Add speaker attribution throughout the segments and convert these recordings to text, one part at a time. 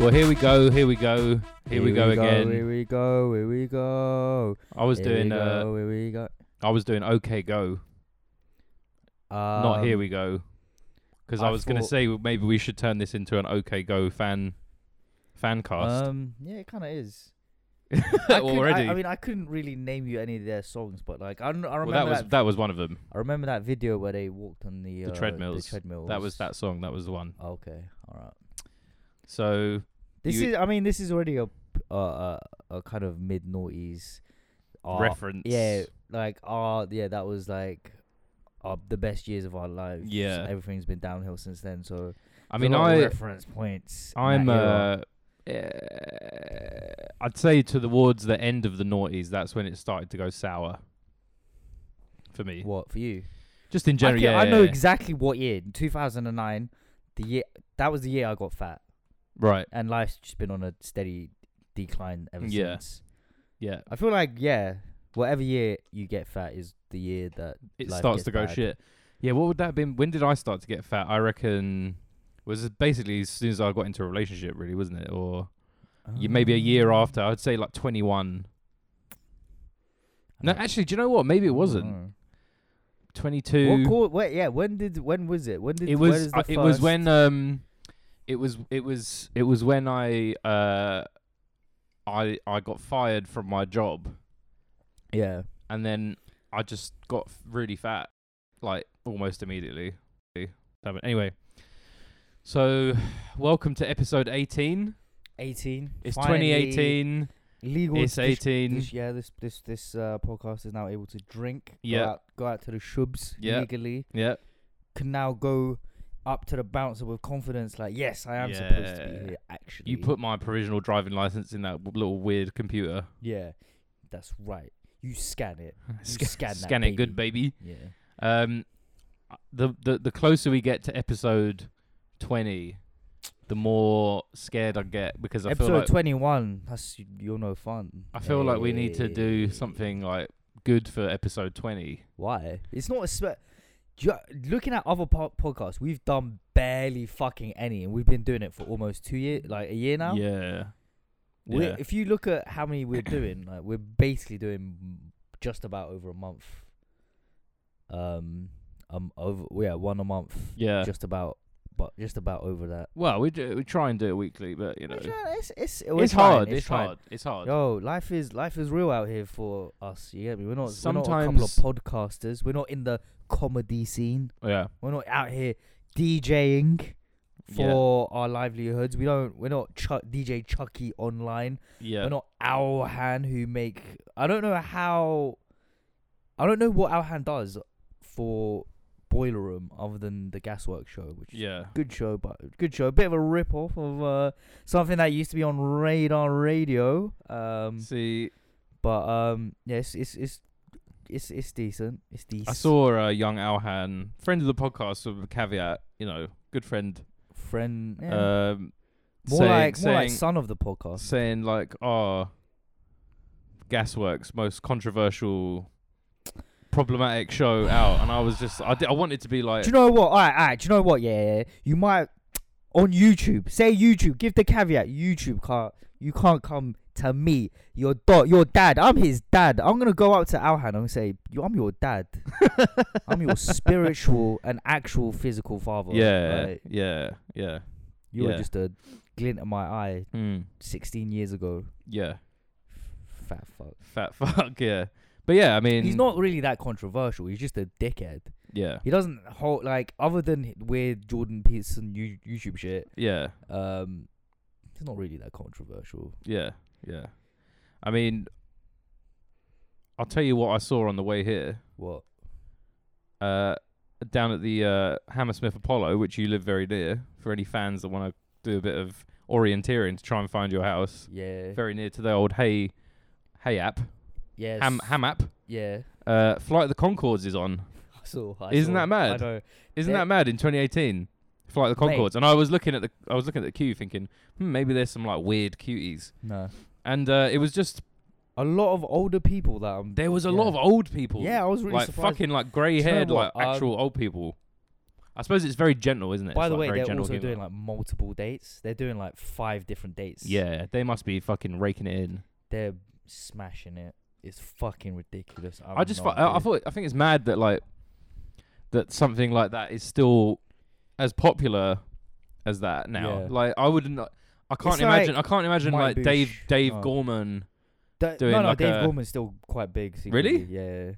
Speaker 1: Well, here we go, here we go, here, we go, again.
Speaker 2: Here we go. Here we go.
Speaker 1: I was
Speaker 2: here
Speaker 1: doing
Speaker 2: We
Speaker 1: uh,
Speaker 2: go, here we go.
Speaker 1: I was doing okay go, not here we go, because I,
Speaker 2: Um, I
Speaker 1: was gonna
Speaker 2: thought-
Speaker 1: say maybe we should turn this into an okay go fan fan cast
Speaker 2: Um, yeah, it kind of is. I couldn't- I-
Speaker 1: already.
Speaker 2: I, mean, I couldn't really name you any of their songs, but like, I, n- I
Speaker 1: well,
Speaker 2: remember
Speaker 1: that was
Speaker 2: that,
Speaker 1: that was one of them.
Speaker 2: I remember that video where they walked on the, uh,
Speaker 1: treadmills.
Speaker 2: The treadmills.
Speaker 1: That was that song. That was the one.
Speaker 2: Okay, all right.
Speaker 1: So
Speaker 2: This
Speaker 1: You-
Speaker 2: is. I mean, this is already a uh, uh, a kind of mid noughties
Speaker 1: reference.
Speaker 2: Oh, Yeah, like our yeah, that was like our the best years of our lives.
Speaker 1: Yeah.
Speaker 2: everything's been downhill since then. So
Speaker 1: I
Speaker 2: there's
Speaker 1: mean,
Speaker 2: a lot of
Speaker 1: I
Speaker 2: reference points. in
Speaker 1: I'm
Speaker 2: that era.
Speaker 1: uh, eh, I'd say towards the end of the noughties, that's when it started to go sour. For me,
Speaker 2: what for you?
Speaker 1: just in general,
Speaker 2: I, can-
Speaker 1: yeah,
Speaker 2: I
Speaker 1: uh, yeah,
Speaker 2: know
Speaker 1: yeah.
Speaker 2: exactly what year. 2009, the year that was the year I got fat,
Speaker 1: right,
Speaker 2: and life's just been on a steady decline ever
Speaker 1: Yeah.
Speaker 2: since.
Speaker 1: yeah.
Speaker 2: I feel like yeah, whatever year you get fat is the year that
Speaker 1: It
Speaker 2: life
Speaker 1: starts
Speaker 2: gets
Speaker 1: to go
Speaker 2: bad.
Speaker 1: shit. Yeah, what would that have been? When did I start to get fat? I reckon was basically as soon as I got into a relationship, really, wasn't it? Or you, maybe a year
Speaker 2: Um,
Speaker 1: after. I'd say like 21.
Speaker 2: I
Speaker 1: No,
Speaker 2: don't-
Speaker 1: actually, do you know what? Maybe it wasn't
Speaker 2: Mm.
Speaker 1: 22.
Speaker 2: What cau- wait, yeah, when did when was it? When did
Speaker 1: it
Speaker 2: where
Speaker 1: was
Speaker 2: is the
Speaker 1: uh, it was
Speaker 2: first-
Speaker 1: when um it was it was it was when I uh I I got fired from my job
Speaker 2: yeah.
Speaker 1: and then I just got f- really fat like almost immediately. Damn it. Anyway, so welcome to episode 18.
Speaker 2: 18.
Speaker 1: It's
Speaker 2: Finally,
Speaker 1: 2018.
Speaker 2: Legal.
Speaker 1: It's
Speaker 2: to
Speaker 1: 18.
Speaker 2: This, yeah, this this this uh, podcast is now able to drink.
Speaker 1: Yeah.
Speaker 2: Go out, go out to the shubs
Speaker 1: Yeah.
Speaker 2: legally.
Speaker 1: yeah.
Speaker 2: Can now go up to the bouncer with confidence. Like, yes, I am supposed to
Speaker 1: Yeah.
Speaker 2: be here. Actually,
Speaker 1: You put my provisional driving license in that w- little weird computer.
Speaker 2: Yeah, that's right. You scan it. You scan that,
Speaker 1: scan it good baby.
Speaker 2: Yeah.
Speaker 1: Um, the, the the closer we get to episode twenty, the more scared I get because I feel
Speaker 2: Episode
Speaker 1: like
Speaker 2: 21. That's you're no fun.
Speaker 1: I feel like we need to do
Speaker 2: Hey.
Speaker 1: something like good for episode twenty.
Speaker 2: Why? It's not a spe- Ju- looking at other po- podcasts, we've done barely fucking any, and we've been doing it for almost two years, like a year now.
Speaker 1: Yeah,
Speaker 2: We're-
Speaker 1: yeah.
Speaker 2: If you look at how many we're doing, like we're basically doing just about over a month. Um, um, over yeah, one a month.
Speaker 1: yeah.
Speaker 2: Just about, but just about over that.
Speaker 1: well, we do, we try and do it weekly, but you know,
Speaker 2: It's, it's, it's, we're
Speaker 1: it's
Speaker 2: trying,
Speaker 1: hard. It's,
Speaker 2: trying.
Speaker 1: hard. It's hard.
Speaker 2: Yo, life is life is real out here for us. You get me? We're not we're not a couple of podcasters. We're not in the comedy scene.
Speaker 1: Yeah,
Speaker 2: We're not out here DJing
Speaker 1: Yeah.
Speaker 2: for our livelihoods. We don't. We're not Chuck, DJ Chucky online.
Speaker 1: yeah.
Speaker 2: We're not Owlhan who make. I don't know how. I don't know what Owlhan does for Boiler Room other than the Gaswork show, which is
Speaker 1: yeah,
Speaker 2: a good show, but good show. A bit of a rip off of uh, something that used to be on Radar Radio. Um,
Speaker 1: see,
Speaker 2: but um, yes, it's it's it's it's decent. It's decent.
Speaker 1: I saw uh, young Alhan, friend of the podcast, with a caveat. You know, good friend.
Speaker 2: friend. yeah.
Speaker 1: Um,
Speaker 2: More
Speaker 1: saying-
Speaker 2: like more like
Speaker 1: saying-
Speaker 2: son of the podcast.
Speaker 1: saying like, "Oh, Gasworks most controversial, problematic show out," and I was just, I, did, I wanted to be like,
Speaker 2: Do you know what? All right, all right. Do you know what? Yeah, yeah, yeah. you might on YouTube. Say YouTube. Give the caveat. YouTube can't. You can't come to me. Your dog. Your dad. I'm his dad. I'm gonna go out to Alhan and say, "You- "I'm your dad. I'm your spiritual and actual physical father."
Speaker 1: yeah,
Speaker 2: Like,
Speaker 1: yeah, yeah,
Speaker 2: you were
Speaker 1: yeah.
Speaker 2: just a glint in my eye
Speaker 1: mm,
Speaker 2: 16 years ago.
Speaker 1: yeah,
Speaker 2: Fat fuck.
Speaker 1: fat fuck, yeah. But yeah, I mean,
Speaker 2: He's not really that controversial. He's just a dickhead.
Speaker 1: Yeah,
Speaker 2: He doesn't hold like other than weird Jordan Peterson you- YouTube shit.
Speaker 1: yeah,
Speaker 2: Um, it's not really that controversial.
Speaker 1: yeah, yeah. I mean, I'll tell you what I saw on the way here.
Speaker 2: What?
Speaker 1: Uh, down at the uh, Hammersmith Apollo, which you live very near. For any fans that want to do a bit of orienteering to try and find your house,
Speaker 2: Yeah.
Speaker 1: very near to the old Hey Hey app,
Speaker 2: yes.
Speaker 1: Ham Ham app.
Speaker 2: Yeah.
Speaker 1: Uh, Flight of the Concords is on.
Speaker 2: I saw. I
Speaker 1: Isn't
Speaker 2: saw-
Speaker 1: that mad?
Speaker 2: I know.
Speaker 1: Isn't
Speaker 2: They-
Speaker 1: that mad? In 2018, Flight of the
Speaker 2: Mate.
Speaker 1: Concords, and I was looking at the I was looking at the queue, thinking, hmm, maybe there's some like weird cuties,
Speaker 2: No.
Speaker 1: and uh, it was just
Speaker 2: A lot of older people that I'm.
Speaker 1: there was a
Speaker 2: Yeah.
Speaker 1: lot of old people.
Speaker 2: Yeah, I was really
Speaker 1: like
Speaker 2: surprised.
Speaker 1: fucking like
Speaker 2: Do
Speaker 1: grey
Speaker 2: you know
Speaker 1: haired
Speaker 2: what?
Speaker 1: like actual old people. I suppose it's very gentle, isn't it?
Speaker 2: By
Speaker 1: It's,
Speaker 2: the
Speaker 1: like,
Speaker 2: way,
Speaker 1: very
Speaker 2: they're
Speaker 1: general
Speaker 2: also
Speaker 1: humour.
Speaker 2: doing like multiple dates. They're doing like five different dates.
Speaker 1: Yeah, they must be fucking raking it in.
Speaker 2: they're smashing it. It's fucking ridiculous. I'm
Speaker 1: i just,
Speaker 2: not,
Speaker 1: thought, I, I
Speaker 2: dude.
Speaker 1: thought, I think it's mad that like that something like that is still as popular as that now.
Speaker 2: Yeah.
Speaker 1: Like, I would not. I can't
Speaker 2: It's
Speaker 1: imagine. I can't imagine
Speaker 2: Mike
Speaker 1: like Dave
Speaker 2: Bush, Oh.
Speaker 1: Dave
Speaker 2: no.
Speaker 1: Gorman.
Speaker 2: Da-
Speaker 1: doing
Speaker 2: no, no,
Speaker 1: like
Speaker 2: Dave
Speaker 1: a-
Speaker 2: Gorman's still quite big.
Speaker 1: Really?
Speaker 2: secretly, Yeah.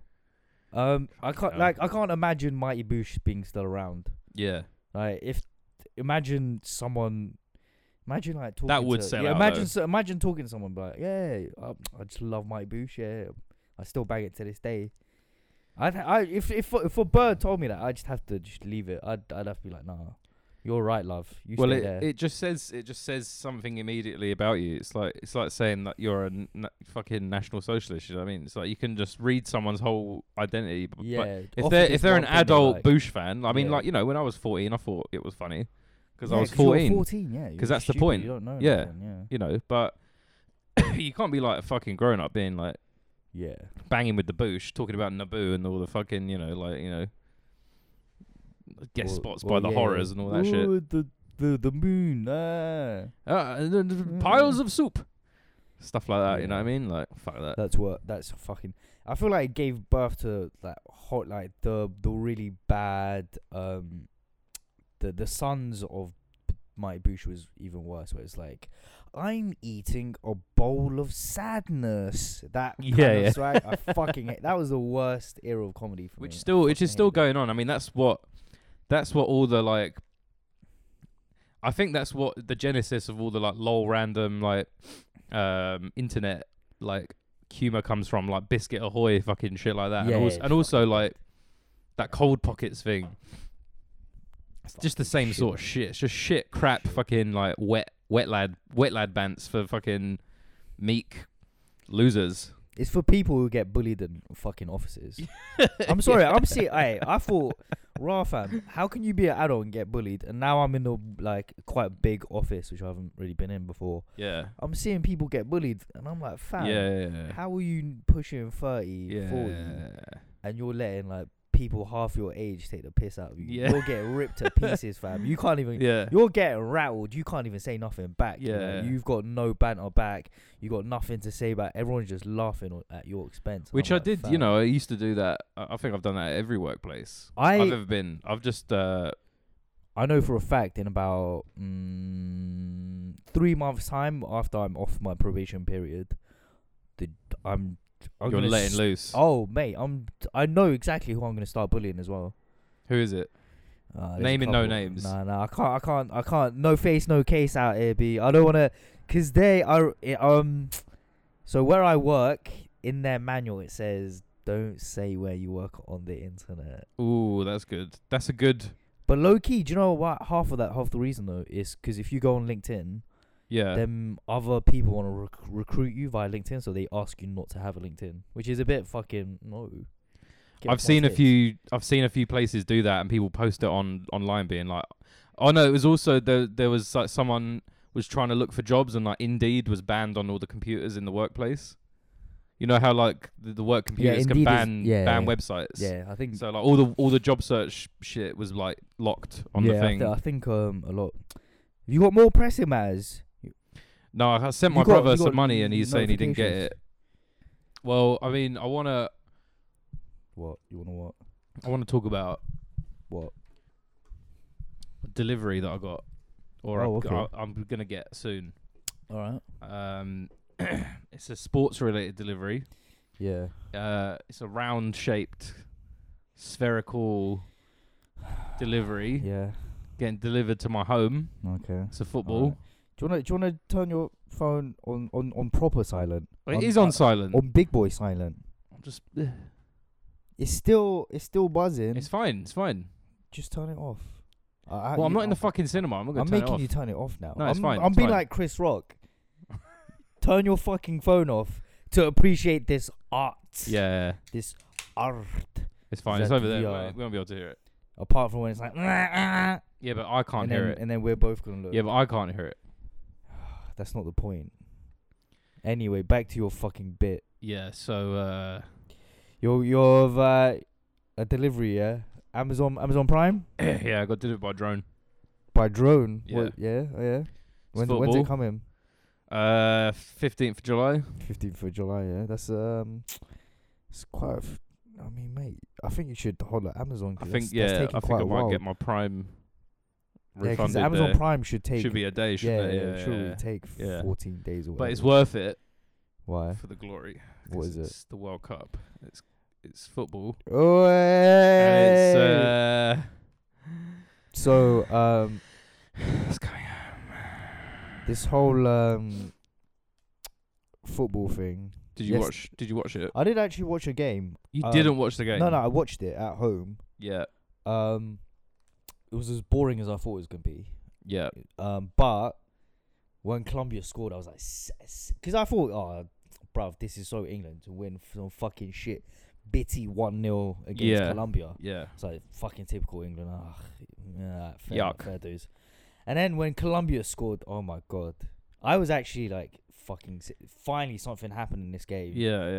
Speaker 2: Um, I can't
Speaker 1: know.
Speaker 2: like I can't imagine Mighty Boosh being still around.
Speaker 1: Yeah,
Speaker 2: Like if imagine someone, imagine like talking.
Speaker 1: would
Speaker 2: to,
Speaker 1: sell
Speaker 2: yeah,
Speaker 1: out,
Speaker 2: Imagine
Speaker 1: though.
Speaker 2: so, imagine talking to someone, but yeah, I, I just love Mighty Boosh. Yeah, I still bang it to this day. I'd ha- I if if if a bird told me that, I just have to just leave it. I'd I'd have to be like, nah, you're right, love. You
Speaker 1: well,
Speaker 2: stay
Speaker 1: it,
Speaker 2: there.
Speaker 1: it just says it just says something immediately about you. It's like it's like saying that you're a n- na- fucking national socialist. You know what I mean, it's like you can just read someone's whole identity. b- But
Speaker 2: yeah.
Speaker 1: if
Speaker 2: offer
Speaker 1: they're
Speaker 2: this
Speaker 1: if they're
Speaker 2: one
Speaker 1: an
Speaker 2: thing they
Speaker 1: adult
Speaker 2: like.
Speaker 1: Bush fan, I mean,
Speaker 2: Yeah.
Speaker 1: like you know, when I was fourteen, I thought it was funny because
Speaker 2: Yeah,
Speaker 1: I was
Speaker 2: 'cause you were
Speaker 1: fourteen.
Speaker 2: 14, yeah. you
Speaker 1: 'Cause
Speaker 2: were
Speaker 1: that's the
Speaker 2: stupid,
Speaker 1: point.
Speaker 2: You don't know.
Speaker 1: Yeah.
Speaker 2: nothing,
Speaker 1: You know, but you can't be like a fucking grown up being like
Speaker 2: yeah. Yeah.
Speaker 1: banging with the Bush, talking about Naboo and all the fucking you know, like you know, guest
Speaker 2: Well-
Speaker 1: spots
Speaker 2: well,
Speaker 1: by the
Speaker 2: yeah.
Speaker 1: horrors and all that shit.
Speaker 2: Ooh, The the the moon. Ah.
Speaker 1: Uh, and then there's piles of soup, stuff like that. You know what I mean? Like fuck that.
Speaker 2: That's what. That's fucking. I feel like it gave birth to like hot, like the the really bad. Um, the the sons of Mighty Boosh was even worse. Where it's like, I'm eating a bowl of sadness. That kind
Speaker 1: Yeah,
Speaker 2: of
Speaker 1: yeah.
Speaker 2: swag, I fucking hate. that was the worst era of comedy for
Speaker 1: which
Speaker 2: me. I
Speaker 1: still which
Speaker 2: fucking
Speaker 1: is still
Speaker 2: hated it.
Speaker 1: going on. I mean, that's what that's what all the like. I think that's what the genesis of all the like lol random like um internet like humor comes from, like biscuit ahoy fucking shit like that,
Speaker 2: Yeah,
Speaker 1: and also,
Speaker 2: yeah,
Speaker 1: and also like that cold pockets thing. It's just the
Speaker 2: Fucking
Speaker 1: same sort of
Speaker 2: shit.
Speaker 1: shit. It's just shit, crap, fucking like wet, wet lad, wet lad bants for fucking meek losers.
Speaker 2: It's for people who get bullied in fucking offices. I'm sorry. I'm see. I I thought, raw fam, how can you be an adult and get bullied? And now I'm in a like quite big office, which I haven't really been in before.
Speaker 1: Yeah,
Speaker 2: I'm seeing people get bullied, and I'm like,
Speaker 1: yeah,
Speaker 2: fam,
Speaker 1: yeah, yeah.
Speaker 2: how are you pushing 30, 40,
Speaker 1: yeah.
Speaker 2: and you're letting like people half your age take the piss out of you?
Speaker 1: Yeah.
Speaker 2: You're getting ripped to pieces, fam. You can't even.
Speaker 1: Yeah.
Speaker 2: You're getting rattled. You can't even say nothing back. you know?
Speaker 1: Yeah.
Speaker 2: You've got no banter back. You got nothing to say back. Everyone's just laughing o- at your expense. and
Speaker 1: Which
Speaker 2: I'm
Speaker 1: I
Speaker 2: like,
Speaker 1: did, you
Speaker 2: "Fam."
Speaker 1: know, I used to do that. I I think I've done that at every workplace
Speaker 2: I
Speaker 1: I've ever been. I've just, uh,
Speaker 2: I know for a fact in about mm, three months' time after I'm off my probation period, the I'm I'm
Speaker 1: you're
Speaker 2: gonna
Speaker 1: letting
Speaker 2: s-
Speaker 1: loose.
Speaker 2: Oh mate, I'm I know exactly who I'm gonna start bullying as well.
Speaker 1: Who is it?
Speaker 2: Uh, there's a
Speaker 1: Naming no
Speaker 2: couple.
Speaker 1: names.
Speaker 2: Nah, nah, I can't, I can't, I can't. No face, no case out here, B. I don't wanna, cause they are it, um. So where I work, in their manual it says don't say where you work on the internet.
Speaker 1: Ooh, that's good. That's a good,
Speaker 2: But low key, do you know what? Half of that, half the reason though, is because if you go on LinkedIn,
Speaker 1: yeah.
Speaker 2: them other people want to rec- recruit you via LinkedIn, so they ask you not to have a LinkedIn, which is a bit fucking no. Get
Speaker 1: I've
Speaker 2: off my
Speaker 1: seen a
Speaker 2: tits.
Speaker 1: few. I've seen a few places do that, and people post it on online, being like, "Oh no!" It was also there. There was like someone was trying to look for jobs, and like Indeed was banned on all the computers in the workplace. You know how like the, the work computers
Speaker 2: Indeed
Speaker 1: can
Speaker 2: is-
Speaker 1: ban
Speaker 2: yeah,
Speaker 1: ban
Speaker 2: yeah.
Speaker 1: websites.
Speaker 2: Yeah, I think.
Speaker 1: So like all the all the job search shit was like locked on
Speaker 2: yeah,
Speaker 1: the
Speaker 2: I
Speaker 1: thing.
Speaker 2: thi- I, think um a lot. You got more pressing matters.
Speaker 1: No, I sent
Speaker 2: You
Speaker 1: my
Speaker 2: got- you
Speaker 1: brother
Speaker 2: got
Speaker 1: some money and he's saying he didn't get
Speaker 2: notifications?
Speaker 1: it. Well, I mean, I wanna
Speaker 2: What you wanna what?
Speaker 1: I wanna talk about
Speaker 2: What?
Speaker 1: a delivery that I got, or
Speaker 2: Oh,
Speaker 1: I,
Speaker 2: okay.
Speaker 1: I, am gonna get soon.
Speaker 2: All right.
Speaker 1: Um, it's a sports-related delivery.
Speaker 2: Yeah.
Speaker 1: Uh, it's a round-shaped, spherical delivery
Speaker 2: Yeah.
Speaker 1: getting delivered to my home.
Speaker 2: Okay.
Speaker 1: It's a football.
Speaker 2: Do you wanna do you wanna turn your phone on on on proper silent?
Speaker 1: But
Speaker 2: Um,
Speaker 1: It is on
Speaker 2: uh,
Speaker 1: silent.
Speaker 2: On big boy silent.
Speaker 1: I'm just,
Speaker 2: It's still it's still buzzing.
Speaker 1: it's fine. It's fine.
Speaker 2: Just turn it off. I- I-
Speaker 1: Well, I'm
Speaker 2: you-
Speaker 1: not in
Speaker 2: I-
Speaker 1: the fucking cinema. I'm not gonna
Speaker 2: I'm
Speaker 1: turn it
Speaker 2: making
Speaker 1: off.
Speaker 2: you turn it off now.
Speaker 1: No, it's
Speaker 2: I'm,
Speaker 1: fine,
Speaker 2: I'm
Speaker 1: it's
Speaker 2: being
Speaker 1: fine.
Speaker 2: like Chris Rock. turn your fucking phone off to appreciate this art.
Speaker 1: yeah,
Speaker 2: This art.
Speaker 1: it's fine.
Speaker 2: Is
Speaker 1: It's
Speaker 2: that
Speaker 1: over there.
Speaker 2: VR?
Speaker 1: We won't be able to hear it.
Speaker 2: Apart from when it's like. Can't
Speaker 1: Yeah, but I can't
Speaker 2: and
Speaker 1: hear
Speaker 2: then,
Speaker 1: it.
Speaker 2: And then we're both gonna look.
Speaker 1: Yeah, but I can't hear it.
Speaker 2: That's not the point. Anyway, back to your fucking bit.
Speaker 1: Yeah, so uh
Speaker 2: You're you're of, uh, a delivery, yeah. Amazon Amazon Prime
Speaker 1: yeah, I got did it by drone.
Speaker 2: by drone.
Speaker 1: Yeah.
Speaker 2: What, yeah, oh, yeah. When's, when's
Speaker 1: football.
Speaker 2: it coming?
Speaker 1: Uh, fifteenth of July.
Speaker 2: Fifteenth of July. Yeah, that's um, it's quite. a f- I mean, mate, I think you should hold like Amazon.
Speaker 1: I
Speaker 2: 'cause
Speaker 1: think
Speaker 2: that's,
Speaker 1: yeah.
Speaker 2: that's taking
Speaker 1: I
Speaker 2: quite
Speaker 1: think I
Speaker 2: a
Speaker 1: might
Speaker 2: while.
Speaker 1: get my Prime
Speaker 2: yeah, 'cause
Speaker 1: refunded.
Speaker 2: Amazon
Speaker 1: there.
Speaker 2: Prime should take.
Speaker 1: should be a day,
Speaker 2: yeah,
Speaker 1: shouldn't
Speaker 2: yeah,
Speaker 1: it?
Speaker 2: it should really take
Speaker 1: yeah.
Speaker 2: fourteen days or whatever.
Speaker 1: But it's worth it
Speaker 2: why?
Speaker 1: for the glory.
Speaker 2: What
Speaker 1: 'cause
Speaker 2: is it?
Speaker 1: It's the World Cup. It's it's football.
Speaker 2: Oh,
Speaker 1: And it's
Speaker 2: hey!
Speaker 1: uh,
Speaker 2: so um,
Speaker 1: it's coming home.
Speaker 2: this whole um, football thing.
Speaker 1: Did you
Speaker 2: yes-
Speaker 1: watch? Did you watch it?
Speaker 2: I did actually watch a game.
Speaker 1: You
Speaker 2: um,
Speaker 1: didn't watch the game.
Speaker 2: No, no, I watched it at home.
Speaker 1: Yeah,
Speaker 2: Um, it was as boring as I thought it was gonna be.
Speaker 1: yeah.
Speaker 2: Um, but when Colombia scored, I was like, because I thought, oh, bruv, this is so England to win some fucking shit, bitty one 0 against
Speaker 1: Yeah.
Speaker 2: Colombia.
Speaker 1: Yeah.
Speaker 2: It's like fucking typical England. Ugh, yeah, fair,
Speaker 1: Yuck.
Speaker 2: fair dues. And then when Colombia scored, oh my god, I was actually like, fucking, s- finally something happened in this game
Speaker 1: Yeah,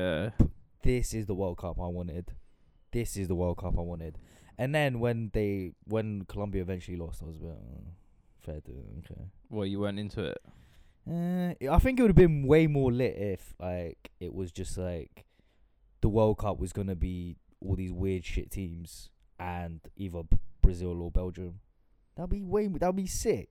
Speaker 1: yeah.
Speaker 2: this is the World Cup I wanted. This is the World Cup I wanted. And then when they when Colombia eventually lost, I was a bit oh, fair do okay.
Speaker 1: Well, you went into it.
Speaker 2: Uh, I think it would have been way more lit if like it was just like the World Cup was gonna be all these weird shit teams and either B- Brazil or Belgium. That'd be way that'd be sick.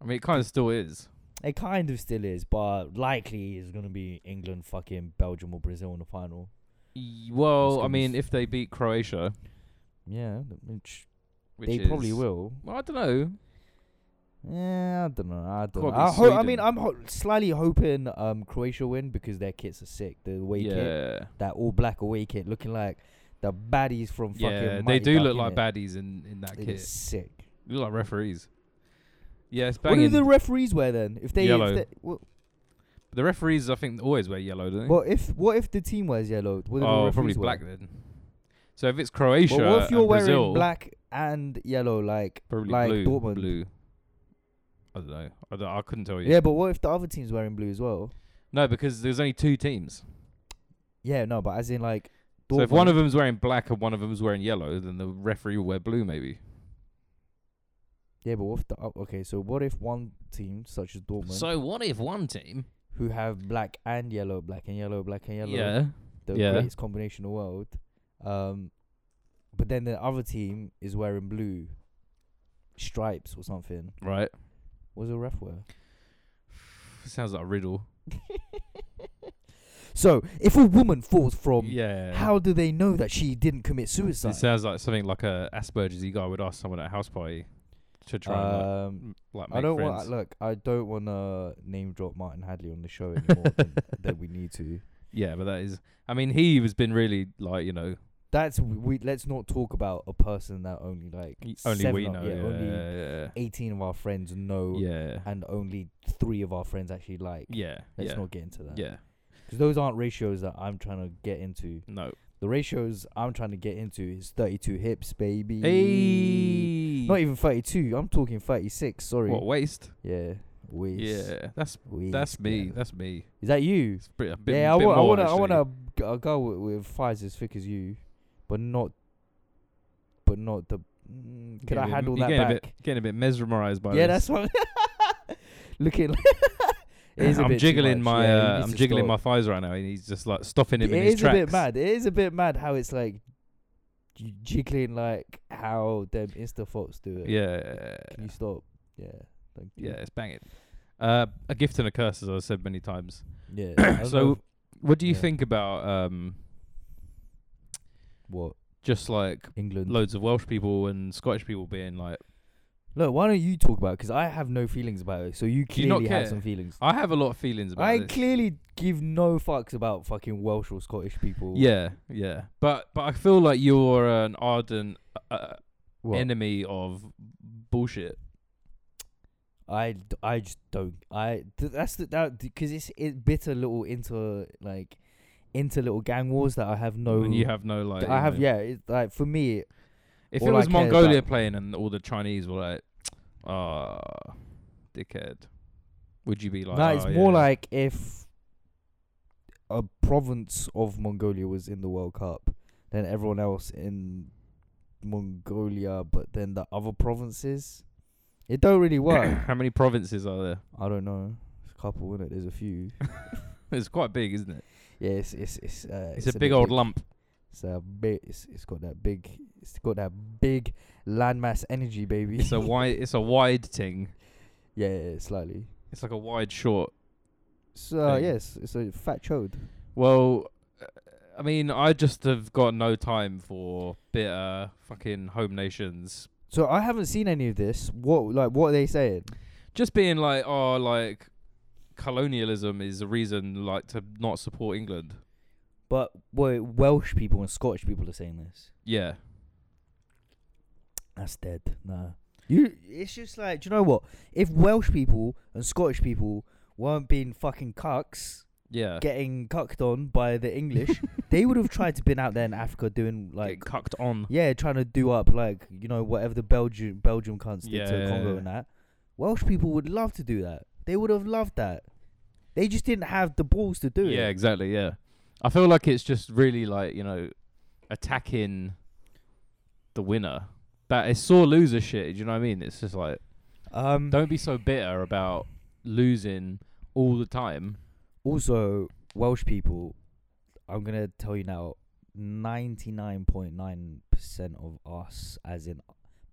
Speaker 1: I mean, it kind of still is.
Speaker 2: It kind of still is, but likely is gonna be England, fucking Belgium or Brazil in the final.
Speaker 1: Y- Well,
Speaker 2: gonna
Speaker 1: I
Speaker 2: be
Speaker 1: mean,
Speaker 2: f-
Speaker 1: if they beat Croatia,
Speaker 2: Yeah, which,
Speaker 1: which
Speaker 2: they probably
Speaker 1: is-
Speaker 2: will.
Speaker 1: Well, I don't know.
Speaker 2: Yeah, I don't know. I don't know.
Speaker 1: Probably
Speaker 2: I, ho- I mean,
Speaker 1: Sweden.
Speaker 2: I'm ho- slightly hoping um, Croatia win because their kits are sick. The away kit,
Speaker 1: yeah,
Speaker 2: that all black away kit, looking like the baddies from fucking.
Speaker 1: yeah. They
Speaker 2: Mighty
Speaker 1: do
Speaker 2: Duck,
Speaker 1: look like
Speaker 2: innit?
Speaker 1: baddies in in that
Speaker 2: It
Speaker 1: kit.
Speaker 2: is sick.
Speaker 1: They look like referees. Yeah, it's
Speaker 2: What do
Speaker 1: banging.
Speaker 2: the
Speaker 1: The,
Speaker 2: referees wear then? If they,
Speaker 1: Yellow.
Speaker 2: If they well,
Speaker 1: referees, I think, always wear yellow, don't they?
Speaker 2: well, if what if the team wears yellow? What do the
Speaker 1: oh,
Speaker 2: referees
Speaker 1: probably
Speaker 2: wear?
Speaker 1: black then. So if it's Croatia
Speaker 2: But what if you're
Speaker 1: and
Speaker 2: wearing
Speaker 1: Brazil,
Speaker 2: black and yellow, like
Speaker 1: probably
Speaker 2: like
Speaker 1: blue,
Speaker 2: Dortmund?
Speaker 1: blue. I don't know. I, don't, I couldn't tell you.
Speaker 2: Yeah, but what if the other team's wearing blue as well?
Speaker 1: No, because there's only two teams.
Speaker 2: Yeah, no, but as in like.
Speaker 1: So if one
Speaker 2: Dortmund-
Speaker 1: of them's wearing black and one of them's wearing yellow, then the referee will wear blue, maybe.
Speaker 2: yeah, but what if the o- okay? So what if one team, such as Dortmund,
Speaker 1: what if one team?
Speaker 2: who have black and yellow, black and yellow, black and yellow,
Speaker 1: Yeah.
Speaker 2: the
Speaker 1: yeah.
Speaker 2: greatest combination in the world. Um, but then the other team is wearing blue stripes or something.
Speaker 1: Right.
Speaker 2: What's a ref wear?
Speaker 1: Sounds like a riddle.
Speaker 2: So if a woman falls from,
Speaker 1: yeah.
Speaker 2: how do they know that she didn't commit suicide?
Speaker 1: It sounds like something like a Asperger's guy would ask someone at a house party to try and
Speaker 2: um,
Speaker 1: like, like make
Speaker 2: I don't
Speaker 1: friends.
Speaker 2: want look. I don't want to name drop Martin Hadley on the show anymore than, than we need to.
Speaker 1: yeah, but that is. I mean, he has been really like you know
Speaker 2: That's we. Let's not talk about a person that only like
Speaker 1: only
Speaker 2: seven
Speaker 1: we
Speaker 2: of-
Speaker 1: know.
Speaker 2: yeah, only
Speaker 1: Yeah.
Speaker 2: eighteen of our friends know
Speaker 1: Yeah.
Speaker 2: and only three of our friends actually like.
Speaker 1: Yeah.
Speaker 2: Let's
Speaker 1: yeah.
Speaker 2: not get into that.
Speaker 1: yeah.
Speaker 2: Because those aren't ratios that I'm trying to get into.
Speaker 1: No.
Speaker 2: The ratios I'm trying to get into is 32 hips, baby.
Speaker 1: Hey.
Speaker 2: Not even 32. I'm talking 36. Sorry.
Speaker 1: What waist?
Speaker 2: Yeah. Waist.
Speaker 1: Yeah. That's
Speaker 2: Waist,
Speaker 1: that's me.
Speaker 2: yeah.
Speaker 1: That's me.
Speaker 2: Is that you?
Speaker 1: It's a bit, a bit,
Speaker 2: yeah. I
Speaker 1: bit
Speaker 2: want. I
Speaker 1: more,
Speaker 2: want. I
Speaker 1: actually.
Speaker 2: want a, a girl with, with thighs as thick as you, but not. But not the. Mm, could
Speaker 1: Getting a
Speaker 2: I
Speaker 1: bit-
Speaker 2: handle
Speaker 1: you're
Speaker 2: that
Speaker 1: getting
Speaker 2: back?
Speaker 1: A bit, getting a bit mesmerized by
Speaker 2: yeah,
Speaker 1: this.
Speaker 2: that's what. Looking. Like it is a
Speaker 1: I'm
Speaker 2: bit too
Speaker 1: jiggling
Speaker 2: much.
Speaker 1: my
Speaker 2: Yeah, he
Speaker 1: uh,
Speaker 2: needs
Speaker 1: I'm
Speaker 2: to
Speaker 1: jiggling
Speaker 2: stop.
Speaker 1: my thighs right now, and he's just like stopping him
Speaker 2: It
Speaker 1: in
Speaker 2: is
Speaker 1: his tracks.
Speaker 2: a bit mad. It is a bit mad how it's like j- jiggling, like how them Insta folks do it.
Speaker 1: Yeah,
Speaker 2: Can you stop? Yeah. Thank you.
Speaker 1: yeah, it's banging. Uh, a gift and a curse, as I've said many times.
Speaker 2: Yeah. I don't
Speaker 1: So-
Speaker 2: know if-
Speaker 1: What do you
Speaker 2: Yeah.
Speaker 1: think about um,
Speaker 2: what
Speaker 1: just like
Speaker 2: England? Look,
Speaker 1: loads of Welsh people and Scottish people being like,
Speaker 2: why don't you talk about? it? Because I have no feelings about it. So you
Speaker 1: Do you not
Speaker 2: clearly have
Speaker 1: care?
Speaker 2: some feelings.
Speaker 1: I have a lot of feelings about
Speaker 2: I
Speaker 1: this.
Speaker 2: clearly give no fucks about fucking Welsh or Scottish people.
Speaker 1: yeah, yeah, but but I feel like you're an ardent uh,
Speaker 2: What?
Speaker 1: enemy of bullshit.
Speaker 2: I, d- I just don't I th- that's the that because it's it bitter little into like into little gang wars that I have no
Speaker 1: and you have no like.
Speaker 2: I
Speaker 1: you
Speaker 2: have
Speaker 1: know-
Speaker 2: yeah it, like for me
Speaker 1: If
Speaker 2: All
Speaker 1: it
Speaker 2: I
Speaker 1: was
Speaker 2: care about-
Speaker 1: Mongolia playing and all the Chinese were like, ah, dickhead, would you be like?
Speaker 2: no, it's
Speaker 1: "Oh,
Speaker 2: more
Speaker 1: yeah."
Speaker 2: like if a province of Mongolia was in the World Cup, then everyone else in Mongolia, but then the other provinces, it don't really work.
Speaker 1: How many provinces are there?
Speaker 2: I don't know. It's a couple, is it? There's a few.
Speaker 1: It's quite big, isn't it?
Speaker 2: Yeah, it's it's it's uh,
Speaker 1: It's, a
Speaker 2: in
Speaker 1: big old lump.
Speaker 2: It's a big. It's, it's got that big. It's got that big landmass energy, baby.
Speaker 1: It's a wide. It's a wide thing.
Speaker 2: yeah, yeah, slightly.
Speaker 1: It's like a wide short.
Speaker 2: So
Speaker 1: Thing.
Speaker 2: yes, it's a fat chode.
Speaker 1: Well, uh, I mean, I just have got no time for bitter fucking home nations.
Speaker 2: So I haven't seen any of this. What like what are they saying?
Speaker 1: Just being like, oh, like colonialism is a reason like to not support England.
Speaker 2: But wait, Welsh people and Scottish people are saying this.
Speaker 1: Yeah.
Speaker 2: That's dead. Nah. You. It's just like, do you know what? If Welsh people and Scottish people weren't being fucking cucks,
Speaker 1: Yeah.
Speaker 2: getting cucked on by the English, they would have tried to been out there in Africa doing
Speaker 1: like
Speaker 2: like,
Speaker 1: cucked on.
Speaker 2: yeah, trying to do up like you know whatever the Belgium Belgium cunts did to
Speaker 1: Yeah.
Speaker 2: Congo and that. Welsh people would love to do that. They would have loved that. They just didn't have the balls to do it.
Speaker 1: yeah, exactly. Yeah, I feel like it's just really like you know attacking the winner. That it's sore loser shit. Do you know what I mean? It's just like
Speaker 2: Um.
Speaker 1: don't be so bitter about losing all the time.
Speaker 2: Also, Welsh people, I'm gonna tell you now, ninety nine point nine percent of us, as in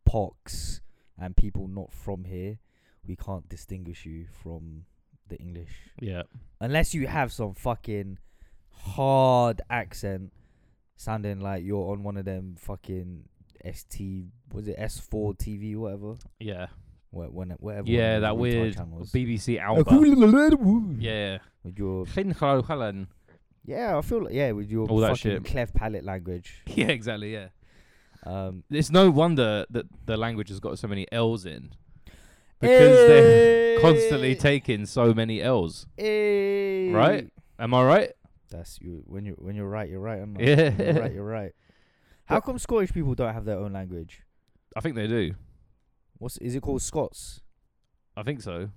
Speaker 2: pox and people not from here, we can't distinguish you from the English
Speaker 1: Yeah,
Speaker 2: unless you have some fucking hard accent, sounding like you're on one of them fucking ST was it S four TV whatever,
Speaker 1: yeah,
Speaker 2: Wha- when whatever. one
Speaker 1: yeah.
Speaker 2: of
Speaker 1: That
Speaker 2: those retard
Speaker 1: weird
Speaker 2: channels.
Speaker 1: BBC
Speaker 2: With
Speaker 1: Alba.
Speaker 2: your-
Speaker 1: yeah,
Speaker 2: With your
Speaker 1: yeah,
Speaker 2: Yeah, I feel like yeah, with your
Speaker 1: All that
Speaker 2: fucking
Speaker 1: shit.
Speaker 2: cleft palate language.
Speaker 1: exactly. Yeah,
Speaker 2: Um
Speaker 1: it's no wonder that the language has got so many L's in because they're
Speaker 2: Eh.
Speaker 1: constantly taking so many L's.
Speaker 2: taking
Speaker 1: Right? Am I right?
Speaker 2: That's you when you when you're right, you're right. aren't I?
Speaker 1: Yeah.
Speaker 2: When you're right, you're right. How come Scottish people don't have their own language?
Speaker 1: I think they do.
Speaker 2: What's is it called Scots?
Speaker 1: I think so.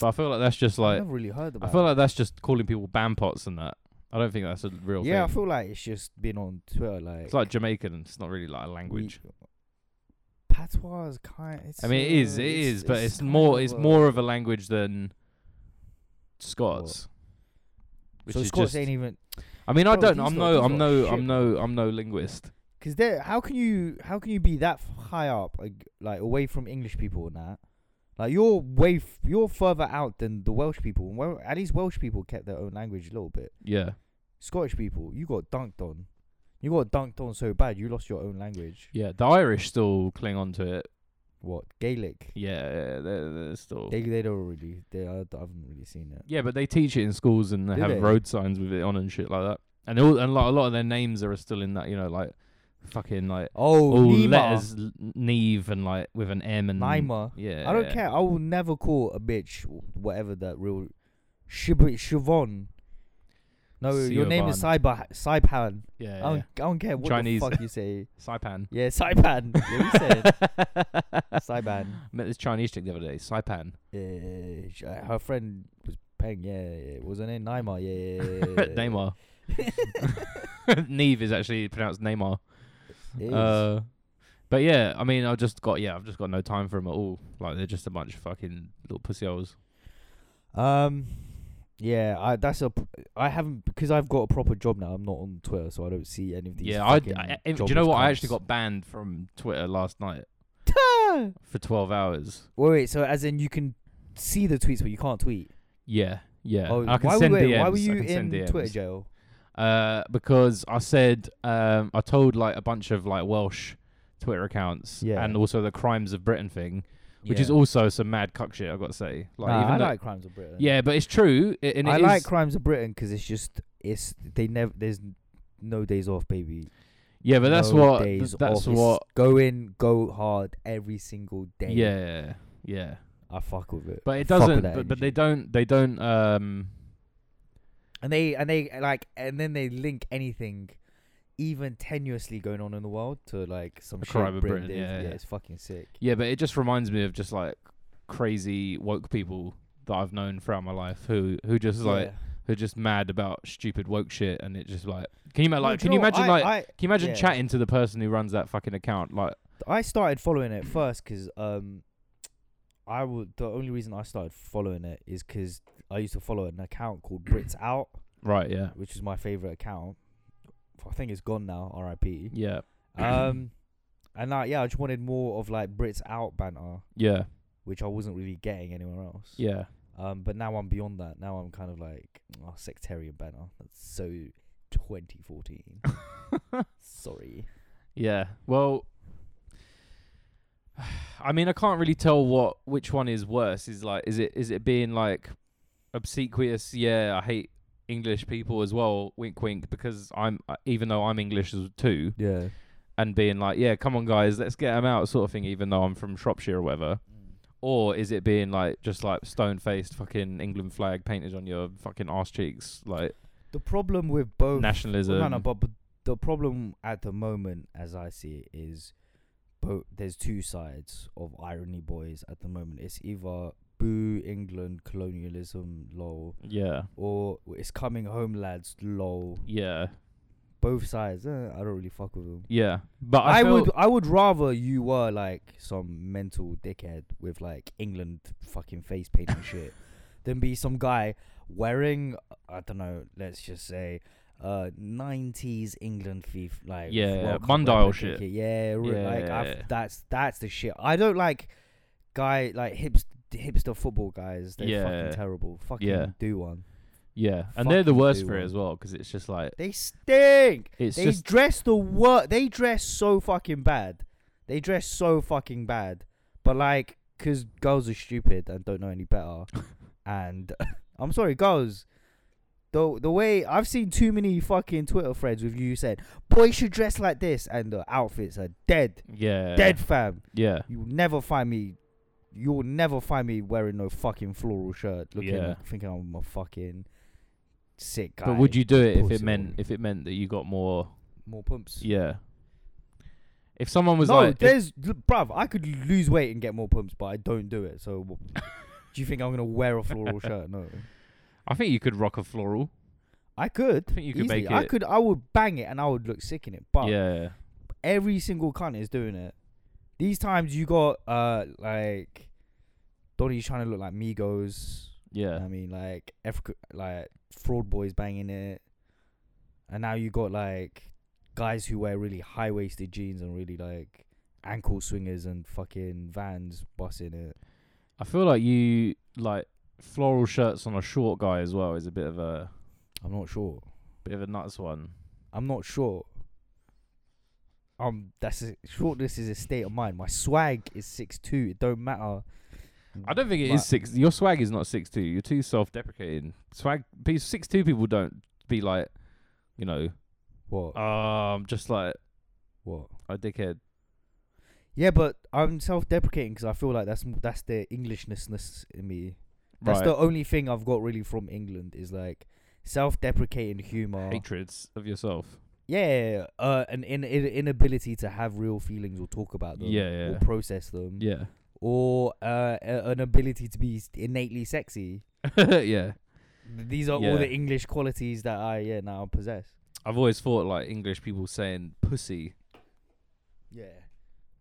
Speaker 1: But I feel like that's just
Speaker 2: I
Speaker 1: like
Speaker 2: never really heard about.
Speaker 1: I feel
Speaker 2: it.
Speaker 1: like that's just calling people bampots and that. I don't think that's a real
Speaker 2: yeah, I
Speaker 1: thing.
Speaker 2: feel like it's just been on Twitter like
Speaker 1: it's like Jamaican. It's not really like a
Speaker 2: we-
Speaker 1: language.
Speaker 2: Patois is kind. It's,
Speaker 1: I mean, it is.
Speaker 2: uh,
Speaker 1: It is. But it's
Speaker 2: kind
Speaker 1: more.
Speaker 2: of
Speaker 1: It's
Speaker 2: a-
Speaker 1: more of a language than Scots. Which
Speaker 2: So
Speaker 1: is
Speaker 2: Scots
Speaker 1: just-
Speaker 2: ain't even
Speaker 1: I mean, I
Speaker 2: Bro,
Speaker 1: don't.
Speaker 2: these
Speaker 1: know.
Speaker 2: lot-
Speaker 1: I'm no.
Speaker 2: these
Speaker 1: I'm no.
Speaker 2: lot are shit,
Speaker 1: I'm no. I'm no linguist.
Speaker 2: Cause there, how can you how can you be that f- high up like, like away from English people and that? Like you're way f- you're further out than the Welsh people. And Wel- at least Welsh people kept their own language a little bit.
Speaker 1: Yeah.
Speaker 2: Scottish people, you got dunked on. You got dunked on so bad you lost your own language.
Speaker 1: Yeah. The Irish still cling on to it.
Speaker 2: What Gaelic?
Speaker 1: Yeah. They're, they're still.
Speaker 2: They they don't really they I, I haven't really seen it.
Speaker 1: Yeah, but they teach it in schools and they
Speaker 2: Do
Speaker 1: have
Speaker 2: they?
Speaker 1: road signs with it on and shit like that. And all and like a lot of their names are still in that, you know, like fucking like
Speaker 2: Oh,
Speaker 1: all
Speaker 2: Nima.
Speaker 1: letters l- Neve and like with an M and
Speaker 2: Nima.
Speaker 1: Yeah.
Speaker 2: I don't care. I will never call a bitch w- whatever that real Shib- Siobhan. No, your name is Saiba Saipan.
Speaker 1: Yeah.
Speaker 2: I
Speaker 1: yeah.
Speaker 2: don't, I don't care what
Speaker 1: Chinese.
Speaker 2: the fuck you say.
Speaker 1: Saipan.
Speaker 2: Yeah, Saipan. Yeah, you said Saipan.
Speaker 1: Met this Chinese chick the other day, Saipan.
Speaker 2: Yeah, sh- uh, her friend was paying. Yeah, yeah, yeah. was her name Naima? Yeah, yeah, yeah, yeah.
Speaker 1: Neymar. Neve is actually pronounced Neymar.
Speaker 2: It is.
Speaker 1: Uh, but yeah, I mean, I've just got yeah, I've just got no time for them at all. Like they're just a bunch of fucking little pussy holes.
Speaker 2: um, yeah, I that's a. Pr- I haven't because I've got a proper job now. I'm not on Twitter, so I don't see any of these.
Speaker 1: Yeah, I,
Speaker 2: fucking
Speaker 1: I- I- do you
Speaker 2: jobless
Speaker 1: know what? I
Speaker 2: cunts. Ah!
Speaker 1: actually got banned from Twitter last night for 12 hours.
Speaker 2: Wait, wait. So as in, you can see the tweets, but you can't tweet.
Speaker 1: Yeah, yeah.
Speaker 2: Oh,
Speaker 1: I can
Speaker 2: why, were-
Speaker 1: send
Speaker 2: wait,
Speaker 1: DMs.
Speaker 2: why were
Speaker 1: I
Speaker 2: you
Speaker 1: can
Speaker 2: in
Speaker 1: send DMs.
Speaker 2: Twitter jail?
Speaker 1: Uh, because I said um, I told like a bunch of like Welsh Twitter accounts
Speaker 2: Yeah.
Speaker 1: and also the Crimes of Britain thing, which is
Speaker 2: Yeah.
Speaker 1: also some mad cuck shit. I've got to say. Like,
Speaker 2: Nah,
Speaker 1: even
Speaker 2: I
Speaker 1: though-
Speaker 2: like crimes of Britain.
Speaker 1: yeah, but it's true. i- and it
Speaker 2: I like
Speaker 1: is-
Speaker 2: Crimes of Britain 'cause it's just it's they never there's n- no days off, baby.
Speaker 1: Yeah, but that's
Speaker 2: No
Speaker 1: what.
Speaker 2: days
Speaker 1: That's
Speaker 2: off. It's
Speaker 1: what.
Speaker 2: go in, go hard every single day.
Speaker 1: Yeah, yeah.
Speaker 2: I fuck with it.
Speaker 1: But it
Speaker 2: I fuck with
Speaker 1: doesn't.
Speaker 2: that
Speaker 1: But, but they
Speaker 2: energy.
Speaker 1: don't. They don't. Um.
Speaker 2: and they and they like and then they link anything, even tenuously going on in the world to like some
Speaker 1: A
Speaker 2: shit
Speaker 1: crime of
Speaker 2: Britain.
Speaker 1: Britain,
Speaker 2: did.
Speaker 1: yeah, yeah.
Speaker 2: it's fucking sick.
Speaker 1: Yeah, but it just reminds me of just like crazy woke people that I've known throughout my life who who just like
Speaker 2: Yeah.
Speaker 1: who are just mad about stupid woke shit, and it just like can you ma-
Speaker 2: No,
Speaker 1: like
Speaker 2: do
Speaker 1: can
Speaker 2: know
Speaker 1: you
Speaker 2: what?
Speaker 1: imagine
Speaker 2: I-
Speaker 1: like
Speaker 2: I,
Speaker 1: can you imagine
Speaker 2: yeah.
Speaker 1: chatting to the person who runs that fucking account like
Speaker 2: I started following it first because um, I would. The only reason I started following it is because I used to follow an account called Brits Out,
Speaker 1: right yeah
Speaker 2: which is my favorite account. I think it's gone now. R.I.P.
Speaker 1: yeah
Speaker 2: Um, and like yeah, I just wanted more of like Brits Out banter,
Speaker 1: yeah
Speaker 2: which I wasn't really getting anywhere else.
Speaker 1: yeah
Speaker 2: Um, but now I'm beyond that. Now I'm kind of like oh, sectarian banner. That's so 2014. Sorry.
Speaker 1: yeah well I mean I can't really tell what which one is worse is like is it is it being like obsequious yeah I hate English people as well wink wink because I'm uh, even though I'm English as- too
Speaker 2: Yeah.
Speaker 1: and being like, yeah, come on, guys, let's get him out, sort of thing, even though I'm from Shropshire or whatever?
Speaker 2: Mm.
Speaker 1: Or is it being like, just like stone faced fucking England flag painted on your fucking arse cheeks, like
Speaker 2: The problem with both
Speaker 1: nationalism?
Speaker 2: Well, no, no, but, but the problem at the moment, as I see it, is both. There's two sides of irony boys at the moment. It's either boo England colonialism lol,
Speaker 1: yeah,
Speaker 2: or it's coming home lads lol.
Speaker 1: yeah,
Speaker 2: Both sides. eh, I don't really fuck with them.
Speaker 1: yeah. But I,
Speaker 2: I,
Speaker 1: feel-
Speaker 2: would I would rather you were like some mental dickhead with like England fucking face paint and shit than be some guy wearing I don't know, let's just say uh 90s England thief like
Speaker 1: Yeah,
Speaker 2: World Cup
Speaker 1: Mundial
Speaker 2: replica
Speaker 1: shit.
Speaker 2: kit. Yeah, re- like
Speaker 1: Yeah.
Speaker 2: I've, that's that's the shit. I don't like guy like hipster hipster football guys. They're
Speaker 1: Yeah.
Speaker 2: fucking terrible. Fucking
Speaker 1: Yeah.
Speaker 2: do one.
Speaker 1: yeah, and they're the
Speaker 2: fucking
Speaker 1: worst
Speaker 2: do
Speaker 1: for it
Speaker 2: one.
Speaker 1: as well because it's just like
Speaker 2: They stink.
Speaker 1: it's
Speaker 2: they
Speaker 1: just
Speaker 2: dress the work. They dress so fucking bad. They dress so fucking bad. But like, cause girls are stupid and don't know any better. and I'm sorry, girls. The the way I've seen too many fucking Twitter threads with you saying boys should dress like this, and the outfits are dead,
Speaker 1: yeah,
Speaker 2: dead fam.
Speaker 1: yeah,
Speaker 2: You'll never find me. You'll never find me wearing no fucking floral shirt, looking
Speaker 1: Yeah.
Speaker 2: thinking I'm a fucking sick guy.
Speaker 1: But would you do it if it
Speaker 2: pussy
Speaker 1: meant
Speaker 2: woman.
Speaker 1: if it meant that you got more?
Speaker 2: more pumps?
Speaker 1: Yeah. If someone was
Speaker 2: no,
Speaker 1: like, if-
Speaker 2: there's, l- bruv, I could lose weight and get more pumps, but I don't do it. So, w- do you think I'm gonna wear a floral shirt? No,
Speaker 1: I think you could rock a floral.
Speaker 2: I could.
Speaker 1: I think you could
Speaker 2: easily.
Speaker 1: make
Speaker 2: I
Speaker 1: it-
Speaker 2: could. I would bang it, and I would look sick in it. But
Speaker 1: yeah,
Speaker 2: every single cunt is doing it. These times you got uh like Donny's trying to look like Migos.
Speaker 1: yeah,
Speaker 2: I mean, like Africa, like fraud boys banging it, and now you got like guys who wear really high waisted jeans and really like ankle swingers and fucking vans busting it.
Speaker 1: I feel like you like floral shirts on a short guy as well is a bit of a
Speaker 2: I'm not sure.
Speaker 1: bit of a nuts one.
Speaker 2: I'm not sure. Um, that's a, shortness is a state of mind. My swag is six two. It don't matter.
Speaker 1: I don't think it is
Speaker 2: Like-
Speaker 1: six. Your swag is not six two. You're too self deprecating. Swag six two people don't be like, you know,
Speaker 2: What?
Speaker 1: um, just like
Speaker 2: what?
Speaker 1: a dickhead.
Speaker 2: Yeah, but I'm self-deprecating because I feel like that's m- that's the Englishnessness in me. That's
Speaker 1: right.
Speaker 2: the only thing I've got really from England is like self-deprecating humor.
Speaker 1: Hatreds of yourself.
Speaker 2: Yeah, uh, an in, in, inability to have real feelings or talk about them,
Speaker 1: Yeah, yeah.
Speaker 2: or process them,
Speaker 1: Yeah.
Speaker 2: or uh, a- an ability to be s- innately sexy.
Speaker 1: yeah.
Speaker 2: These are
Speaker 1: Yeah.
Speaker 2: all the English qualities that I yeah now possess.
Speaker 1: I've always thought like English people saying pussy.
Speaker 2: Yeah,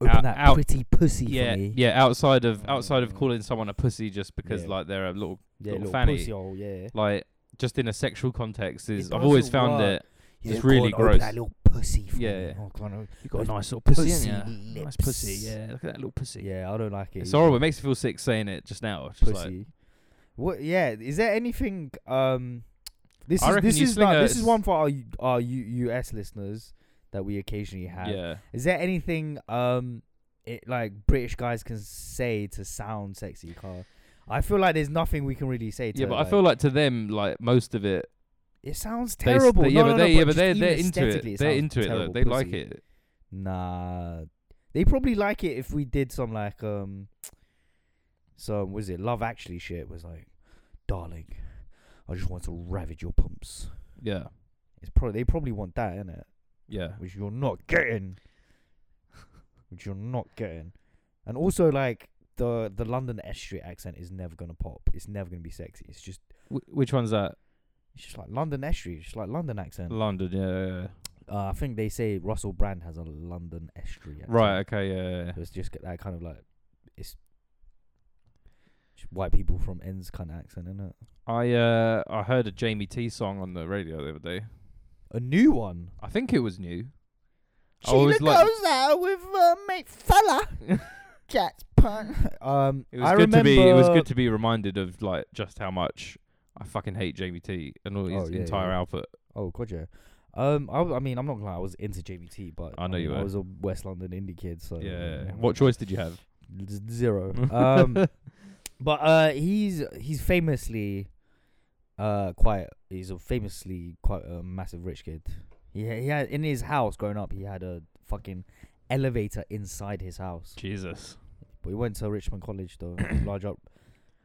Speaker 1: Open
Speaker 2: open
Speaker 1: Out- that
Speaker 2: that
Speaker 1: out-
Speaker 2: pretty pussy
Speaker 1: Yeah.
Speaker 2: for me.
Speaker 1: Yeah. Outside of outside of
Speaker 2: Mm.
Speaker 1: calling someone a pussy just because
Speaker 2: Yeah.
Speaker 1: like they're a little
Speaker 2: yeah,
Speaker 1: little
Speaker 2: little
Speaker 1: fanny.
Speaker 2: pussy hole, yeah.
Speaker 1: like just in a sexual context is
Speaker 2: It
Speaker 1: I've always
Speaker 2: doesn't
Speaker 1: found
Speaker 2: work.
Speaker 1: it.
Speaker 2: Yeah,
Speaker 1: It's
Speaker 2: go
Speaker 1: really
Speaker 2: on, open
Speaker 1: gross.
Speaker 2: That little pussy for
Speaker 1: Yeah,
Speaker 2: me.
Speaker 1: yeah.
Speaker 2: Oh, go on,
Speaker 1: You
Speaker 2: got a
Speaker 1: nice little
Speaker 2: pussy, pussy ain't ya? Nice pussy, lips. yeah,
Speaker 1: Look at that little pussy.
Speaker 2: Yeah, I don't like it.
Speaker 1: It's
Speaker 2: either.
Speaker 1: horrible. It makes me feel sick saying it just now. It's just like-
Speaker 2: pussy. what? Yeah. Is there anything? Um, this
Speaker 1: I
Speaker 2: is
Speaker 1: reckon
Speaker 2: this
Speaker 1: you
Speaker 2: is
Speaker 1: sling
Speaker 2: like,
Speaker 1: a
Speaker 2: this is
Speaker 1: s-
Speaker 2: one for our U- our U- US listeners that we occasionally have.
Speaker 1: yeah.
Speaker 2: Is there anything um it like British guys can say to sound sexy, Carl? I feel like there's nothing we can really say. To
Speaker 1: Yeah, but I feel like to them, like most of it,
Speaker 2: it sounds
Speaker 1: they s-
Speaker 2: terrible.
Speaker 1: They,
Speaker 2: no,
Speaker 1: yeah,
Speaker 2: no,
Speaker 1: but
Speaker 2: no,
Speaker 1: they, yeah,
Speaker 2: just
Speaker 1: but they're
Speaker 2: even
Speaker 1: they're into
Speaker 2: aesthetically,
Speaker 1: it. They're
Speaker 2: sounds
Speaker 1: into it though.
Speaker 2: terrible
Speaker 1: They like
Speaker 2: pussy.
Speaker 1: it.
Speaker 2: Nah, they probably like it if we did some like um, some was it Love Actually shit it was like, darling, I just want to ravage your pumps.
Speaker 1: Yeah,
Speaker 2: It's probably they probably want that in it,
Speaker 1: yeah,
Speaker 2: which you're not getting, which you're not getting, and also like the the London S Street accent is never gonna pop. It's never gonna be sexy. It's just
Speaker 1: Wh- which one's that?
Speaker 2: It's just like London estuary. It's just like London accent.
Speaker 1: London, yeah, yeah, yeah.
Speaker 2: Uh, I think they say Russell Brand has a London estuary. accent.
Speaker 1: Right, okay, yeah, yeah,
Speaker 2: So it's just got that kind of like it's just white people from ends kind of accent, innit?
Speaker 1: yeah. I uh I heard a Jamie T song on the radio the other day.
Speaker 2: A new one.
Speaker 1: I think it was new. I was like-
Speaker 2: goes out with uh, mate fella. Jack's pun. Um,
Speaker 1: It was
Speaker 2: I
Speaker 1: good
Speaker 2: remember.
Speaker 1: to be. It was good to be reminded of like just how much I fucking hate Jamie T and all his
Speaker 2: Oh, yeah,
Speaker 1: entire
Speaker 2: yeah.
Speaker 1: output.
Speaker 2: Oh god, yeah. Um, I, w- I mean, I'm not gonna lie, I was into JBT, but
Speaker 1: I know
Speaker 2: mean,
Speaker 1: you
Speaker 2: I
Speaker 1: were.
Speaker 2: was a West London indie kid, so
Speaker 1: Yeah.
Speaker 2: um,
Speaker 1: What choice did you have?
Speaker 2: z- zero. Um, but uh, he's he's famously, uh, quite he's a famously quite a massive rich kid. Yeah, he had in his house growing up, he had a fucking elevator inside his house.
Speaker 1: Jesus.
Speaker 2: But he went to Richmond College though, large up,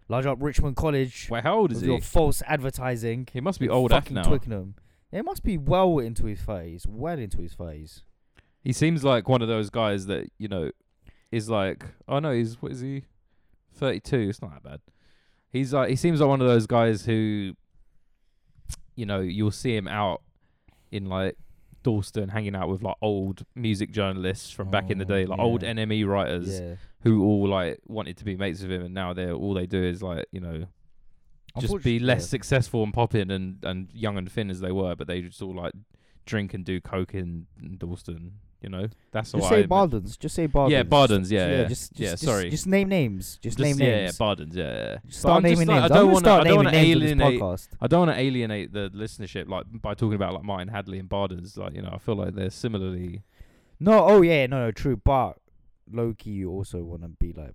Speaker 2: large up Richmond College.
Speaker 1: Wait, how old is
Speaker 2: with
Speaker 1: he?
Speaker 2: your false advertising.
Speaker 1: he must be
Speaker 2: with
Speaker 1: old af
Speaker 2: fucking
Speaker 1: now.
Speaker 2: Twickenham. Yeah, It must be well into his thirties, well into his thirties.
Speaker 1: He seems like one of those guys that you know is like, oh no, he's what is he? Thirty-two. It's not that bad. He's like, he seems like one of those guys who, you know, you'll see him out in like Dalston hanging out with like old music journalists from back in the
Speaker 2: Oh,
Speaker 1: day, like old
Speaker 2: yeah.
Speaker 1: NME writers
Speaker 2: Yeah,
Speaker 1: who all like wanted to be mates with him, and now they're all they do is like, you know, just be
Speaker 2: Unfortunately-
Speaker 1: less successful and popping and and young and thin as they were, but they just all like drink and do coke in, in Dalston. You know, that's
Speaker 2: Just
Speaker 1: all
Speaker 2: say
Speaker 1: I.
Speaker 2: Bardens. Just say Bardens.
Speaker 1: Bardens, yeah, yeah.
Speaker 2: Just, just,
Speaker 1: Yeah,
Speaker 2: just-
Speaker 1: sorry.
Speaker 2: Just name names. Just,
Speaker 1: Just-
Speaker 2: name
Speaker 1: yeah,
Speaker 2: names.
Speaker 1: yeah, Bardens, yeah, yeah. But
Speaker 2: Start
Speaker 1: I'm just
Speaker 2: naming
Speaker 1: like,
Speaker 2: names.
Speaker 1: I don't
Speaker 2: want
Speaker 1: want
Speaker 2: to
Speaker 1: to. I don't
Speaker 2: start naming
Speaker 1: want to
Speaker 2: names on this
Speaker 1: alienate.
Speaker 2: podcast.
Speaker 1: I don't want to alienate the listenership, like by talking about like Martin Hadley and Bardens. Like you know, I feel like they're similarly.
Speaker 2: No, oh yeah, no, no, true. But Loki, you also want to be like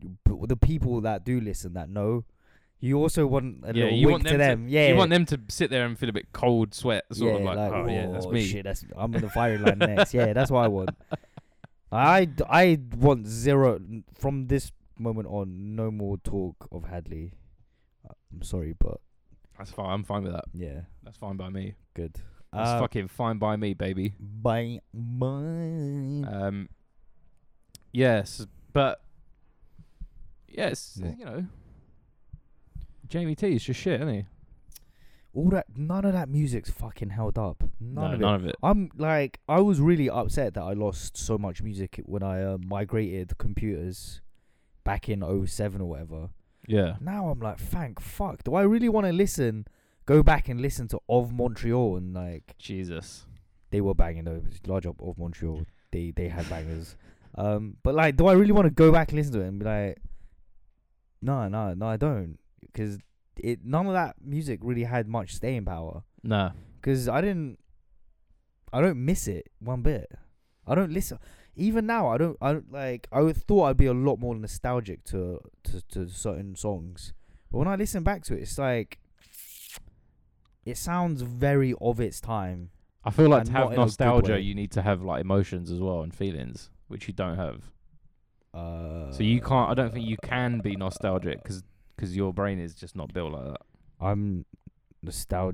Speaker 2: you put- the people that do listen that know. You also want a
Speaker 1: yeah,
Speaker 2: little
Speaker 1: you
Speaker 2: wink
Speaker 1: want
Speaker 2: to
Speaker 1: them.
Speaker 2: them. yeah,
Speaker 1: you want them to sit there and feel a bit cold sweat, sort of
Speaker 2: yeah,
Speaker 1: like, oh yeah, that's
Speaker 2: "Oh,
Speaker 1: me.
Speaker 2: Shit, that's, I'm in the firing line next. Yeah, that's what I want. I, d- I want zero from this moment on. No more talk of Hadley. Uh, I'm sorry, but
Speaker 1: That's fine. I'm fine with that.
Speaker 2: yeah,
Speaker 1: That's fine by me.
Speaker 2: good.
Speaker 1: That's
Speaker 2: Uh,
Speaker 1: fucking fine by me, baby.
Speaker 2: Bye, bye.
Speaker 1: Um, yes, but yes,
Speaker 2: What?
Speaker 1: you know, Jamie T is just shit, isn't he?
Speaker 2: All that, none of that music's fucking held up. None
Speaker 1: no,
Speaker 2: of it.
Speaker 1: none of it.
Speaker 2: I'm like, I was really upset that I lost so much music when I uh, migrated computers back in 07 or whatever.
Speaker 1: Yeah,
Speaker 2: Now I'm like, thank fuck. Do I really want to listen? Go back and listen to Of Montreal and like
Speaker 1: Jesus.
Speaker 2: they were banging though. It was large up Of Montreal. They they had bangers. um, but like, do I really want to go back and listen to it and be like, no, no, no, I don't, because it none of that music really had much staying power.
Speaker 1: Nah.
Speaker 2: Because I didn't. I don't miss it one bit. I don't listen. Even now, I don't. I don't like. I would thought I'd be a lot more nostalgic to to, to certain songs, but when I listen back to it, it's like it sounds very of its time.
Speaker 1: I feel like
Speaker 2: And
Speaker 1: to
Speaker 2: not
Speaker 1: have
Speaker 2: in a good
Speaker 1: nostalgia,
Speaker 2: way.
Speaker 1: you need to have like emotions as well and feelings, which you don't have.
Speaker 2: Uh,
Speaker 1: So you can't. I don't think you can be nostalgic because your brain is just not built like that.
Speaker 2: I'm nostalgic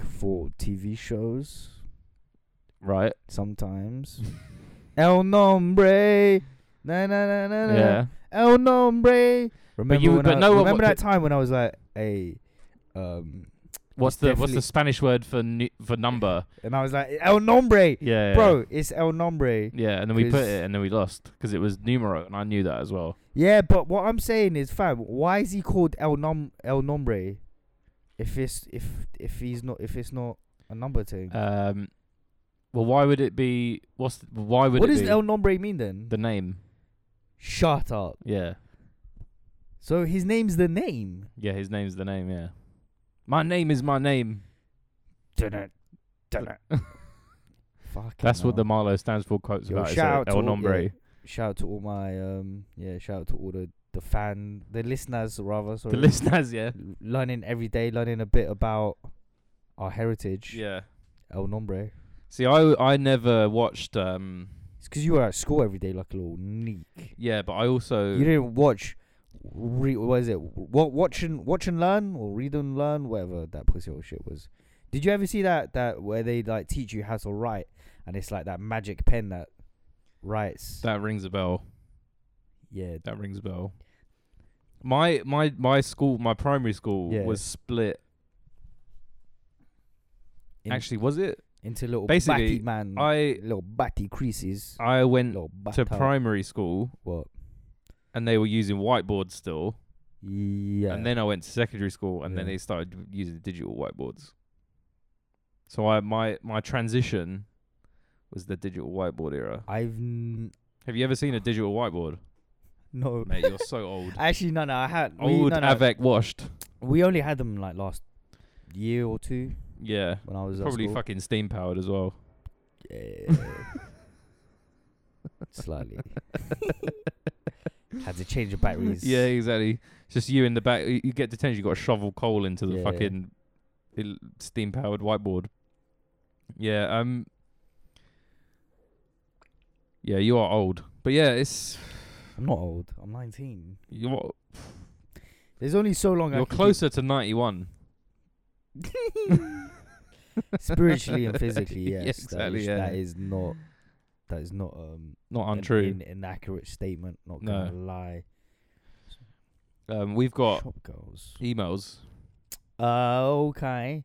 Speaker 2: for TV shows
Speaker 1: Right.
Speaker 2: sometimes. El nombre, na na na na na.
Speaker 1: Yeah.
Speaker 2: El nombre. Remember,
Speaker 1: you-
Speaker 2: when
Speaker 1: but
Speaker 2: I,
Speaker 1: no one
Speaker 2: remember
Speaker 1: wa-
Speaker 2: that time when I was like, hey, um,
Speaker 1: What's
Speaker 2: It's
Speaker 1: the What's
Speaker 2: definitely-
Speaker 1: the Spanish word for nu- for number?
Speaker 2: and I was like, El nombre,
Speaker 1: Yeah.
Speaker 2: bro, it's El nombre.
Speaker 1: Yeah, and then we put
Speaker 2: 'Cause-
Speaker 1: it, and then we lost because it was numero, and I knew that as well.
Speaker 2: Yeah, but what I'm saying is, fam, why is he called El Nom El nombre? If it's if if he's not if it's not a number thing,
Speaker 1: Um, well, why would it be? What's th- why would
Speaker 2: what
Speaker 1: it
Speaker 2: does
Speaker 1: be
Speaker 2: El nombre mean then?
Speaker 1: the name?
Speaker 2: Shut up.
Speaker 1: Yeah,
Speaker 2: So his name's the name.
Speaker 1: yeah, his name's the name. Yeah, my name is my name.
Speaker 2: Dunno, dunno. Fucking
Speaker 1: That's what
Speaker 2: hell.
Speaker 1: the Marlowe stands for. Quotes
Speaker 2: Yo,
Speaker 1: about it's
Speaker 2: shout out
Speaker 1: a-
Speaker 2: to all-
Speaker 1: El Nombre.
Speaker 2: yeah. shout out to all my um yeah shout out to all the the fan the listeners rather sorry
Speaker 1: The listeners, yeah,
Speaker 2: L- learning every day learning a bit about our heritage
Speaker 1: yeah.
Speaker 2: el nombre
Speaker 1: See, I I never watched. Um,
Speaker 2: it's because you were at school every day like a little neek
Speaker 1: yeah, but I also
Speaker 2: you didn't watch re- what is it what watch and watch and learn or read and learn whatever that pussy old shit was did you ever see that that where they like teach you how to write and it's like that magic pen that writes
Speaker 1: that rings a bell.
Speaker 2: yeah
Speaker 1: That rings a bell. My my my school, my primary school
Speaker 2: Yeah.
Speaker 1: was split
Speaker 2: in-
Speaker 1: Actually, was it?
Speaker 2: into little
Speaker 1: basically,
Speaker 2: batty man,
Speaker 1: I
Speaker 2: little batty creases,
Speaker 1: I went
Speaker 2: little
Speaker 1: to
Speaker 2: batter.
Speaker 1: primary school
Speaker 2: What?
Speaker 1: and they were using whiteboards still,
Speaker 2: Yeah.
Speaker 1: and then I went to secondary school and then
Speaker 2: Yeah.
Speaker 1: they started using digital whiteboards. So I my my transition was the digital whiteboard era.
Speaker 2: I've n-
Speaker 1: Have you ever seen a digital whiteboard?
Speaker 2: no.
Speaker 1: Mate, you're so old.
Speaker 2: Actually, no, no. I had we,
Speaker 1: old
Speaker 2: no, no,
Speaker 1: Avec washed.
Speaker 2: we only had them like last year or two
Speaker 1: Yeah.
Speaker 2: when I was
Speaker 1: Probably
Speaker 2: at school.
Speaker 1: fucking steam powered as well.
Speaker 2: Yeah. Slightly. Had to change the batteries.
Speaker 1: Yeah, exactly. It's just you in the back. You you get detention. You got to shovel coal into the
Speaker 2: Yeah, yeah.
Speaker 1: fucking il- steam-powered whiteboard. Yeah. Um. Yeah, you are old, but yeah, it's
Speaker 2: I'm not old. I'm 19.
Speaker 1: you're
Speaker 2: There's only so long. I
Speaker 1: you're
Speaker 2: can keep
Speaker 1: closer to ninety-one.
Speaker 2: spiritually and physically.
Speaker 1: Yeah,
Speaker 2: Yes,
Speaker 1: exactly,
Speaker 2: That is, that
Speaker 1: yeah.
Speaker 2: is not. That is not um
Speaker 1: Not
Speaker 2: an
Speaker 1: untrue.
Speaker 2: in- inaccurate statement. Not
Speaker 1: No.
Speaker 2: gonna lie.
Speaker 1: Um, we've got
Speaker 2: Shop girls.
Speaker 1: emails.
Speaker 2: Uh, okay,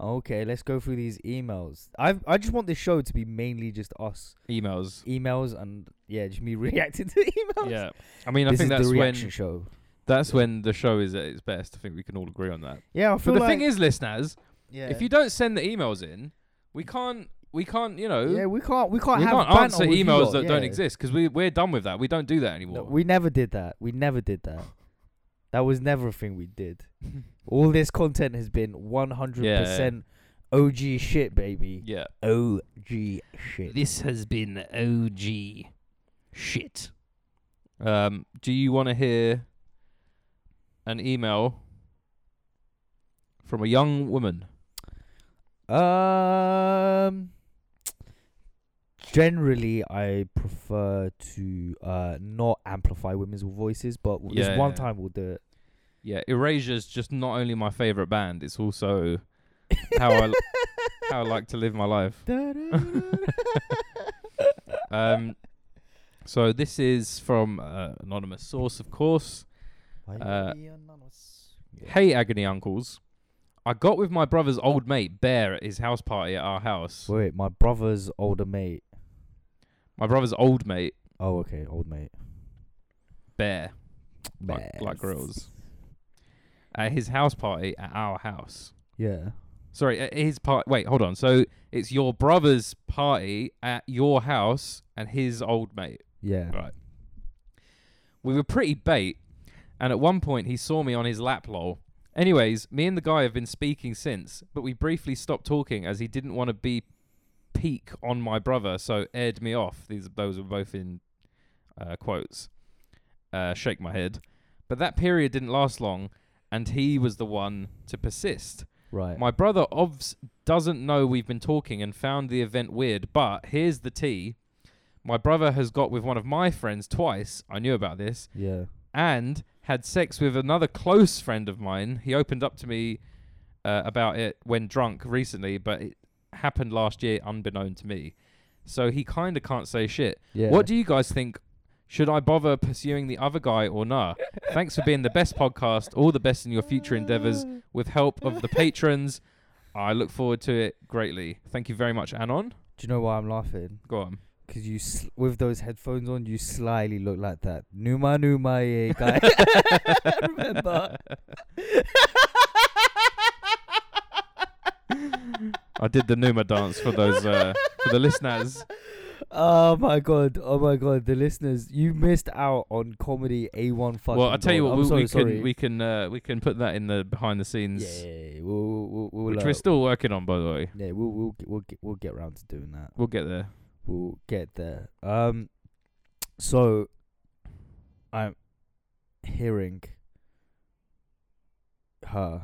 Speaker 2: okay. Let's go through these emails. I I just want this show to be mainly just us
Speaker 1: Emails.
Speaker 2: emails and yeah, just me reacting to emails.
Speaker 1: Yeah. I mean, I
Speaker 2: this
Speaker 1: think
Speaker 2: is
Speaker 1: that's
Speaker 2: the reaction
Speaker 1: when
Speaker 2: show.
Speaker 1: that's when the show is at its best. I think we can all agree on that.
Speaker 2: Yeah, I
Speaker 1: But
Speaker 2: feel
Speaker 1: the
Speaker 2: like
Speaker 1: thing is, listeners,
Speaker 2: yeah.
Speaker 1: if you don't send the emails in, we can't. We can't. You know.
Speaker 2: yeah, we can't we can't
Speaker 1: we
Speaker 2: have
Speaker 1: can't
Speaker 2: banter
Speaker 1: answer
Speaker 2: with you
Speaker 1: emails
Speaker 2: lot,
Speaker 1: that don't
Speaker 2: yeah.
Speaker 1: exist because we we're done with that. We don't do that
Speaker 2: No,
Speaker 1: anymore.
Speaker 2: we never did that. We never did that. that was never a thing we did. All this content has been 100% OG shit, baby.
Speaker 1: yeah.
Speaker 2: OG shit.
Speaker 1: This has been OG shit. Um, do you want to hear an email from a young woman?
Speaker 2: Um. Generally, I prefer to uh not amplify women's voices, but w-
Speaker 1: Yeah,
Speaker 2: this one
Speaker 1: yeah.
Speaker 2: time we'll do it.
Speaker 1: Yeah, Erasure's just not only my favorite band; it's also How I l- how I like to live my life. Um, so this is from uh, anonymous source, of course. uh, Hey, agony uncles. I got with my brother's old mate Bear at his house party at our house.
Speaker 2: Wait, my brother's older mate.
Speaker 1: My brother's old mate
Speaker 2: Oh, okay, old mate.
Speaker 1: Bear, like, like grills, at his house party at our house.
Speaker 2: Yeah.
Speaker 1: Sorry, at his party. Wait, hold on. So it's your brother's party at your house and his old mate.
Speaker 2: Yeah.
Speaker 1: Right. We were pretty bait, and at one point he saw me on his lap lol. Anyways, me and the guy have been speaking since, but we briefly stopped talking as he didn't want to be peak on my brother, so aired me off. These those were both in uh, quotes. Uh, shake my head. But that period didn't last long, and he was the one to persist.
Speaker 2: Right.
Speaker 1: My brother obvs doesn't know we've been talking and found the event weird, but here's the tea. My brother has got with one of my friends twice, I knew about this,
Speaker 2: yeah.
Speaker 1: and had sex with another close friend of mine. He opened up to me uh, about it when drunk recently, but it happened last year unbeknown to me. So he kind of can't say shit.
Speaker 2: Yeah.
Speaker 1: What do you guys think? Should I bother pursuing the other guy or nah? Thanks for being the best podcast. All the best in your future endeavors with help of the patrons. I look forward to it greatly. Thank you very much, Anon.
Speaker 2: Do you know why I'm laughing?
Speaker 1: Go on.
Speaker 2: Because you, sl- with those headphones on, you slyly look like that Numa Numa yeah guy. Remember?
Speaker 1: I did the Numa dance for those uh, for the listeners.
Speaker 2: Oh my god! Oh my god! The listeners, you missed out on comedy A1 fucking.
Speaker 1: well, I tell you what,
Speaker 2: gold. I'm
Speaker 1: we,
Speaker 2: so
Speaker 1: we
Speaker 2: sorry.
Speaker 1: can we can uh, we can put that in the behind the
Speaker 2: yeah,
Speaker 1: scenes,
Speaker 2: yeah, yeah, we'll we'll we'll,
Speaker 1: which
Speaker 2: uh,
Speaker 1: we're still working on, by the way.
Speaker 2: yeah, we'll we'll get, we'll get, we'll get round to doing that.
Speaker 1: We'll get there.
Speaker 2: We'll get there. Um, so I'm hearing her.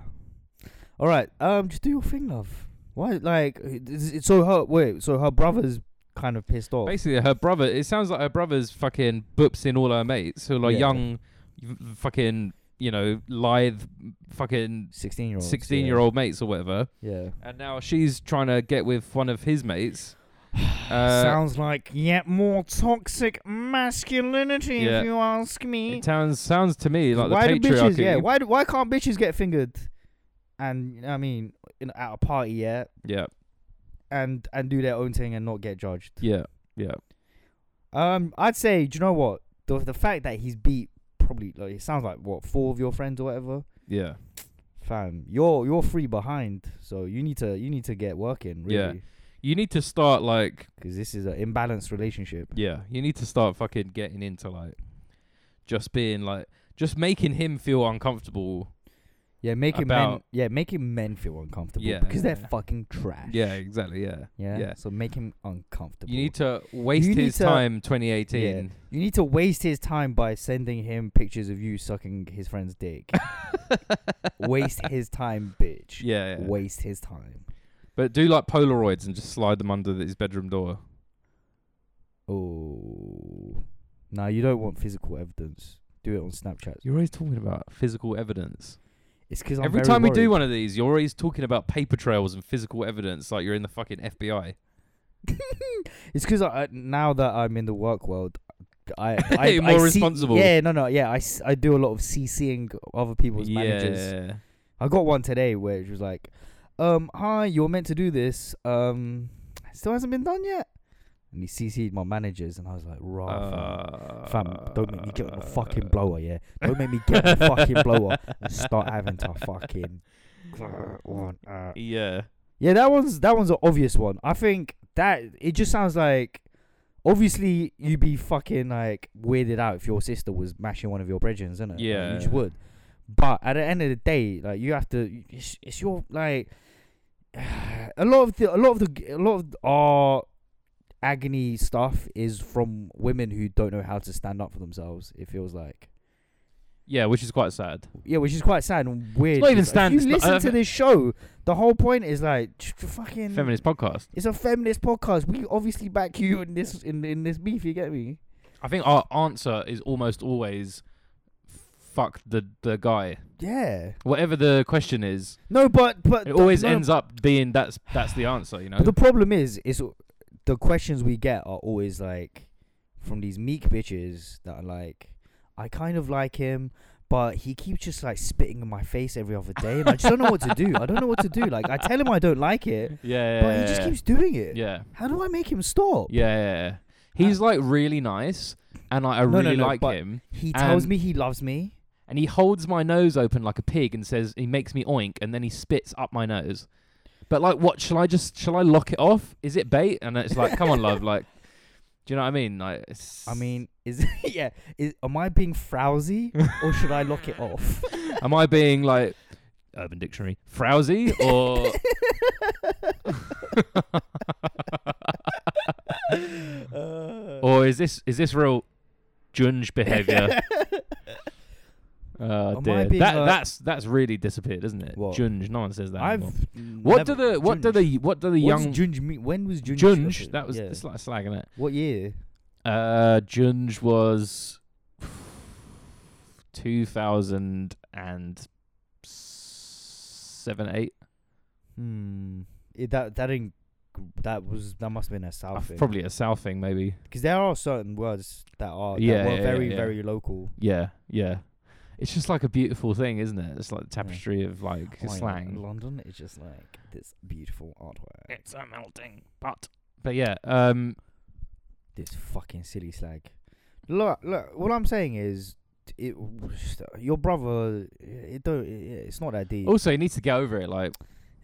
Speaker 2: All right. Um, just do your thing, love. Why? Like, it's, it's so her. Wait, so her brother's kind of pissed off.
Speaker 1: Basically, her brother. It sounds like her brother's fucking boops in all her mates who are like
Speaker 2: Yeah.
Speaker 1: young, v- fucking you know lithe, fucking
Speaker 2: Sixteen year old.
Speaker 1: sixteen year old mates or whatever.
Speaker 2: Yeah.
Speaker 1: And now she's trying to get with one of his mates. Uh,
Speaker 2: Sounds like yet more toxic masculinity,
Speaker 1: Yeah.
Speaker 2: if you ask me.
Speaker 1: It sounds sounds to me like
Speaker 2: why
Speaker 1: the
Speaker 2: do bitches?
Speaker 1: patriarchy.
Speaker 2: Yeah. Why? do- Why can't bitches get fingered? And I mean, in, at a party, yeah,
Speaker 1: Yeah.
Speaker 2: and and do their own thing and not get judged.
Speaker 1: Yeah. Yeah.
Speaker 2: Um, I'd say, do you know what? The the fact that he's beat probably like it sounds like what four of your friends or whatever.
Speaker 1: Yeah.
Speaker 2: Fam, you're you're three behind, so you need to you need to get working
Speaker 1: Yeah.
Speaker 2: really
Speaker 1: You need to start like
Speaker 2: because this is an imbalanced relationship.
Speaker 1: yeah, you need to start fucking getting into like just being like just making him feel uncomfortable.
Speaker 2: Yeah, making men
Speaker 1: About-
Speaker 2: yeah making men feel uncomfortable
Speaker 1: Yeah,
Speaker 2: because
Speaker 1: yeah.
Speaker 2: they're fucking trash.
Speaker 1: Yeah, exactly. Yeah.
Speaker 2: yeah,
Speaker 1: yeah.
Speaker 2: So make him uncomfortable.
Speaker 1: You need to waste
Speaker 2: need
Speaker 1: his
Speaker 2: to-
Speaker 1: time 2018.
Speaker 2: you need to waste his time by sending him pictures of you sucking his friend's dick. waste his time, bitch.
Speaker 1: Yeah. yeah.
Speaker 2: Waste his time.
Speaker 1: But do like Polaroids and just slide them under his bedroom door.
Speaker 2: Oh. Now you don't want physical evidence. Do it on Snapchat.
Speaker 1: You're always talking about physical evidence.
Speaker 2: It's because
Speaker 1: Every time we do one of these, you're always talking about paper trails and physical evidence like you're in the fucking FBI.
Speaker 2: It's because I, I- now that I'm in the work world, I, I
Speaker 1: You're
Speaker 2: I
Speaker 1: more
Speaker 2: see-
Speaker 1: responsible.
Speaker 2: yeah, no, no, yeah. I, s- I do a lot of CCing other people's managers.
Speaker 1: Yeah.
Speaker 2: I got one today where it was like, um, hi, you're meant to do this. Um, still hasn't been done yet. And he CC'd my managers, and I was like, right, Oh, fam, fam, don't make me get on the
Speaker 1: Uh,
Speaker 2: fucking blower, yeah. Don't make me get on the fucking blower and start having to fucking. uh,
Speaker 1: Yeah.
Speaker 2: Yeah, that one's that one's an obvious one. I think that it just sounds like obviously you'd be fucking like weirded out if your sister was mashing one of your brethren, isn't it? you
Speaker 1: Yeah.
Speaker 2: just would. But at the end of the day, like you have to, it's, it's your like a lot of the a lot of the a lot of our agony stuff is from women who don't know how to stand up for themselves. It feels like.
Speaker 1: Yeah, which is quite sad.
Speaker 2: Yeah, which is quite sad and weird.
Speaker 1: not even
Speaker 2: because, like, if
Speaker 1: stand-
Speaker 2: you listen
Speaker 1: uh,
Speaker 2: to this show, the whole point is like just fucking
Speaker 1: Feminist podcast.
Speaker 2: it's a feminist podcast. We obviously back you in this in, in this beef. You get me?
Speaker 1: I think our answer is almost always fuck the the guy.
Speaker 2: Yeah.
Speaker 1: Whatever the question is,
Speaker 2: No, but but
Speaker 1: it always
Speaker 2: no,
Speaker 1: ends up being that's that's the answer, you know.
Speaker 2: But the problem is, is the questions we get are always like from these meek bitches that are like, I kind of like him, but he keeps just like spitting in my face every other day, and I just don't know what to do. I don't know what to do. Like I tell him I don't like it,
Speaker 1: yeah, yeah,
Speaker 2: but he just
Speaker 1: yeah,
Speaker 2: keeps doing it.
Speaker 1: yeah.
Speaker 2: How do I make him stop?
Speaker 1: Yeah, yeah, yeah. He's like really nice, and like, I
Speaker 2: no,
Speaker 1: really
Speaker 2: no,
Speaker 1: like
Speaker 2: but-
Speaker 1: him.
Speaker 2: He tells
Speaker 1: And-
Speaker 2: me he loves me.
Speaker 1: And he holds my nose open like a pig and says he makes me oink, and then he spits up my nose. But like, what shall I just shall I lock it off? Is it bait? And it's like, come on, love. Like, do you know what I mean? Like, it's,
Speaker 2: I mean, is yeah, is am I being frowsy or should I lock it off?
Speaker 1: am I being like Urban Dictionary frowsy or?
Speaker 2: Uh,
Speaker 1: or is this is this real junge behavior? Uh,
Speaker 2: Am I
Speaker 1: dear.
Speaker 2: being
Speaker 1: That,
Speaker 2: like-
Speaker 1: that's that's really disappeared, isn't it?
Speaker 2: What?
Speaker 1: Junge, no one says that.
Speaker 2: I've
Speaker 1: anymore. What do
Speaker 2: never-
Speaker 1: the what do
Speaker 2: Junge.
Speaker 1: the what do the
Speaker 2: What does
Speaker 1: young
Speaker 2: Junge mean? When was Junge?
Speaker 1: junge?
Speaker 2: offered?
Speaker 1: That was
Speaker 2: Yeah.
Speaker 1: it's like slag, is it?
Speaker 2: what year?
Speaker 1: Uh, junge was two thousand and seven eight.
Speaker 2: Hmm. It, that that didn't. That was that must have been a
Speaker 1: Uh,
Speaker 2: south thing.
Speaker 1: Probably a south thing, maybe.
Speaker 2: because there are certain words that are
Speaker 1: Yeah,
Speaker 2: that were
Speaker 1: yeah, yeah,
Speaker 2: very
Speaker 1: yeah.
Speaker 2: very local.
Speaker 1: Yeah, yeah. It's just like a beautiful thing, isn't it? It's like the tapestry of like
Speaker 2: Why not?
Speaker 1: slang.
Speaker 2: London is just like this beautiful artwork.
Speaker 1: It's a melting pot. But yeah, um,
Speaker 2: This fucking silly slag. Look, look. What I'm saying is, it your brother. It don't. It, it's not that deep,
Speaker 1: also he needs to get over it. Like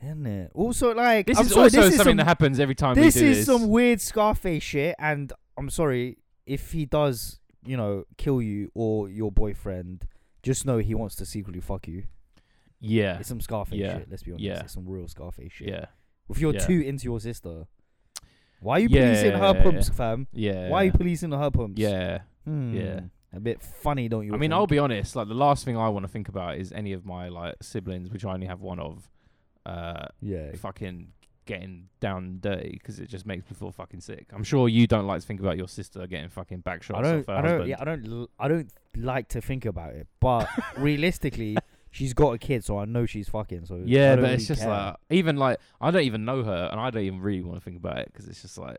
Speaker 2: isn't it? Also, like
Speaker 1: this
Speaker 2: I'm
Speaker 1: is
Speaker 2: sorry,
Speaker 1: also
Speaker 2: this is
Speaker 1: something
Speaker 2: some
Speaker 1: that happens every time
Speaker 2: this
Speaker 1: we do
Speaker 2: is
Speaker 1: this.
Speaker 2: some weird Scarface shit, and I'm sorry if he does, you know, kill you or your boyfriend. Just know he wants to secretly fuck you.
Speaker 1: yeah,
Speaker 2: It's some Scarface
Speaker 1: Yeah.
Speaker 2: shit. Let's be honest.
Speaker 1: Yeah.
Speaker 2: It's some real Scarface shit.
Speaker 1: yeah,
Speaker 2: If you're
Speaker 1: Yeah.
Speaker 2: too into your sister, why are you
Speaker 1: Yeah,
Speaker 2: policing
Speaker 1: yeah,
Speaker 2: her
Speaker 1: yeah,
Speaker 2: pumps, fam?
Speaker 1: yeah.
Speaker 2: Why are you policing her pumps?
Speaker 1: Yeah.
Speaker 2: Hmm.
Speaker 1: yeah.
Speaker 2: A bit funny, don't you?
Speaker 1: I mean,
Speaker 2: think?
Speaker 1: I'll be honest. Like the last thing I want to think about is any of my like siblings, which I only have one of, uh,
Speaker 2: yeah.
Speaker 1: fucking getting down and dirty because it just makes me feel fucking sick. I'm sure you don't like to think about your sister getting fucking backshots
Speaker 2: I
Speaker 1: off
Speaker 2: don't.
Speaker 1: her
Speaker 2: I don't.
Speaker 1: husband.
Speaker 2: Yeah, I don't. l- I don't like to think about it, but realistically, she's got a kid, so I know she's fucking. So I
Speaker 1: Yeah,
Speaker 2: don't
Speaker 1: but it's
Speaker 2: really
Speaker 1: just
Speaker 2: care.
Speaker 1: like even like I don't even know her, and I don't even really want to think about it because it's just like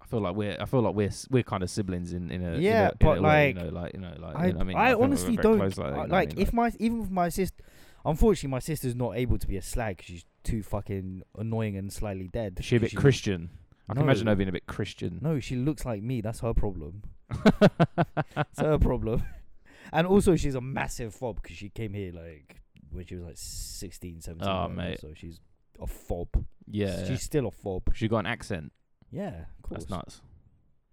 Speaker 1: I feel like we're I feel like we're s- we're kind of siblings in in a in
Speaker 2: Yeah,
Speaker 1: a- in a
Speaker 2: but
Speaker 1: way,
Speaker 2: like,
Speaker 1: you know like you know like
Speaker 2: I,
Speaker 1: you know what I mean
Speaker 2: I
Speaker 1: feel like
Speaker 2: honestly
Speaker 1: we're very
Speaker 2: don't
Speaker 1: close, like,
Speaker 2: I-
Speaker 1: that, you
Speaker 2: like,
Speaker 1: know what I mean?
Speaker 2: if my even with my sister Unfortunately, my sister's not able to be a slag 'cause she's too fucking annoying and slightly dead.
Speaker 1: Is she a
Speaker 2: 'cause
Speaker 1: bit Christian? I can imagine her being a bit Christian.
Speaker 2: No, she looks like me. That's her problem. It's her problem. And also, she's a massive fob because she came here like when she was like 16, 17.
Speaker 1: Oh,
Speaker 2: whatever,
Speaker 1: mate.
Speaker 2: So she's a fob.
Speaker 1: yeah.
Speaker 2: She's
Speaker 1: She's
Speaker 2: still a fob.
Speaker 1: she got an accent.
Speaker 2: Yeah, of course.
Speaker 1: That's nuts.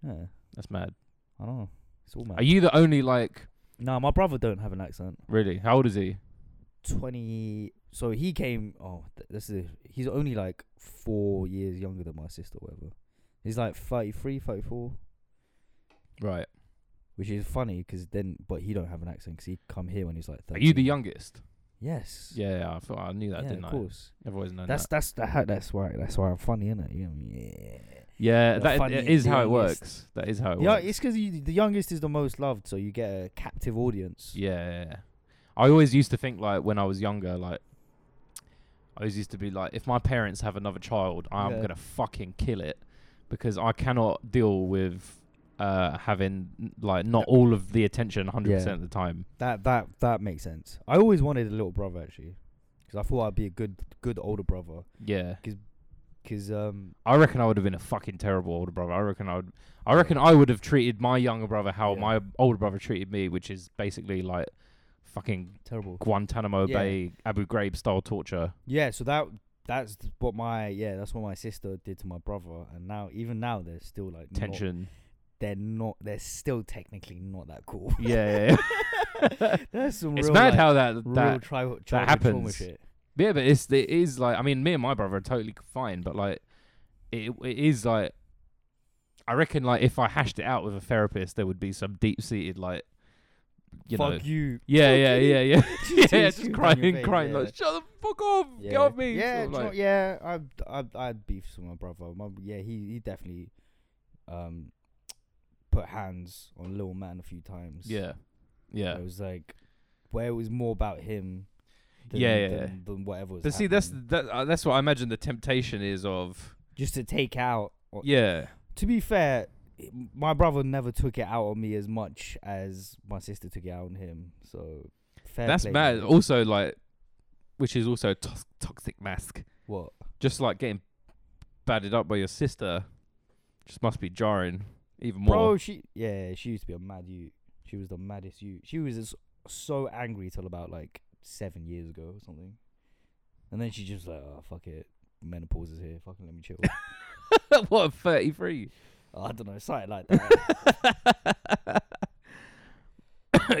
Speaker 2: Yeah,
Speaker 1: That's mad.
Speaker 2: I don't know. It's all mad.
Speaker 1: Are you the only like
Speaker 2: No, my brother don't have an accent.
Speaker 1: really? How old is he?
Speaker 2: 20 so he came oh th- this is he's only like four years younger than my sister or whatever he's like 33 34
Speaker 1: Right.
Speaker 2: which is funny because then but he don't have an accent because he come here when he's like 30
Speaker 1: Are you the youngest?
Speaker 2: yes
Speaker 1: Yeah, yeah, I thought I knew that,
Speaker 2: yeah,
Speaker 1: didn't
Speaker 2: of
Speaker 1: I?
Speaker 2: course
Speaker 1: I've always known
Speaker 2: that's
Speaker 1: that.
Speaker 2: that's that, that's why that's why i'm funny isn't it you know what I mean?
Speaker 1: Yeah,
Speaker 2: the
Speaker 1: that
Speaker 2: funny
Speaker 1: it is how it
Speaker 2: youngest.
Speaker 1: works. That is how it
Speaker 2: yeah yeah
Speaker 1: works.
Speaker 2: it's because the youngest is the most loved so you get a captive audience
Speaker 1: Yeah, yeah, yeah. I always used to think like when I was younger, like I always used to be like, if my parents have another child, I'm
Speaker 2: Yeah.
Speaker 1: gonna fucking kill it because I cannot deal with uh having n- like not all of the attention 100 percent of the time.
Speaker 2: that that that makes sense i always wanted a little brother actually because i thought i'd be a good good older brother
Speaker 1: Yeah,
Speaker 2: because um
Speaker 1: I reckon I would have been a fucking terrible older brother. I reckon I would. I reckon I would have treated my younger brother how
Speaker 2: Yeah.
Speaker 1: my older brother treated me, which is basically like fucking
Speaker 2: terrible
Speaker 1: Guantanamo
Speaker 2: Yeah.
Speaker 1: Bay Abu Ghraib style torture.
Speaker 2: Yeah, so that that's th- what my yeah, that's what my sister did to my brother, and now even now they're still like not-
Speaker 1: Tension.
Speaker 2: they're not. They're still technically not that cool.
Speaker 1: Yeah, yeah, yeah.
Speaker 2: That's some
Speaker 1: It's
Speaker 2: real,
Speaker 1: mad
Speaker 2: like,
Speaker 1: how that
Speaker 2: real
Speaker 1: that
Speaker 2: tri- childhood trauma
Speaker 1: happens.
Speaker 2: shit.
Speaker 1: yeah, but it's it is like I mean, me and my brother are totally fine, but like it it is like I reckon like if I hashed it out with a therapist, there would be some deep seated like you
Speaker 2: Fuck
Speaker 1: know.
Speaker 2: you.
Speaker 1: Yeah,
Speaker 2: Fuck
Speaker 1: yeah,
Speaker 2: you.
Speaker 1: yeah, yeah, yeah,
Speaker 2: Just shoot
Speaker 1: Just
Speaker 2: in
Speaker 1: crying,
Speaker 2: your face,
Speaker 1: crying,
Speaker 2: yeah.
Speaker 1: like shut the fuck off,
Speaker 2: Yeah.
Speaker 1: get off me.
Speaker 2: Yeah,
Speaker 1: sort of
Speaker 2: do you know-
Speaker 1: like-
Speaker 2: yeah. I'd, I'd I'd beefs with my brother. My, yeah, he he definitely um put hands on little man a few times.
Speaker 1: yeah, yeah.
Speaker 2: It was like where it was more about him. Than,
Speaker 1: Yeah, yeah,
Speaker 2: than,
Speaker 1: yeah.
Speaker 2: than whatever was.
Speaker 1: But see, that's
Speaker 2: happening.
Speaker 1: that, uh, that's what I imagine the temptation is of.
Speaker 2: just to take out. or-
Speaker 1: Yeah,
Speaker 2: To be fair, it- my brother never took it out on me as much as my sister took it out on him. So fair
Speaker 1: that's
Speaker 2: play,
Speaker 1: mad.
Speaker 2: mate.
Speaker 1: Also, like, which is also a tos- toxic mask.
Speaker 2: What?
Speaker 1: just like getting batted up by your sister just must be jarring even more.
Speaker 2: Bro, she yeah, she used to be a mad you. She was the maddest you. She was as, so angry till about like seven years ago or something, and then she just like, oh fuck it, menopause is here. Fucking let me chill. Oh,
Speaker 1: what a 33.
Speaker 2: I don't know, something like that.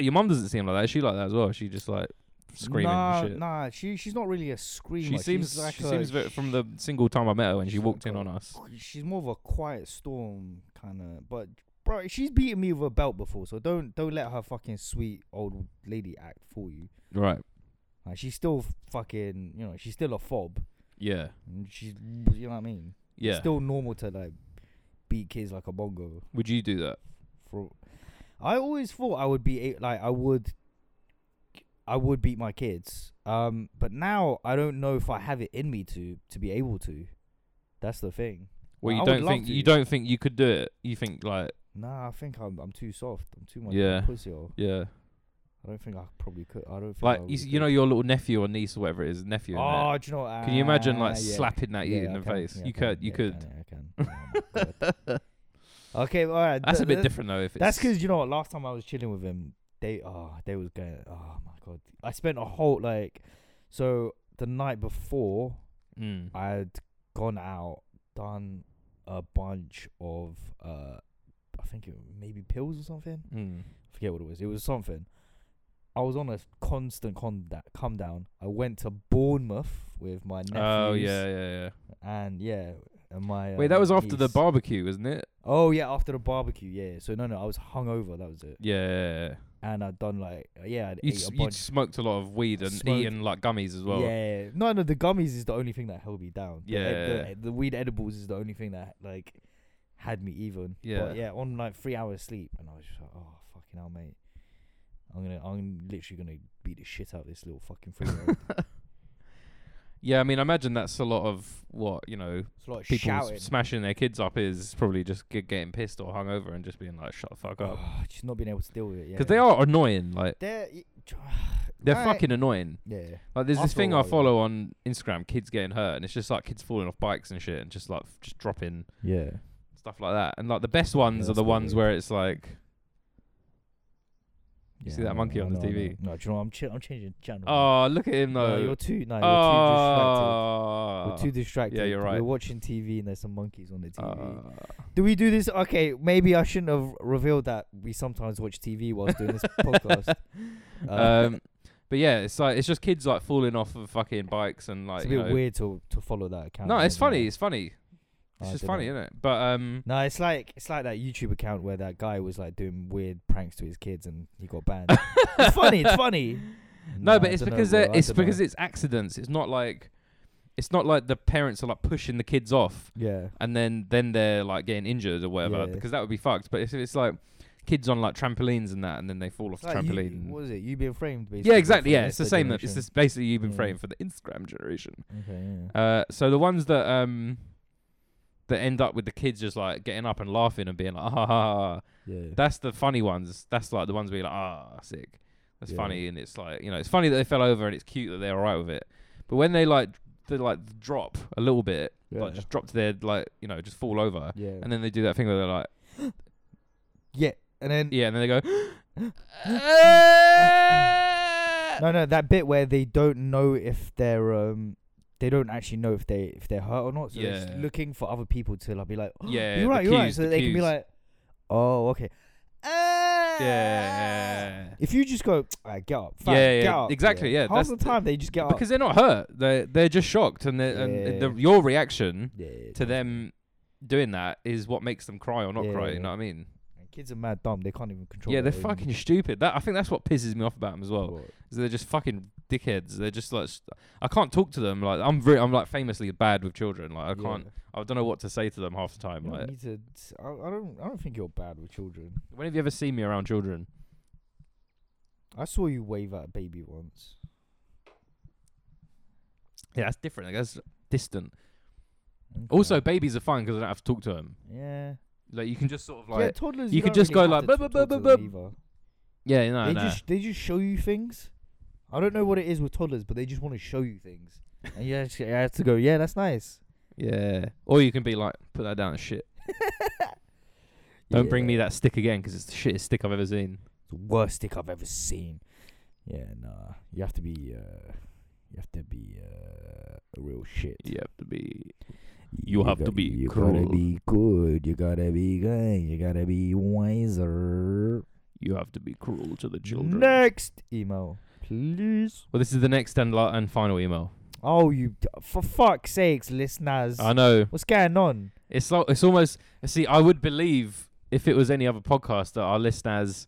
Speaker 1: your mum doesn't seem like that. Is she like that as well? She just like screaming
Speaker 2: nah,
Speaker 1: and shit.
Speaker 2: nah. She she's not really a screamer.
Speaker 1: She
Speaker 2: She's
Speaker 1: seems
Speaker 2: like
Speaker 1: she
Speaker 2: a-
Speaker 1: seems very, from the single time I met her when she
Speaker 2: she's
Speaker 1: walked
Speaker 2: like
Speaker 1: in
Speaker 2: a-
Speaker 1: on us.
Speaker 2: she's more of a quiet storm kind of but bro she's beaten me with a belt before so don't don't let her fucking sweet old lady act for you
Speaker 1: Right.
Speaker 2: like she's still fucking you know she's still a fob
Speaker 1: Yeah.
Speaker 2: And she's you know what i mean
Speaker 1: Yeah.
Speaker 2: it's still normal to like beat kids like a bongo
Speaker 1: Would you do that?
Speaker 2: for i always thought i would be a- like i would i would beat my kids um but now i don't know if i have it in me to to be able to that's the thing
Speaker 1: Well,
Speaker 2: I
Speaker 1: you
Speaker 2: would
Speaker 1: don't
Speaker 2: love
Speaker 1: think you
Speaker 2: to.
Speaker 1: don't think you could do it. You think like
Speaker 2: Nah, I think I'm I'm too soft. I'm too much
Speaker 1: Yeah.
Speaker 2: yeah. pussy. Or
Speaker 1: yeah,
Speaker 2: I don't think I probably could. I don't think
Speaker 1: like
Speaker 2: I
Speaker 1: you,
Speaker 2: really
Speaker 1: s- you know
Speaker 2: could.
Speaker 1: your little nephew or niece or whatever it is nephew. isn't it?
Speaker 2: Oh, do you know?
Speaker 1: Can you imagine like
Speaker 2: ah, yeah.
Speaker 1: slapping that you
Speaker 2: Yeah,
Speaker 1: in
Speaker 2: I
Speaker 1: the
Speaker 2: can,
Speaker 1: face?
Speaker 2: yeah, I
Speaker 1: you
Speaker 2: can,
Speaker 1: could, you
Speaker 2: yeah,
Speaker 1: could.
Speaker 2: I can, yeah, I can. Oh my God. okay, all right.
Speaker 1: That's a
Speaker 2: th-
Speaker 1: bit
Speaker 2: th-
Speaker 1: different though. If it's
Speaker 2: That's because you know what? Last time I was chilling with him, they oh they was going. Oh my god! I spent a whole like, so the night before
Speaker 1: Mm.
Speaker 2: I had gone out, done a bunch of uh, I think it maybe pills or something.
Speaker 1: Mm.
Speaker 2: forget what it was. It was something. I was on a constant con- da- come down. I went to Bournemouth with my nephews.
Speaker 1: Oh yeah, yeah, yeah.
Speaker 2: And yeah, and my.
Speaker 1: Wait, that
Speaker 2: um,
Speaker 1: was after the
Speaker 2: niece.
Speaker 1: barbecue, wasn't it?
Speaker 2: Oh yeah, after the barbecue. Yeah. So no, no, I was hungover. That was it.
Speaker 1: Yeah, yeah, yeah.
Speaker 2: And I'd done like yeah, I'd
Speaker 1: You
Speaker 2: ate
Speaker 1: s-
Speaker 2: a
Speaker 1: you
Speaker 2: bunch.
Speaker 1: smoked a lot of weed and
Speaker 2: Smoked-
Speaker 1: eaten like gummies as well.
Speaker 2: Yeah. No, no, the gummies is the only thing that held me down. The ed- the-
Speaker 1: Yeah.
Speaker 2: the, weed edibles is the only thing that like had me even.
Speaker 1: Yeah.
Speaker 2: But yeah, on like three hours sleep, and I was just like, oh fucking hell, mate. I'm gonna, I'm literally gonna beat the shit out of this little fucking three year old.
Speaker 1: Yeah, I mean, I imagine that's a lot of what you know
Speaker 2: It's like
Speaker 1: people s-
Speaker 2: shouting.
Speaker 1: smashing their kids up is probably just g- getting pissed or hungover
Speaker 2: Oh,
Speaker 1: and just being like, "Shut the fuck up,"
Speaker 2: just not being able to deal with it. Yeah.
Speaker 1: because they are annoying. Like,
Speaker 2: They're,
Speaker 1: They're
Speaker 2: Alright.
Speaker 1: fucking annoying.
Speaker 2: Yeah.
Speaker 1: Like there's this
Speaker 2: After a
Speaker 1: thing
Speaker 2: while,
Speaker 1: I
Speaker 2: yeah.
Speaker 1: follow on Instagram, kids getting hurt, and it's just like kids falling off bikes and shit, and just like f- just dropping
Speaker 2: Yeah.
Speaker 1: stuff like that. And like the best ones are
Speaker 2: that's
Speaker 1: the
Speaker 2: quite
Speaker 1: ones
Speaker 2: weird.
Speaker 1: where it's like, You see
Speaker 2: I
Speaker 1: that
Speaker 2: know,
Speaker 1: monkey
Speaker 2: I
Speaker 1: on the
Speaker 2: know, I know.
Speaker 1: TV?
Speaker 2: No, do you know what? I'm, ch- I'm changing channel. man.
Speaker 1: oh look at him
Speaker 2: no,
Speaker 1: though.
Speaker 2: you're too. No, you're
Speaker 1: oh,
Speaker 2: too distracted. We're too distracted.
Speaker 1: Uh, you're right.
Speaker 2: We're watching TV and there's some monkeys on the TV.
Speaker 1: uh,
Speaker 2: do we do this? Okay, maybe I shouldn't have revealed that we sometimes watch TV whilst doing this podcast. Uh,
Speaker 1: um, but yeah, it's like it's just kids like falling off of fucking bikes and like
Speaker 2: it's a
Speaker 1: you
Speaker 2: bit
Speaker 1: know-
Speaker 2: weird to to follow that account.
Speaker 1: No,
Speaker 2: I
Speaker 1: it's
Speaker 2: don't know.
Speaker 1: funny. It's funny. It's
Speaker 2: Oh, I
Speaker 1: just
Speaker 2: don't
Speaker 1: funny,
Speaker 2: know.
Speaker 1: isn't it? But um,
Speaker 2: No, it's like it's like that YouTube account where that guy was like doing weird pranks to his kids and he got banned. it's funny. It's funny.
Speaker 1: No,
Speaker 2: Nah,
Speaker 1: but
Speaker 2: I
Speaker 1: it's
Speaker 2: dunno,
Speaker 1: because
Speaker 2: bro,
Speaker 1: they're-
Speaker 2: I
Speaker 1: it's
Speaker 2: dunno.
Speaker 1: because it's accidents. It's not like it's not like the parents are like pushing the kids off
Speaker 2: yeah.
Speaker 1: and then then they're like getting injured or whatever
Speaker 2: Yeah.
Speaker 1: because that would be fucked. But if it's like kids on like trampolines and that and then they fall off
Speaker 2: It's like
Speaker 1: the
Speaker 2: you-
Speaker 1: trampoline. and-
Speaker 2: what is it? You being framed, basically.
Speaker 1: yeah, exactly.
Speaker 2: for
Speaker 1: Yeah, it's the
Speaker 2: next
Speaker 1: same. It's
Speaker 2: generation.
Speaker 1: just basically you've been
Speaker 2: Yeah.
Speaker 1: framed for the Instagram generation.
Speaker 2: Okay, yeah.
Speaker 1: Uh, so the ones that um that end up with the kids just like getting up and laughing and being like, ah, ha, ha, ha,
Speaker 2: yeah.
Speaker 1: that's the funny ones. That's like the ones where you're like, ah, sick. That's
Speaker 2: Yeah.
Speaker 1: funny, and it's like you know, it's funny that they fell over, and it's cute that they're alright with it. But when they like, they like drop a little bit, like
Speaker 2: Yeah.
Speaker 1: just drop to their like, you know, just fall over,
Speaker 2: yeah.
Speaker 1: and then they do that thing where they're like,
Speaker 2: yeah. And then
Speaker 1: yeah, and then they go,
Speaker 2: no, no, that bit where they don't know if they're um, they don't actually know if they if they're hurt or not. So they're just
Speaker 1: Yeah.
Speaker 2: looking for other people to like be like, oh,
Speaker 1: Yeah,
Speaker 2: you're
Speaker 1: the
Speaker 2: right, you're right.
Speaker 1: cues,
Speaker 2: So
Speaker 1: the
Speaker 2: they can be
Speaker 1: cues.
Speaker 2: like, oh, okay. Ah.
Speaker 1: Yeah.
Speaker 2: If you just go, "Ah, get up, fam,
Speaker 1: Yeah,
Speaker 2: get
Speaker 1: yeah,
Speaker 2: up.
Speaker 1: exactly, yeah,
Speaker 2: Half
Speaker 1: that's
Speaker 2: the
Speaker 1: the-
Speaker 2: time they just get up.
Speaker 1: because they're not hurt. They they're just shocked, and they're,
Speaker 2: Yeah.
Speaker 1: and the, your reaction
Speaker 2: yeah,
Speaker 1: to them doing that is what makes them cry or not cry.
Speaker 2: Yeah.
Speaker 1: You know what I mean?
Speaker 2: And kids are mad dumb. They can't even control.
Speaker 1: Yeah,
Speaker 2: their
Speaker 1: they're
Speaker 2: own-
Speaker 1: fucking stupid. That I think that's what pisses me off about them as well.
Speaker 2: What?
Speaker 1: So they're just fucking dickheads. They're just like st- I can't talk to them. Like I'm re- I'm like famously bad with children. Like I
Speaker 2: Yeah.
Speaker 1: can't. I don't know what to say to them half the time.
Speaker 2: You don't
Speaker 1: Like
Speaker 2: need to, I, I don't. I don't think you're bad with children.
Speaker 1: when have you ever seen me around children?
Speaker 2: I saw you wave at a baby once.
Speaker 1: Yeah, that's different. Like, that's distant.
Speaker 2: Okay.
Speaker 1: Also, babies are fine because I don't have to talk to them.
Speaker 2: yeah,
Speaker 1: Like you can just sort of
Speaker 2: yeah,
Speaker 1: like
Speaker 2: toddlers.
Speaker 1: you could
Speaker 2: don't
Speaker 1: just
Speaker 2: really
Speaker 1: go
Speaker 2: have
Speaker 1: like,
Speaker 2: to
Speaker 1: "Bup, bup, bup,
Speaker 2: talk to them
Speaker 1: bup,
Speaker 2: either.
Speaker 1: yeah, no,
Speaker 2: they
Speaker 1: no.
Speaker 2: just they just show you things. I don't know what it is with toddlers, but they just want to show you things, and you actually have to go. Yeah, that's nice.
Speaker 1: yeah. Or you can be like, put that down as shit. Don't bring me
Speaker 2: Yeah.
Speaker 1: that stick again because it's the shittest stick I've ever seen.
Speaker 2: the worst stick I've ever seen. Yeah, nah. You have to be uh you have to be uh a real shit.
Speaker 1: You have to be. You have to
Speaker 2: got-
Speaker 1: be
Speaker 2: You
Speaker 1: cruel.
Speaker 2: gotta be good, you gotta be kind, you gotta be wiser.
Speaker 1: You have to be cruel to the children.
Speaker 2: Next email. Please.
Speaker 1: Well, this is the next and la- and final email.
Speaker 2: Oh you for fuck's sakes, listeners.
Speaker 1: I know.
Speaker 2: What's going on?
Speaker 1: It's like it's almost see. I would believe if it was any other podcast that our listeners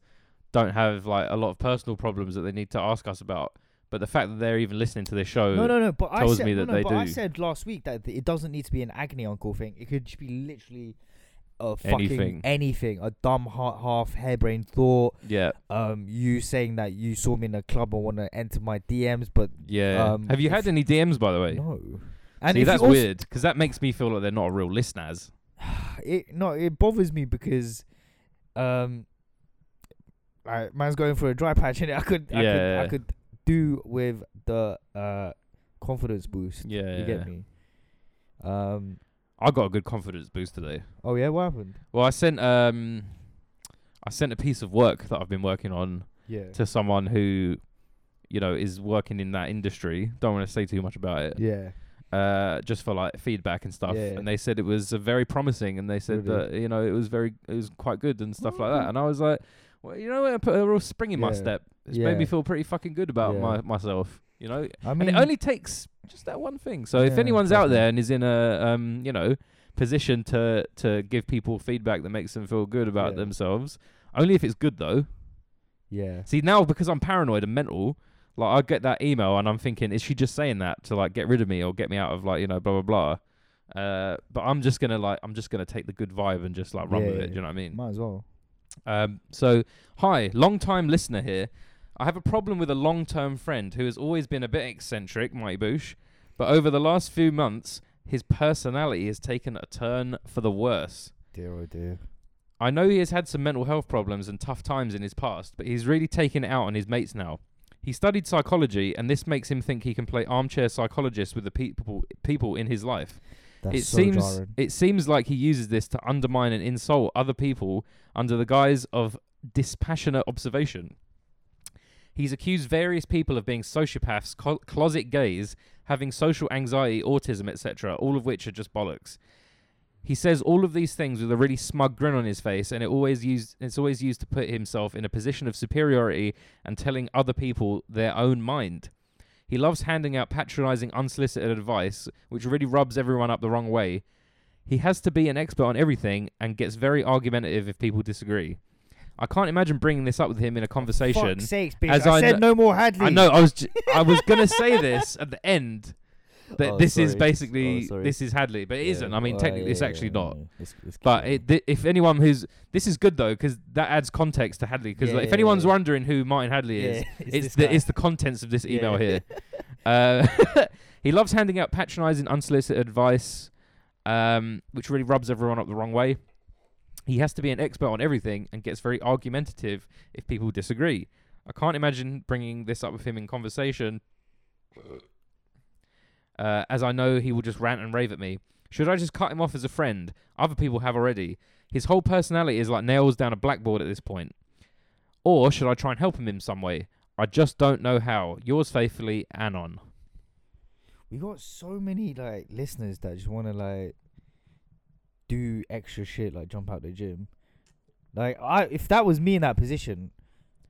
Speaker 1: don't have like a lot of personal problems that they need to ask us about. But the fact that they're even listening to this show,
Speaker 2: No, no, no. But I
Speaker 1: tells
Speaker 2: said,
Speaker 1: me
Speaker 2: no,
Speaker 1: that
Speaker 2: no,
Speaker 1: they
Speaker 2: but I
Speaker 1: do.
Speaker 2: said last week that th- it doesn't need to be an agony uncle thing. It could just be literally a fucking anything,
Speaker 1: Anything.
Speaker 2: a dumb ha- half harebrained thought.
Speaker 1: yeah,
Speaker 2: Um, you saying that you saw me in a club and want to enter my DMs, but
Speaker 1: yeah.
Speaker 2: Um,
Speaker 1: have you
Speaker 2: if-
Speaker 1: had any DMs by the way?
Speaker 2: no.
Speaker 1: see,
Speaker 2: if you
Speaker 1: that's
Speaker 2: also-
Speaker 1: weird because that makes me feel like they're not real listeners.
Speaker 2: It no, it bothers me because, um, like man's going for a dry patch, and I could, I
Speaker 1: Yeah.
Speaker 2: could, I could do with the uh confidence boost.
Speaker 1: Yeah,
Speaker 2: You get me. Um.
Speaker 1: I got a good confidence boost today.
Speaker 2: Oh yeah, what happened?
Speaker 1: Well, I sent um, I sent a piece of work that I've been working on
Speaker 2: Yeah.
Speaker 1: to someone who, you know, is working in that industry. Don't want to say too much about it.
Speaker 2: Yeah.
Speaker 1: uh, just for like feedback and stuff.
Speaker 2: Yeah.
Speaker 1: And they said it was uh, very promising, and they said
Speaker 2: Really? Mm-hmm.
Speaker 1: that you know it was very it was quite good and stuff like that. And I was like, well, you know, what? I put a real spring in my
Speaker 2: Yeah.
Speaker 1: step. It's
Speaker 2: Yeah.
Speaker 1: made me feel pretty fucking good about
Speaker 2: Yeah.
Speaker 1: my myself. You know,
Speaker 2: I
Speaker 1: and
Speaker 2: mean,
Speaker 1: it only takes just that one thing. So if
Speaker 2: Yeah,
Speaker 1: anyone's out
Speaker 2: definitely.
Speaker 1: there and is in a um, you know, position to to give people feedback that makes them feel good about
Speaker 2: Yeah.
Speaker 1: themselves, only if it's good though.
Speaker 2: yeah,
Speaker 1: See now because I'm paranoid and mental, like I get that email and I'm thinking, is she just saying that to like get rid of me or get me out of like you know blah blah blah. Uh, but I'm just gonna like I'm just gonna take the good vibe and just like run
Speaker 2: Yeah,
Speaker 1: with
Speaker 2: yeah,
Speaker 1: it. Do you know what I mean?
Speaker 2: might as well.
Speaker 1: Um, so hi, long time listener here. I have a problem with a long term friend who has always been a bit eccentric, Mighty Boosh, but over the last few months, his personality has taken a turn for the worse.
Speaker 2: Dear oh dear.
Speaker 1: I know he has had some mental health problems and tough times in his past, but he's really taken it out on his mates now. He studied psychology, and this makes him think he can play armchair psychologist with the people people in his life.
Speaker 2: That's
Speaker 1: it
Speaker 2: so
Speaker 1: seems
Speaker 2: jarring.
Speaker 1: it seems like he uses this to undermine and insult other people under the guise of dispassionate observation. He's accused various people of being sociopaths, co- closet gays, having social anxiety, autism, etc., all of which are just bollocks. He says all of these things with a really smug grin on his face, and it always used, it's always used to put himself in a position of superiority and telling other people their own mind. He loves handing out patronizing, unsolicited advice, which really rubs everyone up the wrong way. He has to be an expert on everything and gets very argumentative if people disagree. I can't imagine bringing this up with him in a conversation.
Speaker 2: Fuck's sakes, bitch.
Speaker 1: as
Speaker 2: I,
Speaker 1: I
Speaker 2: said
Speaker 1: kn-
Speaker 2: no more Hadley.
Speaker 1: I know. I was. J- I was gonna say this at the end that
Speaker 2: Oh,
Speaker 1: this is
Speaker 2: sorry.
Speaker 1: basically
Speaker 2: Oh, sorry.
Speaker 1: this is Hadley, but it not I mean,
Speaker 2: well,
Speaker 1: technically,
Speaker 2: yeah, Oh,
Speaker 1: it's
Speaker 2: yeah,
Speaker 1: actually
Speaker 2: yeah,
Speaker 1: not.
Speaker 2: yeah. It's- it's
Speaker 1: But
Speaker 2: cute.
Speaker 1: it, th- if anyone who's this is good though, because that adds context to Hadley. Because
Speaker 2: Yeah,
Speaker 1: like, if
Speaker 2: yeah,
Speaker 1: anyone's
Speaker 2: yeah.
Speaker 1: wondering who Martin Hadley
Speaker 2: Yeah,
Speaker 1: is,
Speaker 2: this
Speaker 1: it's the
Speaker 2: guy.
Speaker 1: it's the contents of this
Speaker 2: Yeah.
Speaker 1: email here. Uh, he loves handing out patronizing, unsolicited advice, um, which really rubs everyone up the wrong way. He has to be an expert on everything and gets very argumentative if people disagree. I can't imagine bringing this up with him in conversation, uh, as I know he will just rant and rave at me. Should I just cut him off as a friend? Other people have already. His whole personality is like nails down a blackboard at this point. Or should I try and help him in some way? I just don't know how. Yours faithfully, Anon.
Speaker 2: we got so many like listeners that just want to like do extra shit, like jump out the gym. Like I, if that was me in that position,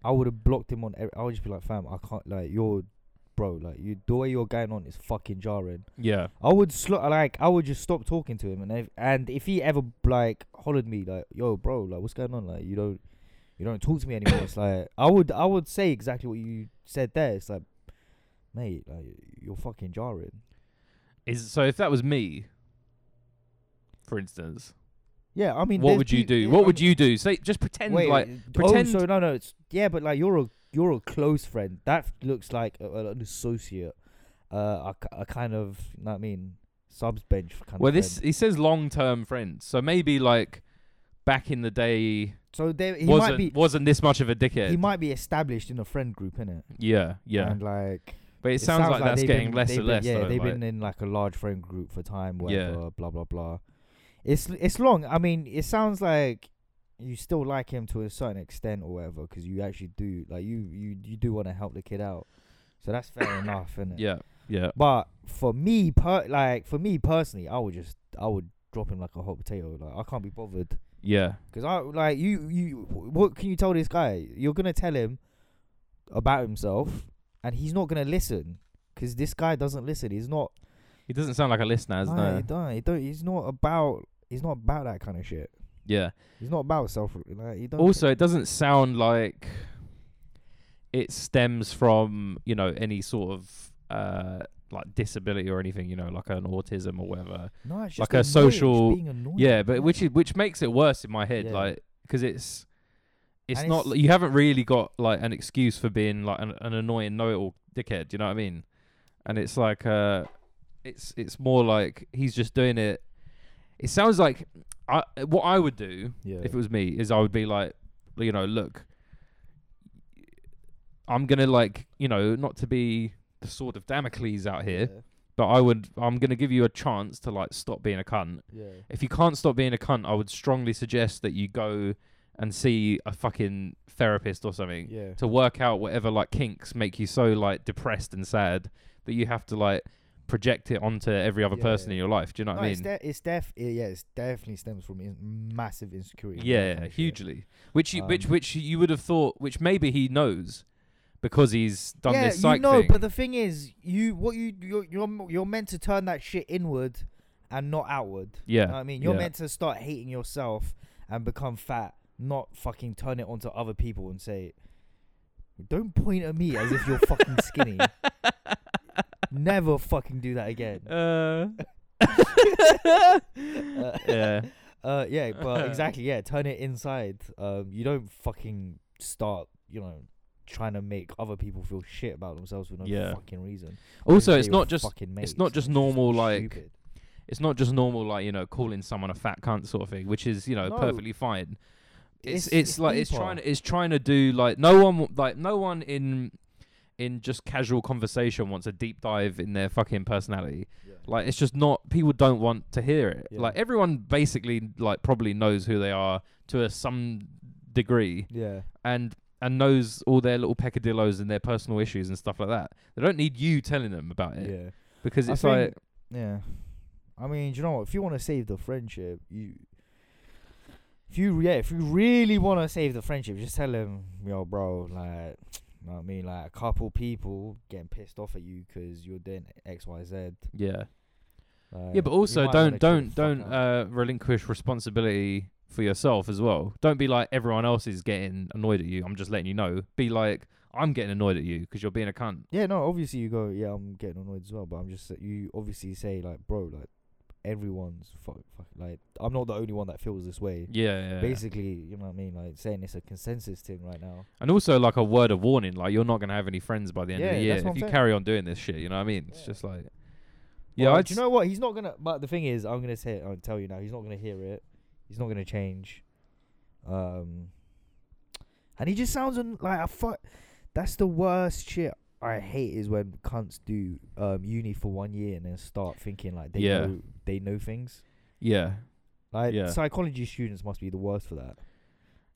Speaker 2: I would have blocked him on. Every, I would just be like, fam, I can't. Like you're, bro. Like you, the way you're going on is fucking jarring.
Speaker 1: Yeah.
Speaker 2: I would sl- like I would just stop talking to him, and if and if he ever like hollered me like, "Yo, bro, like what's going on? Like you don't you don't talk to me anymore." it's like I would I would say exactly what you said there. It's like, mate, like you're fucking jarring.
Speaker 1: Is so if that was me, for instance,
Speaker 2: Yeah, I mean,
Speaker 1: what
Speaker 2: there's
Speaker 1: would you
Speaker 2: peop-
Speaker 1: do?
Speaker 2: yeah,
Speaker 1: What
Speaker 2: I
Speaker 1: would
Speaker 2: mean-
Speaker 1: you do? Say just pretend
Speaker 2: Wait,
Speaker 1: like
Speaker 2: oh,
Speaker 1: pretend-
Speaker 2: so no, no, it's yeah, but like you're a you're a close friend. That f- looks like a, a- an associate, uh, a, k- a kind of, you know what I mean, subs bench kind
Speaker 1: well
Speaker 2: of. friend.
Speaker 1: this he says long term friends. So maybe like back in the day
Speaker 2: so there he might
Speaker 1: wasn't
Speaker 2: be
Speaker 1: wasn't this much of a dickhead.
Speaker 2: he might be established in a friend group, innit?
Speaker 1: yeah, yeah.
Speaker 2: And like
Speaker 1: but it, sounds, like, that's
Speaker 2: they've
Speaker 1: getting
Speaker 2: been-
Speaker 1: less
Speaker 2: they've
Speaker 1: and
Speaker 2: been-
Speaker 1: less.
Speaker 2: Yeah,
Speaker 1: though,
Speaker 2: they've
Speaker 1: like-
Speaker 2: been in like a large friend group for time,
Speaker 1: Yeah.
Speaker 2: whatever, blah blah blah. It's it's long. I mean, it sounds like you still like him to a certain extent or whatever, because you actually do like you you you do want to help the kid out. So that's fair enough, is
Speaker 1: yeah, yeah.
Speaker 2: But for me, per like for me personally, I would just I would drop him like a hot potato. Like I can't be bothered.
Speaker 1: Yeah.
Speaker 2: Cause I like you, you. What can you tell this guy? You're gonna tell him about himself, and he's not gonna listen. Cause this guy doesn't listen. He's not.
Speaker 1: He doesn't sound like a listener, has
Speaker 2: Nah,
Speaker 1: no.
Speaker 2: he don't. He don't. He's not about. He's not about that kind of shit.
Speaker 1: Yeah.
Speaker 2: He's not about self. Like, he don't.
Speaker 1: Also, it doesn't sound like it stems from you know any sort of uh like disability or anything. You know, like an autism or whatever.
Speaker 2: no, it's
Speaker 1: like
Speaker 2: just
Speaker 1: a
Speaker 2: annoying, just
Speaker 1: social-
Speaker 2: being annoying.
Speaker 1: Yeah, but which is which makes it worse in my head,
Speaker 2: Yeah.
Speaker 1: like because it's it's
Speaker 2: And
Speaker 1: not
Speaker 2: it's-
Speaker 1: like, you haven't really got like an excuse for being like an, an annoying know-it-all dickhead. You know what I mean? And it's like uh, it's it's more like he's just doing it. It sounds like I what I would do
Speaker 2: yeah.
Speaker 1: if it was me is I would be like, you know, look, I'm gonna like, you know, not to be the sword of Damocles out here, but I would, I'm gonna give you a chance to like stop being a cunt.
Speaker 2: Yeah.
Speaker 1: If you can't stop being a cunt, I would strongly suggest that you go and see a fucking therapist or something
Speaker 2: Yeah.
Speaker 1: to work out whatever like kinks make you so like depressed and sad that you have to like project it onto every other
Speaker 2: Yeah,
Speaker 1: person
Speaker 2: yeah.
Speaker 1: in your life. Do you know
Speaker 2: No,
Speaker 1: what I
Speaker 2: it's
Speaker 1: mean?
Speaker 2: de- it's def yeah, it's definitely stems from in- massive insecurity. and all that
Speaker 1: Yeah,
Speaker 2: kind of shit.
Speaker 1: hugely. Which you, which
Speaker 2: Um,
Speaker 1: which you would have thought, which maybe he knows because he's done
Speaker 2: yeah,
Speaker 1: this psych
Speaker 2: you know,
Speaker 1: thing.
Speaker 2: but the thing is, you what you you're, you're m- you're meant to turn that shit inward and not outward.
Speaker 1: yeah,
Speaker 2: You know what I mean, you're
Speaker 1: yeah.
Speaker 2: meant to start hating yourself and become fat, not fucking turn it onto other people and say, "Don't point at me as if you're fucking skinny." Never fucking do that again.
Speaker 1: Uh,
Speaker 2: Uh,
Speaker 1: yeah,
Speaker 2: Uh, yeah, but exactly, yeah. Turn it inside. Um, you don't fucking start, you know, trying to make other people feel shit about themselves for no
Speaker 1: Yeah.
Speaker 2: fucking reason.
Speaker 1: Also,
Speaker 2: They
Speaker 1: it's
Speaker 2: were
Speaker 1: not just-
Speaker 2: fucking
Speaker 1: it's
Speaker 2: mates.
Speaker 1: not just normal, like,
Speaker 2: stupid.
Speaker 1: it's not just normal, like you know, calling someone a fat cunt sort of thing, which is you know
Speaker 2: No.
Speaker 1: perfectly fine. It's it's,
Speaker 2: It's- it's
Speaker 1: like it's
Speaker 2: deeper.
Speaker 1: trying to, it's trying to do like no one w- like no one in in just casual conversation wants a deep dive in their fucking personality. Like it's just not people don't want to hear it.
Speaker 2: Yeah.
Speaker 1: Like everyone basically like probably knows who they are to a some degree
Speaker 2: Yeah.
Speaker 1: and and knows all their little peccadillos and their personal issues and stuff like that. They don't need you telling them about it
Speaker 2: Yeah.
Speaker 1: because
Speaker 2: I
Speaker 1: it's like
Speaker 2: think- Yeah. I mean, do you know what? If you want to save the friendship, you. If you yeah, if you really want to save the friendship, just tell him, yo, bro, like, you know what I mean, like a couple people getting pissed off at you 'cause you're doing X, Y, Z.
Speaker 1: yeah.
Speaker 2: Like,
Speaker 1: Yeah, but
Speaker 2: you
Speaker 1: also
Speaker 2: might wanna
Speaker 1: don't
Speaker 2: chill the
Speaker 1: don't
Speaker 2: fuck
Speaker 1: don't
Speaker 2: out.
Speaker 1: uh, relinquish responsibility for yourself as well. Don't be like everyone else is getting annoyed at you. I'm just letting you know. Be like I'm getting annoyed at you because you're being a cunt.
Speaker 2: Yeah, no, obviously you go, yeah, I'm getting annoyed as well, but I'm just you obviously say like, bro, like everyone's fuck, fuck like I'm not the only one that feels this way.
Speaker 1: Yeah, yeah.
Speaker 2: Basically, you know what I mean, like saying it's a consensus thing right now.
Speaker 1: And also like a word of warning, like you're not gonna have any friends by the end of
Speaker 2: Yeah,
Speaker 1: the year
Speaker 2: that's
Speaker 1: if
Speaker 2: what I'm
Speaker 1: you
Speaker 2: saying.
Speaker 1: carry on doing this shit. You know what I mean? It's
Speaker 2: Yeah.
Speaker 1: just like yeah,
Speaker 2: Well,
Speaker 1: I'd
Speaker 2: do you
Speaker 1: s-
Speaker 2: know what? He's not gonna. But the thing is, I'm gonna say, I'll tell you now. He's not gonna hear it. He's not gonna change. Um, and he just sounds un- like a fuck. That's the worst shit. I hate is when cunts do um uni for one year and then start thinking like they
Speaker 1: Yeah.
Speaker 2: know they know things.
Speaker 1: yeah.
Speaker 2: Like
Speaker 1: Yeah.
Speaker 2: psychology students must be the worst for that.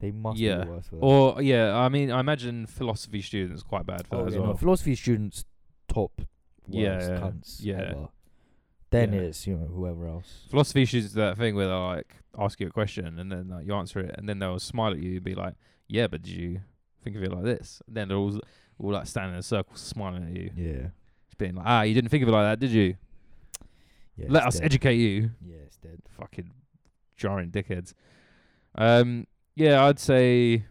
Speaker 2: They must
Speaker 1: Yeah.
Speaker 2: be the worst for that.
Speaker 1: Or yeah, I mean I imagine philosophy students quite bad for
Speaker 2: Oh,
Speaker 1: that as
Speaker 2: yeah, no,
Speaker 1: well.
Speaker 2: philosophy students top worst
Speaker 1: Yeah, yeah,
Speaker 2: cunts
Speaker 1: yeah.
Speaker 2: ever. Then
Speaker 1: Yeah.
Speaker 2: it's you know whoever else.
Speaker 1: philosophy is just that thing where they will like ask you a question and then like you answer it and then they'll smile at you and be like, "Yeah, but did you think of it like this?" And then they're all all like standing in a circle smiling at you,
Speaker 2: Yeah.
Speaker 1: just being like, "Ah, you didn't think of it like that, did you?
Speaker 2: yeah
Speaker 1: Let
Speaker 2: it's
Speaker 1: us
Speaker 2: dead.
Speaker 1: educate you."
Speaker 2: Yeah, it's dead.
Speaker 1: Fucking jarring dickheads. Um, yeah, I'd say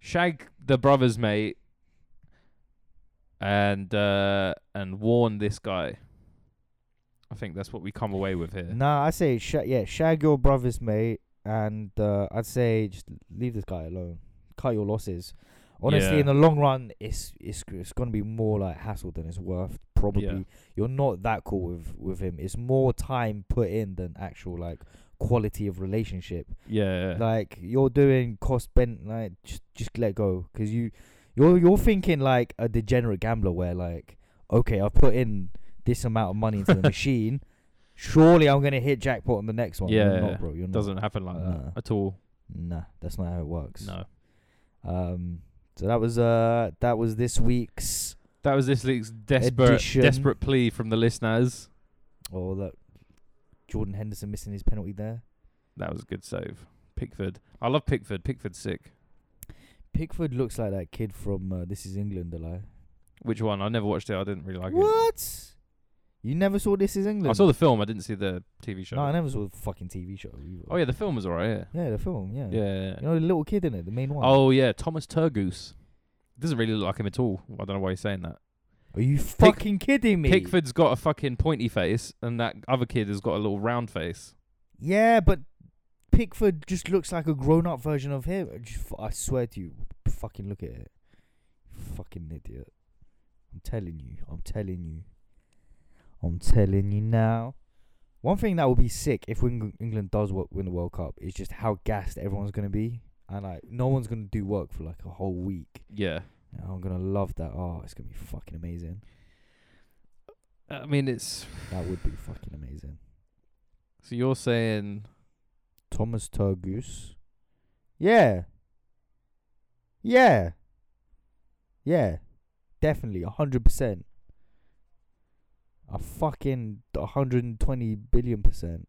Speaker 1: shag the brothers, mate, and uh and warn this guy. I think that's what we come away with here.
Speaker 2: Nah, I say sh- yeah, shag your brothers, mate, and uh, I'd say just leave this guy alone. Cut your losses. Honestly,
Speaker 1: Yeah.
Speaker 2: in the long run, it's it's it's gonna be more like hassle than it's worth. Probably you're not that cool with with him. It's more time put in than actual like quality of relationship.
Speaker 1: Yeah, yeah.
Speaker 2: Like you're doing cost bent. Like just just let go because you you're you're thinking like a degenerate gambler where like okay I've put in this amount of money into the machine. Surely I'm gonna hit jackpot on the next one.
Speaker 1: Yeah,
Speaker 2: you're
Speaker 1: yeah.
Speaker 2: not, bro. You're not.
Speaker 1: doesn't happen like that
Speaker 2: Nah.
Speaker 1: at all.
Speaker 2: Nah, that's not how it works.
Speaker 1: No.
Speaker 2: Um. So that was uh that was this week's
Speaker 1: That was this week's desperate
Speaker 2: Edition.
Speaker 1: desperate plea from the listeners.
Speaker 2: oh that Jordan Henderson missing his penalty there.
Speaker 1: That was a good save. Pickford. I love Pickford. Pickford's sick.
Speaker 2: Pickford looks like that kid from uh, This Is England, a lie.
Speaker 1: Which one? I never watched it. I didn't really like
Speaker 2: What? You never saw This Is
Speaker 1: it.
Speaker 2: England?
Speaker 1: I saw the film. I didn't see the TV show.
Speaker 2: No, I never saw the fucking TV show. either.
Speaker 1: oh yeah, the film was alright.
Speaker 2: Yeah, the film. Yeah.
Speaker 1: Yeah. Yeah. yeah, yeah.
Speaker 2: You know the little kid in it, the main one.
Speaker 1: oh yeah, Thomas Turgoose. Doesn't really look like him at all. I don't know why he's saying that.
Speaker 2: Are you fucking kidding me?
Speaker 1: Pickford's got a fucking pointy face, and that other kid has got a little round face.
Speaker 2: Yeah, but Pickford just looks like a grown-up version of him. I just- I swear to you, fucking look at it. Fucking idiot. I'm telling you. I'm telling you. I'm telling you now. One thing that would be sick if Eng- England does wo- win the World Cup is just how gassed everyone's gonna be, and like no one's gonna do work for like a whole week.
Speaker 1: Yeah.
Speaker 2: I'm gonna love that. Oh, it's gonna be fucking amazing.
Speaker 1: I mean, it's.
Speaker 2: That would be fucking amazing.
Speaker 1: So you're saying
Speaker 2: Thomas Turgus. Yeah. Yeah. Yeah. Definitely. a 100%. A fucking 120 billion percent.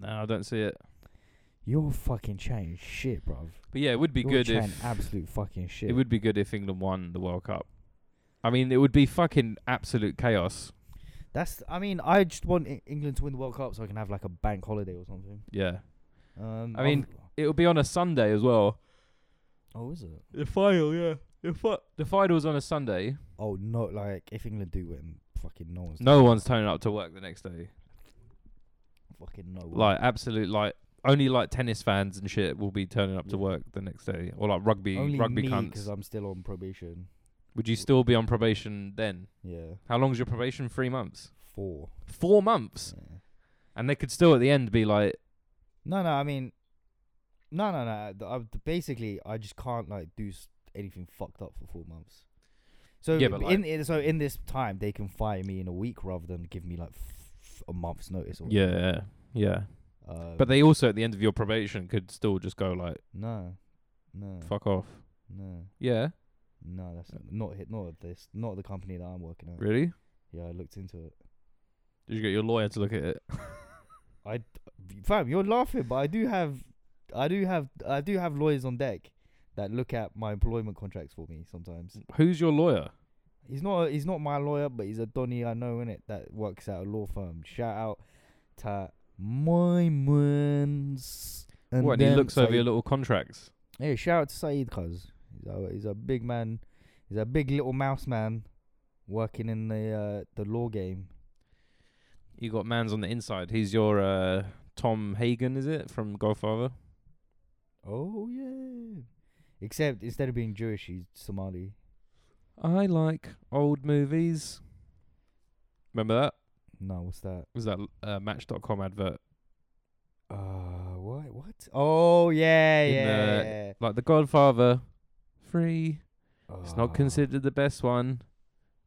Speaker 1: no? I don't see it.
Speaker 2: You're fucking chatting shit, bruv.
Speaker 1: But yeah, it would be
Speaker 2: You're
Speaker 1: good
Speaker 2: chatting
Speaker 1: if
Speaker 2: absolute fucking shit.
Speaker 1: It would be good if England won the World Cup. I mean, it would be fucking absolute chaos.
Speaker 2: That's. I mean, I just want E- England to win the World Cup so I can have like a bank holiday or something.
Speaker 1: Yeah.
Speaker 2: Um,
Speaker 1: I mean-
Speaker 2: I've-
Speaker 1: It would be on a Sunday as well.
Speaker 2: oh, is it?
Speaker 1: The final, yeah. The, fi- the final's on a Sunday.
Speaker 2: Oh no! Like if England do win, fucking no one's
Speaker 1: No one's turning up to work the next day.
Speaker 2: fucking no. one.
Speaker 1: Like, absolute, like, only like tennis fans and shit will be turning up to
Speaker 2: Yeah.
Speaker 1: work the next day. Or like rugby,
Speaker 2: only
Speaker 1: rugby
Speaker 2: me
Speaker 1: cunts.
Speaker 2: I'm still on probation.
Speaker 1: Would you still be on probation then?
Speaker 2: Yeah,
Speaker 1: How long's your probation? Three months?
Speaker 2: four.
Speaker 1: Four months?
Speaker 2: Yeah.
Speaker 1: And they could still at the end be like,
Speaker 2: No, no. I mean, No, no, no. th- I, basically, I just can't like do s- anything fucked up for four months. So
Speaker 1: Yeah, but, like-
Speaker 2: in, in so in this time, they can fire me in a week rather than give me like f- a month's notice. Or
Speaker 1: Yeah, yeah.
Speaker 2: Uh,
Speaker 1: But they also at the end of your probation could still just go like,
Speaker 2: no, no,
Speaker 1: "Fuck off."
Speaker 2: no,
Speaker 1: Yeah,
Speaker 2: no. That's not, not hit. Not this. Not the company that I'm working at.
Speaker 1: really?
Speaker 2: Yeah, I looked into it.
Speaker 1: Did you get your lawyer to look at it?
Speaker 2: I, fam, you're laughing, but I do have, I do have, I do have lawyers on deck that look at my employment contracts for me sometimes.
Speaker 1: Who's your lawyer?
Speaker 2: He's not. He's not my lawyer, but he's a Donny I know in it that works at a law firm. Shout out to my mans. And
Speaker 1: what? And he
Speaker 2: them
Speaker 1: looks over
Speaker 2: Saeed.
Speaker 1: your little contracts.
Speaker 2: Hey, shout out to Saeed, cuz he's a, he's a big man. He's a big little mouse man, working in the uh, the law game.
Speaker 1: You got man's on the inside. He's your uh, Tom Hagen, is it from Godfather?
Speaker 2: Oh yeah. Except instead of being Jewish, he's Somali.
Speaker 1: I like old movies. Remember that?
Speaker 2: No, what's that?
Speaker 1: Was that uh, Match.com advert?
Speaker 2: Uh, what? What? Oh yeah,
Speaker 1: In
Speaker 2: yeah.
Speaker 1: the-
Speaker 2: yeah.
Speaker 1: Like The Godfather, free. It's
Speaker 2: Ah.
Speaker 1: not considered the best one,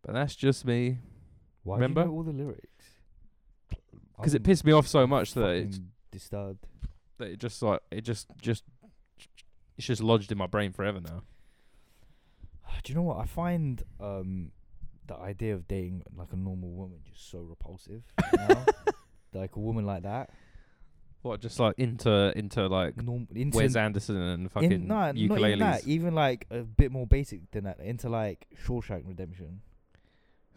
Speaker 1: but that's just me.
Speaker 2: Why
Speaker 1: remember?
Speaker 2: do you know all the lyrics?
Speaker 1: 'Cause it
Speaker 2: I'm-
Speaker 1: pissed me off so much that it,
Speaker 2: fucking disturbed.
Speaker 1: that it just like it just just it's just lodged in my brain forever now.
Speaker 2: Do you know what I find? Um, the idea of dating like a normal woman just so repulsive. now. Like a woman like that,
Speaker 1: What just like into into like
Speaker 2: normal into
Speaker 1: Wes Anderson and fucking
Speaker 2: in, nah, not even
Speaker 1: ukuleles.
Speaker 2: that. Even like a bit more basic than that, into like Shawshank Redemption.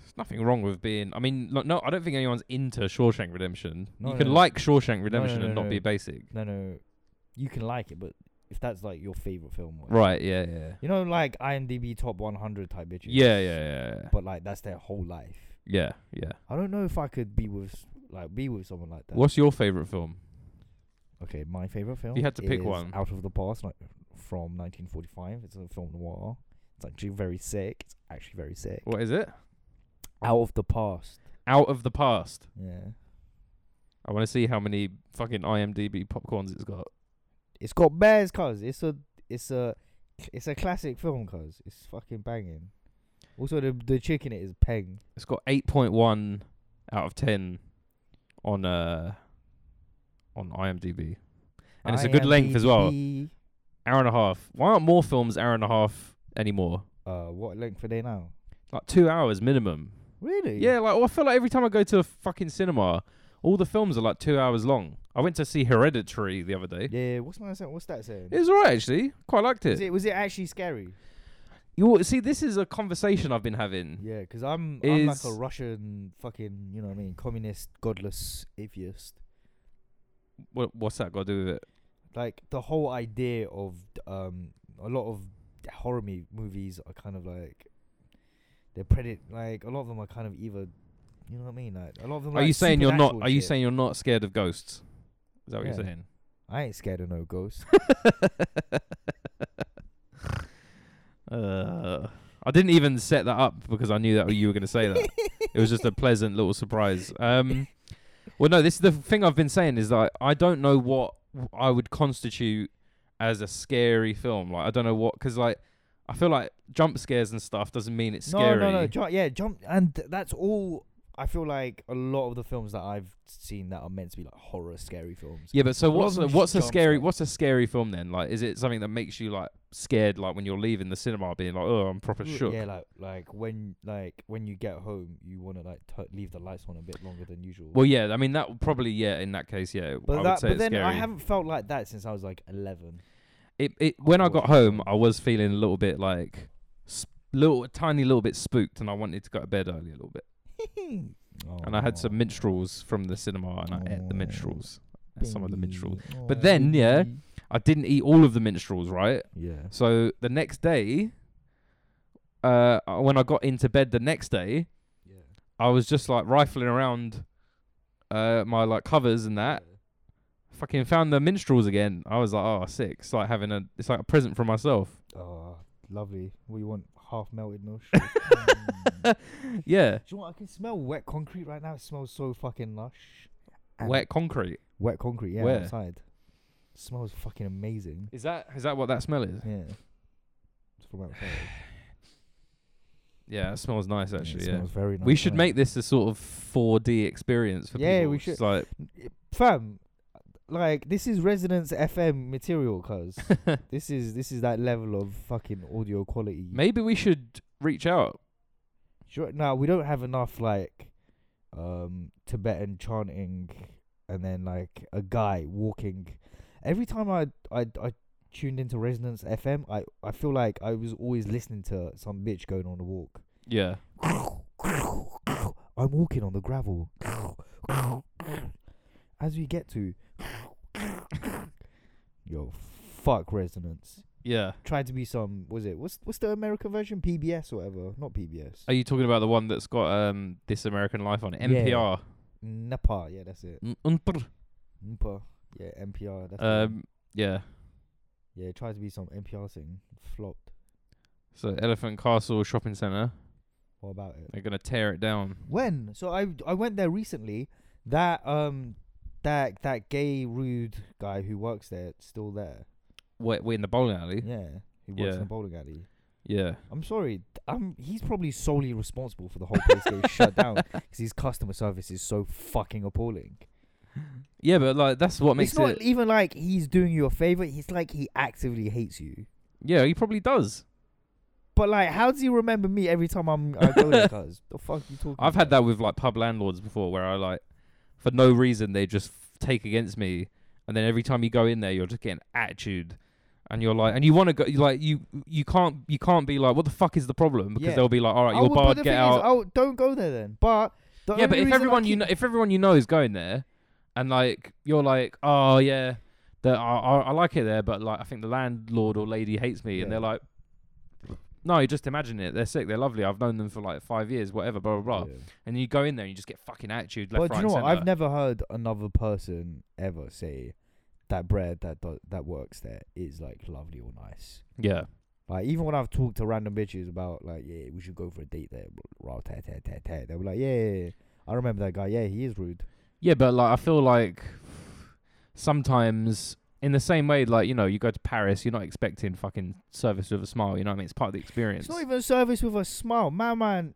Speaker 1: There's nothing wrong with being. I mean, like, no, I don't think anyone's into Shawshank Redemption.
Speaker 2: No,
Speaker 1: you can
Speaker 2: no.
Speaker 1: like Shawshank Redemption
Speaker 2: no,
Speaker 1: and
Speaker 2: no,
Speaker 1: not
Speaker 2: no.
Speaker 1: be basic.
Speaker 2: No, no, you can like it, but if that's like your favorite film, or-
Speaker 1: Right? Yeah, yeah,
Speaker 2: You know, like IMDb top 100 type bitches.
Speaker 1: yeah, yeah, yeah, yeah,
Speaker 2: But like that's their whole life.
Speaker 1: yeah. yeah.
Speaker 2: I don't know if I could be with s- like be with someone like that.
Speaker 1: What's your favorite film?
Speaker 2: Okay, my favorite film.
Speaker 1: had to pick
Speaker 2: is
Speaker 1: one.
Speaker 2: Out of the Past, like from 1945. It's a film noir. It's actually very sick. It's actually very sick.
Speaker 1: What is it?
Speaker 2: Out of the Past.
Speaker 1: Out of the Past.
Speaker 2: Yeah.
Speaker 1: I want to see how many fucking IMDb popcorns it's got.
Speaker 2: It's got bears, cuz. It's a, it's a, it's a classic film, cuz. It's fucking banging. Also, the the chick in it is Peng.
Speaker 1: It's got 8.1 out of 10 on uh on IMDb, and it's a good length as well.
Speaker 2: IMDb.
Speaker 1: Hour and a half. Why aren't more films hour and a half anymore?
Speaker 2: Uh, what length are they now?
Speaker 1: Like two hours minimum.
Speaker 2: Really?
Speaker 1: Yeah, like well, I feel like every time I go to a fucking cinema, all the films are like two hours long. I went to see Hereditary the other day.
Speaker 2: Yeah. What's my saying? What's that saying?
Speaker 1: It was alright actually. Quite liked
Speaker 2: Was
Speaker 1: Eh? it.
Speaker 2: it was it actually scary?
Speaker 1: You see, this is a conversation I've been having.
Speaker 2: Yeah, because I'm I'm like a
Speaker 1: Mm-hmm. Is-
Speaker 2: Russian fucking you know what I mean communist godless atheist.
Speaker 1: What, what's that got to do with it?
Speaker 2: Like the whole idea of um a lot of horror me- movies are kind of like they're predit like a lot of them are kind of either you know what I mean like a lot of them.
Speaker 1: are
Speaker 2: like
Speaker 1: you saying you're not?
Speaker 2: supernatural
Speaker 1: Are you
Speaker 2: shit.
Speaker 1: saying you're not scared of ghosts? Is that what
Speaker 2: Yeah.
Speaker 1: you're saying?
Speaker 2: I ain't scared of no ghosts?
Speaker 1: Uh, I didn't even set that up because I knew that you were going to say that. it was just a pleasant little surprise. Um, well, no, this is the thing I've been saying is that I don't know what w- I would constitute as a scary film. Like, I don't know what because like I feel like jump scares and stuff doesn't mean it's
Speaker 2: no,
Speaker 1: scary.
Speaker 2: no, no, ju- yeah, jump, and th- that's all. I feel like a lot of the films that I've seen that are meant to be like horror scary films.
Speaker 1: Yeah, but so
Speaker 2: A lot
Speaker 1: what's
Speaker 2: of them
Speaker 1: a,
Speaker 2: just
Speaker 1: what's a
Speaker 2: jump
Speaker 1: scary
Speaker 2: scare.
Speaker 1: what's a scary film then? Like, is it something that makes you like scared? Like when you're leaving the cinema, being like, oh, I'm proper
Speaker 2: Ooh,
Speaker 1: shook.
Speaker 2: Yeah, like like when like when you get home, you want to like tu- leave the lights on a bit longer than usual.
Speaker 1: Well, yeah, I mean that would probably yeah. In that case, yeah, I
Speaker 2: but
Speaker 1: would
Speaker 2: that
Speaker 1: say
Speaker 2: but
Speaker 1: it's
Speaker 2: then
Speaker 1: scary.
Speaker 2: I haven't felt like that since I was like eleven.
Speaker 1: it, it when I
Speaker 2: watch
Speaker 1: got
Speaker 2: it
Speaker 1: home,
Speaker 2: sometime.
Speaker 1: I was feeling a little bit like sp- little a tiny little bit spooked, and I wanted to go to bed early a little bit. And I had some minstrels from the cinema, and I ate the
Speaker 2: Oh,
Speaker 1: minstrels, some of the minstrels. But then, yeah, I didn't eat all of the minstrels, right?
Speaker 2: yeah.
Speaker 1: So the next day, uh, uh, when I got into bed the next day,
Speaker 2: Yeah.
Speaker 1: I was just like rifling around, uh, my like covers and that. Fucking found the minstrels again. I was like, oh, sick. It's like having a, it's like a present for myself.
Speaker 2: Oh, lovely. We want half melted milk.
Speaker 1: Yeah,
Speaker 2: Do you know what? I can smell wet concrete right now. It smells so fucking lush. And
Speaker 1: wet concrete.
Speaker 2: Wet concrete. Yeah,
Speaker 1: Where?
Speaker 2: outside. Smells fucking amazing.
Speaker 1: Is that is that what that smell is?
Speaker 2: Yeah. It's from outside.
Speaker 1: Yeah, it smells nice
Speaker 2: Yeah,
Speaker 1: actually.
Speaker 2: it
Speaker 1: Yeah,
Speaker 2: smells very nice.
Speaker 1: we should
Speaker 2: right?
Speaker 1: make this a sort of 4D experience for
Speaker 2: Yeah,
Speaker 1: people.
Speaker 2: we
Speaker 1: It's
Speaker 2: should.
Speaker 1: Like,
Speaker 2: fam. Like this is Resonance FM material, cause this is this is that level of fucking audio quality.
Speaker 1: maybe we should reach out.
Speaker 2: Sure. Now we don't have enough like um Tibetan chanting and then like a guy walking. Every time I I I tuned into Resonance FM, I I feel like I was always listening to some bitch going on a walk.
Speaker 1: Yeah,
Speaker 2: I'm walking on the gravel. As we get to Yo fuck Resonance.
Speaker 1: yeah.
Speaker 2: Tried to be some was it what's what's the American version? PBS or whatever. Not PBS.
Speaker 1: Are you talking about the one that's got um This American Life on it?
Speaker 2: Yeah.
Speaker 1: NPR.
Speaker 2: Napa, yeah, that's it.
Speaker 1: Mm, unpr.
Speaker 2: NPR, yeah, NPR. That's the one.
Speaker 1: Um, yeah.
Speaker 2: yeah, it tried to be some NPR thing, flopped.
Speaker 1: So Elephant Castle Shopping Centre.
Speaker 2: What about it?
Speaker 1: They're gonna tear it down.
Speaker 2: When? So I I went there recently. That um that that gay rude guy who works there still there.
Speaker 1: Wait, wait in the bowling alley.
Speaker 2: Yeah, he works in
Speaker 1: Yeah.
Speaker 2: a bowling alley.
Speaker 1: Yeah.
Speaker 2: I'm sorry. I'm he's probably solely responsible for the whole place getting shut down because his customer service is so fucking appalling.
Speaker 1: Yeah, but like that's what makes
Speaker 2: it's not
Speaker 1: it.
Speaker 2: even like he's doing you a favor. He's like he actively hates you.
Speaker 1: yeah, he probably does.
Speaker 2: But like, how does he remember me every time I'm I go there? Cause the fuck you talking?
Speaker 1: I've had
Speaker 2: about?
Speaker 1: that with like pub landlords before, where I like, for no reason, they just f- take against me, and then every time you go in there, you're just getting attitude, and you're like, and you want to go, you like you you can't you can't be like, what the fuck is the problem? Because
Speaker 2: Yeah.
Speaker 1: they'll be like, all right,
Speaker 2: I
Speaker 1: you're
Speaker 2: would- but
Speaker 1: barred,
Speaker 2: the
Speaker 1: get
Speaker 2: thing Is,
Speaker 1: out.
Speaker 2: oh, don't go there then. But the
Speaker 1: yeah, but
Speaker 2: only
Speaker 1: if
Speaker 2: reason I
Speaker 1: everyone you
Speaker 2: keep-
Speaker 1: know, if everyone you know is going there, and like you're like, oh yeah, the, I, I I like it there, but like I think the landlord or lady hates me, and
Speaker 2: Yeah.
Speaker 1: they're like. No, you just imagine it. They're sick. They're lovely. I've known them for like five years, whatever, blah, blah, blah.
Speaker 2: Yeah.
Speaker 1: And you go in there and you just get fucking attitude left,
Speaker 2: But do
Speaker 1: right,
Speaker 2: you know what?
Speaker 1: and
Speaker 2: I've
Speaker 1: centre.
Speaker 2: never heard another person ever say that bread that do- that works there is like lovely or nice.
Speaker 1: Yeah.
Speaker 2: Like even when I've talked to random bitches about like, yeah, we should go for a date there. Rah, tat, tat, tat, tat. They were like, yeah, yeah, yeah. I remember that guy. Yeah, he is rude.
Speaker 1: Yeah, but like I feel like sometimes in the same way, like, you know, you go to Paris, you're not expecting fucking service with a smile, you know what I mean? It's part of the experience.
Speaker 2: It's not even a service with a smile, man, man.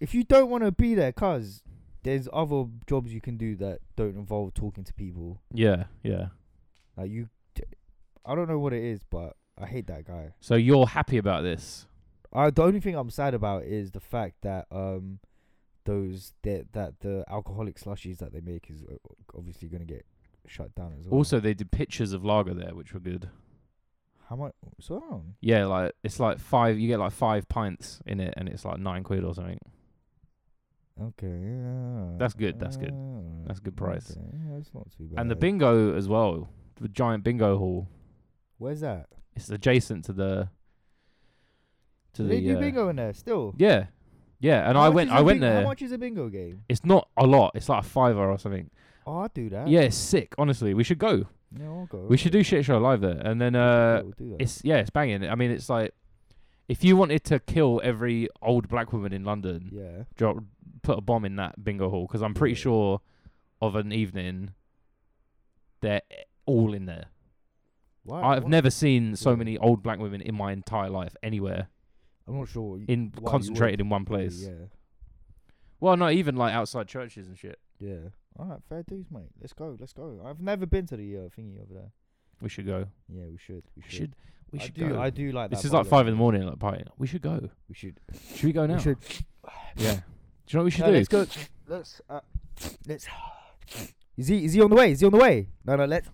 Speaker 2: If you don't want to be there, cause there's other jobs you can do that don't involve talking to people.
Speaker 1: yeah, yeah.
Speaker 2: Like you, t- I don't know what it is, but I hate that guy.
Speaker 1: So you're happy about this.
Speaker 2: I the only thing I'm sad about is the fact that um those that that the alcoholic slushies that they make is o- obviously gonna get shut down as well.
Speaker 1: Also they did pictures of lager there which were good.
Speaker 2: how much? So long.
Speaker 1: Yeah, like it's like five you get like five pints in it and it's like nine quid or something.
Speaker 2: Okay, yeah.
Speaker 1: That's good, that's good.
Speaker 2: alright,
Speaker 1: That's a good price.
Speaker 2: okay, yeah, it's not too bad.
Speaker 1: And the bingo as well. The giant bingo hall.
Speaker 2: Where's that?
Speaker 1: It's adjacent to the to
Speaker 2: Do
Speaker 1: the
Speaker 2: they do
Speaker 1: uh,
Speaker 2: bingo in there still?
Speaker 1: Yeah. Yeah, and
Speaker 2: How
Speaker 1: I
Speaker 2: much
Speaker 1: went
Speaker 2: is a
Speaker 1: I went
Speaker 2: bing-
Speaker 1: there.
Speaker 2: How much is a bingo game?
Speaker 1: It's not a lot. It's like a fiver or something.
Speaker 2: Oh, I'll do that.
Speaker 1: Yeah, it's sick. Honestly, we should go.
Speaker 2: Yeah, I'll go.
Speaker 1: We should do shit show live there, and then uh,
Speaker 2: we'll do that.
Speaker 1: it's yeah, it's banging. I mean, it's like if you wanted to kill every old black woman in London,
Speaker 2: yeah.
Speaker 1: drop, put a bomb in that bingo hall because I'm pretty
Speaker 2: Yeah.
Speaker 1: sure of an evening they're all in there.
Speaker 2: Why,
Speaker 1: I've
Speaker 2: why-
Speaker 1: never seen so
Speaker 2: Yeah.
Speaker 1: many old black women in my entire life anywhere
Speaker 2: I'm not sure. y-
Speaker 1: in
Speaker 2: why you
Speaker 1: concentrated
Speaker 2: would.
Speaker 1: in one place.
Speaker 2: Yeah.
Speaker 1: Well, not even like outside churches and shit.
Speaker 2: Yeah. All right, fair dues, mate. Let's go. Let's go. I've never been to the uh, thingy over there.
Speaker 1: We should go.
Speaker 2: Yeah, we should.
Speaker 1: We
Speaker 2: We should.
Speaker 1: should. We
Speaker 2: I
Speaker 1: should
Speaker 2: do.
Speaker 1: go.
Speaker 2: I do like that.
Speaker 1: this is like
Speaker 2: vibe.
Speaker 1: five in the morning, like party. We should go.
Speaker 2: We should.
Speaker 1: Should we go now?
Speaker 2: We should.
Speaker 1: Yeah. Do you know what we should
Speaker 2: No,
Speaker 1: do?
Speaker 2: Let's go. Let's. Uh, let's. Is he? Is he on the way? Is he on the way? No, no. Let's.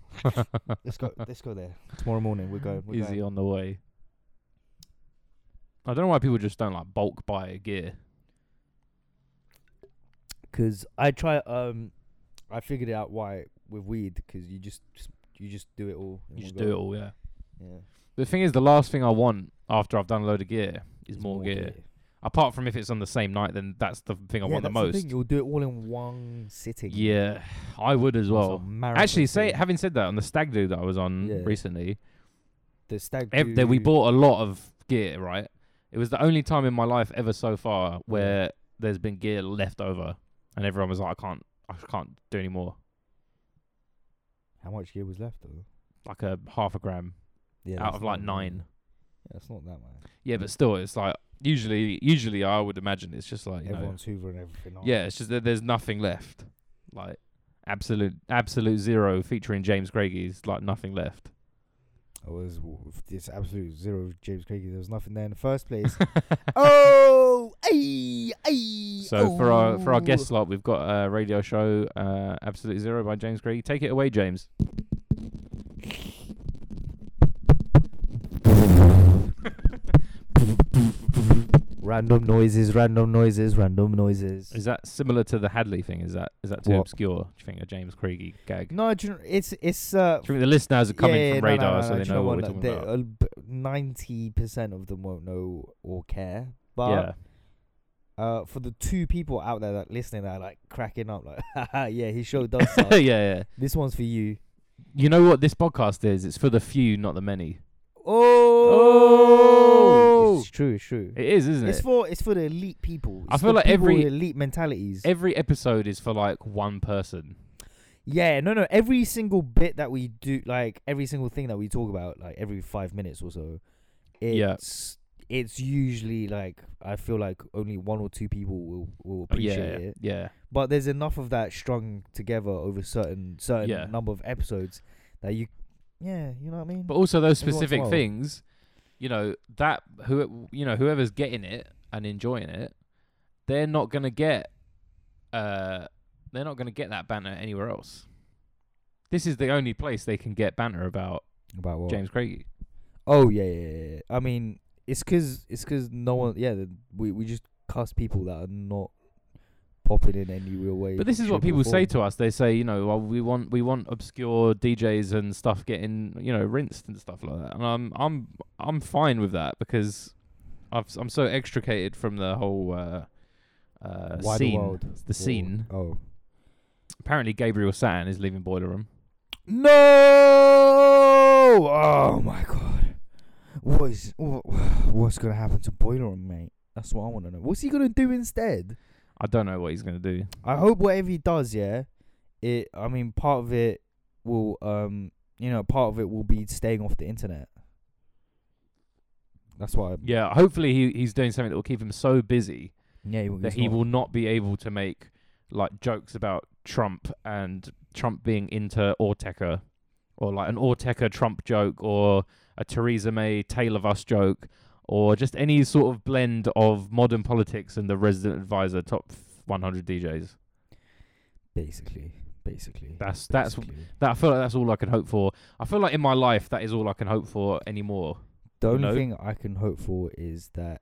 Speaker 2: let's go. Let's go there tomorrow morning. We're going. We're
Speaker 1: Easy
Speaker 2: going.
Speaker 1: on the way. I don't know why people just don't like bulk buy gear.
Speaker 2: Cause I try. Um, I figured it out why with weed. Cause you just you just do it all. in
Speaker 1: You
Speaker 2: one
Speaker 1: just
Speaker 2: go.
Speaker 1: do it all, yeah.
Speaker 2: Yeah.
Speaker 1: The thing is, the last thing I want after I've done a load of gear is
Speaker 2: It's
Speaker 1: more, gear. Apart from if it's on the same night, then that's the thing I
Speaker 2: yeah,
Speaker 1: want the
Speaker 2: that's
Speaker 1: most.
Speaker 2: thing, You'll do it all in one sitting.
Speaker 1: yeah, I would as
Speaker 2: It's a
Speaker 1: well.
Speaker 2: marathon
Speaker 1: Actually, say
Speaker 2: thing.
Speaker 1: having said that, on the stag do that I was on
Speaker 2: Yeah.
Speaker 1: recently,
Speaker 2: the stag
Speaker 1: ev- that we
Speaker 2: do-
Speaker 1: bought a lot of gear. Right, it was the only time in my life ever so far where there's been gear left over, and everyone was like, "I can't, I can't do any more."
Speaker 2: How much gear was left though?
Speaker 1: like a half a gram
Speaker 2: Yeah,
Speaker 1: out
Speaker 2: that's
Speaker 1: of like
Speaker 2: not-
Speaker 1: nine.
Speaker 2: Yeah, that's not that much.
Speaker 1: Yeah, but still, it's like usually, usually I would imagine it's just like you know,
Speaker 2: Everyone's hoovering everything up.
Speaker 1: yeah, it's just that there's nothing left, like absolute, absolute zero featuring James Craigie's like nothing left.
Speaker 2: It was w- this absolute zero of James Craigie. There was nothing there in the first place. oh, ay, ay,
Speaker 1: So for our for our
Speaker 2: oh.
Speaker 1: guest slot, we've got a radio show, uh, Absolute Zero by James Craig. Take it away, James.
Speaker 2: Random noises, random noises, random noises.
Speaker 1: Is that similar to the Hadley thing? Is that is that too
Speaker 2: What?
Speaker 1: obscure? Do you think a James Craigie gag?
Speaker 2: no, do you know, it's it's uh,
Speaker 1: Do you think the listeners are coming
Speaker 2: yeah,
Speaker 1: from
Speaker 2: yeah, no, no,
Speaker 1: radar,
Speaker 2: no,
Speaker 1: so
Speaker 2: no,
Speaker 1: they
Speaker 2: do you
Speaker 1: know
Speaker 2: know
Speaker 1: what we're
Speaker 2: what,
Speaker 1: talking
Speaker 2: they-
Speaker 1: about?
Speaker 2: uh, b- 90% of them won't know or care. But
Speaker 1: yeah,
Speaker 2: uh, for the two people out there that listening that are like cracking up, like, "Haha, yeah, his show does suck.
Speaker 1: yeah, yeah.
Speaker 2: this one's for you.
Speaker 1: You know what this podcast is? It's for the few, not the many.
Speaker 2: Oh,
Speaker 1: Oh!
Speaker 2: it's true, it's true.
Speaker 1: It is, isn't
Speaker 2: It's
Speaker 1: it?
Speaker 2: for it's for the elite people.
Speaker 1: I
Speaker 2: It's
Speaker 1: feel
Speaker 2: for
Speaker 1: like
Speaker 2: people with
Speaker 1: every-
Speaker 2: elite mentalities.
Speaker 1: Every episode is for like one person.
Speaker 2: yeah, no, no. Every single bit that we do, like every single thing that we talk about, like every five minutes or so,
Speaker 1: Yeah.
Speaker 2: it's it's usually like I feel like only one or two people will will
Speaker 1: Uh, Yeah,
Speaker 2: appreciate it.
Speaker 1: yeah.
Speaker 2: But there's enough of that strung together over certain certain
Speaker 1: Yeah.
Speaker 2: number of episodes that you, yeah, you know what I mean.
Speaker 1: But also those
Speaker 2: Everyone's
Speaker 1: specific
Speaker 2: wild.
Speaker 1: things, you know, that who you know whoever's getting it and enjoying it, they're not gonna get, uh, they're not gonna get that banner anywhere else. This is the only place they can get banner about
Speaker 2: about what?
Speaker 1: James Craigie.
Speaker 2: Oh yeah, yeah, yeah, yeah. I mean, it's cause it's cause no one. Yeah, the- we we just cast people that are not popping in any real way.
Speaker 1: But this is what
Speaker 2: shape or
Speaker 1: people say
Speaker 2: form.
Speaker 1: to us. They say, you know, well, we want we want obscure DJs and stuff getting you know rinsed and stuff like that. And I'm I'm I'm fine with that because I've s- I'm so extricated from the whole uh, uh,
Speaker 2: Wider
Speaker 1: scene.
Speaker 2: world.
Speaker 1: The scene.
Speaker 2: Oh
Speaker 1: Apparently, Gabriel Saturn is leaving Boiler Room.
Speaker 2: no! Oh my god! What is wha- what's gonna happen to Boiler Room, mate? That's what I want to know. What's he gonna do instead?
Speaker 1: I don't know what he's gonna do.
Speaker 2: I hope whatever he does, yeah, it. I mean, part of it will, um, you know, part of it will be staying off the internet. That's why.
Speaker 1: Yeah, hopefully he he's doing something that will keep him so busy
Speaker 2: Yeah, he,
Speaker 1: that
Speaker 2: he's
Speaker 1: he
Speaker 2: not-
Speaker 1: will not be able to make like jokes about Trump and Trump being into Orteca or like an Orteca Trump joke or a Theresa May Tale of Us joke or just any sort of blend of modern politics and the resident advisor top 100 DJs.
Speaker 2: Basically, basically.
Speaker 1: That's that's
Speaker 2: basically.
Speaker 1: that I feel like that's all I can hope for. I feel like in my life that is all I can hope for anymore.
Speaker 2: the only
Speaker 1: no.
Speaker 2: thing I can hope for is that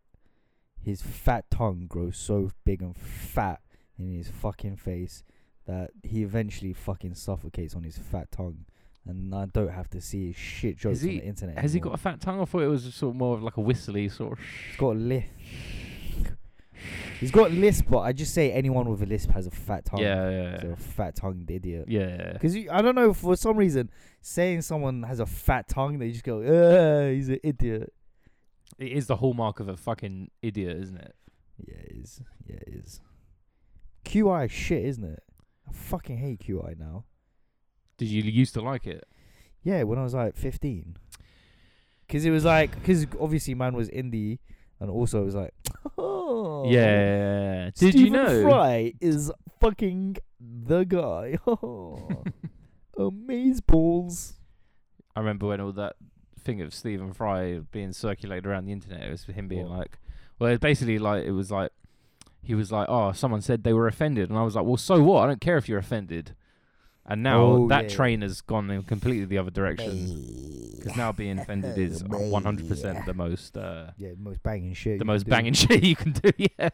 Speaker 2: his fat tongue grows so big and fat in his fucking face that he eventually fucking suffocates on his fat tongue, and I don't have to see his shit jokes
Speaker 1: he-
Speaker 2: on the internet.
Speaker 1: Has he got
Speaker 2: anymore.
Speaker 1: a fat tongue? I thought it was just sort of more of like a whistly sort of.
Speaker 2: He's got a lisp. He's got a lisp, but I just say anyone with a lisp has a fat tongue.
Speaker 1: Yeah, yeah,
Speaker 2: They're a fat tongued idiot.
Speaker 1: yeah. yeah.
Speaker 2: Because I don't know, for some reason, saying someone has a fat tongue, they just go, "Ugh, he's an idiot.
Speaker 1: It is the hallmark of a fucking idiot, isn't it?
Speaker 2: Yeah, it is. Yeah, it is. QI is shit, isn't it? I fucking hate QI now.
Speaker 1: Did you used to like it?
Speaker 2: Yeah, when I was like 15. Because it was like, because obviously man was indie, and also it was like, oh.
Speaker 1: yeah. Did you
Speaker 2: Stephen
Speaker 1: know?
Speaker 2: Fry is fucking the guy. Amaze balls.
Speaker 1: I remember when all that thing of Stephen Fry being circulated around the internet. It was him being
Speaker 2: What?
Speaker 1: like, well, it's basically like it was like he was like, oh, someone said they were offended, and I was like, well, so what? I don't care if you're offended. And now
Speaker 2: Oh,
Speaker 1: that
Speaker 2: yeah.
Speaker 1: train has gone in completely the other direction because now being offended is 100% the most. Uh,
Speaker 2: Yeah, the most banging shit. you
Speaker 1: the
Speaker 2: can
Speaker 1: most
Speaker 2: do.
Speaker 1: banging shit you can do. Yeah.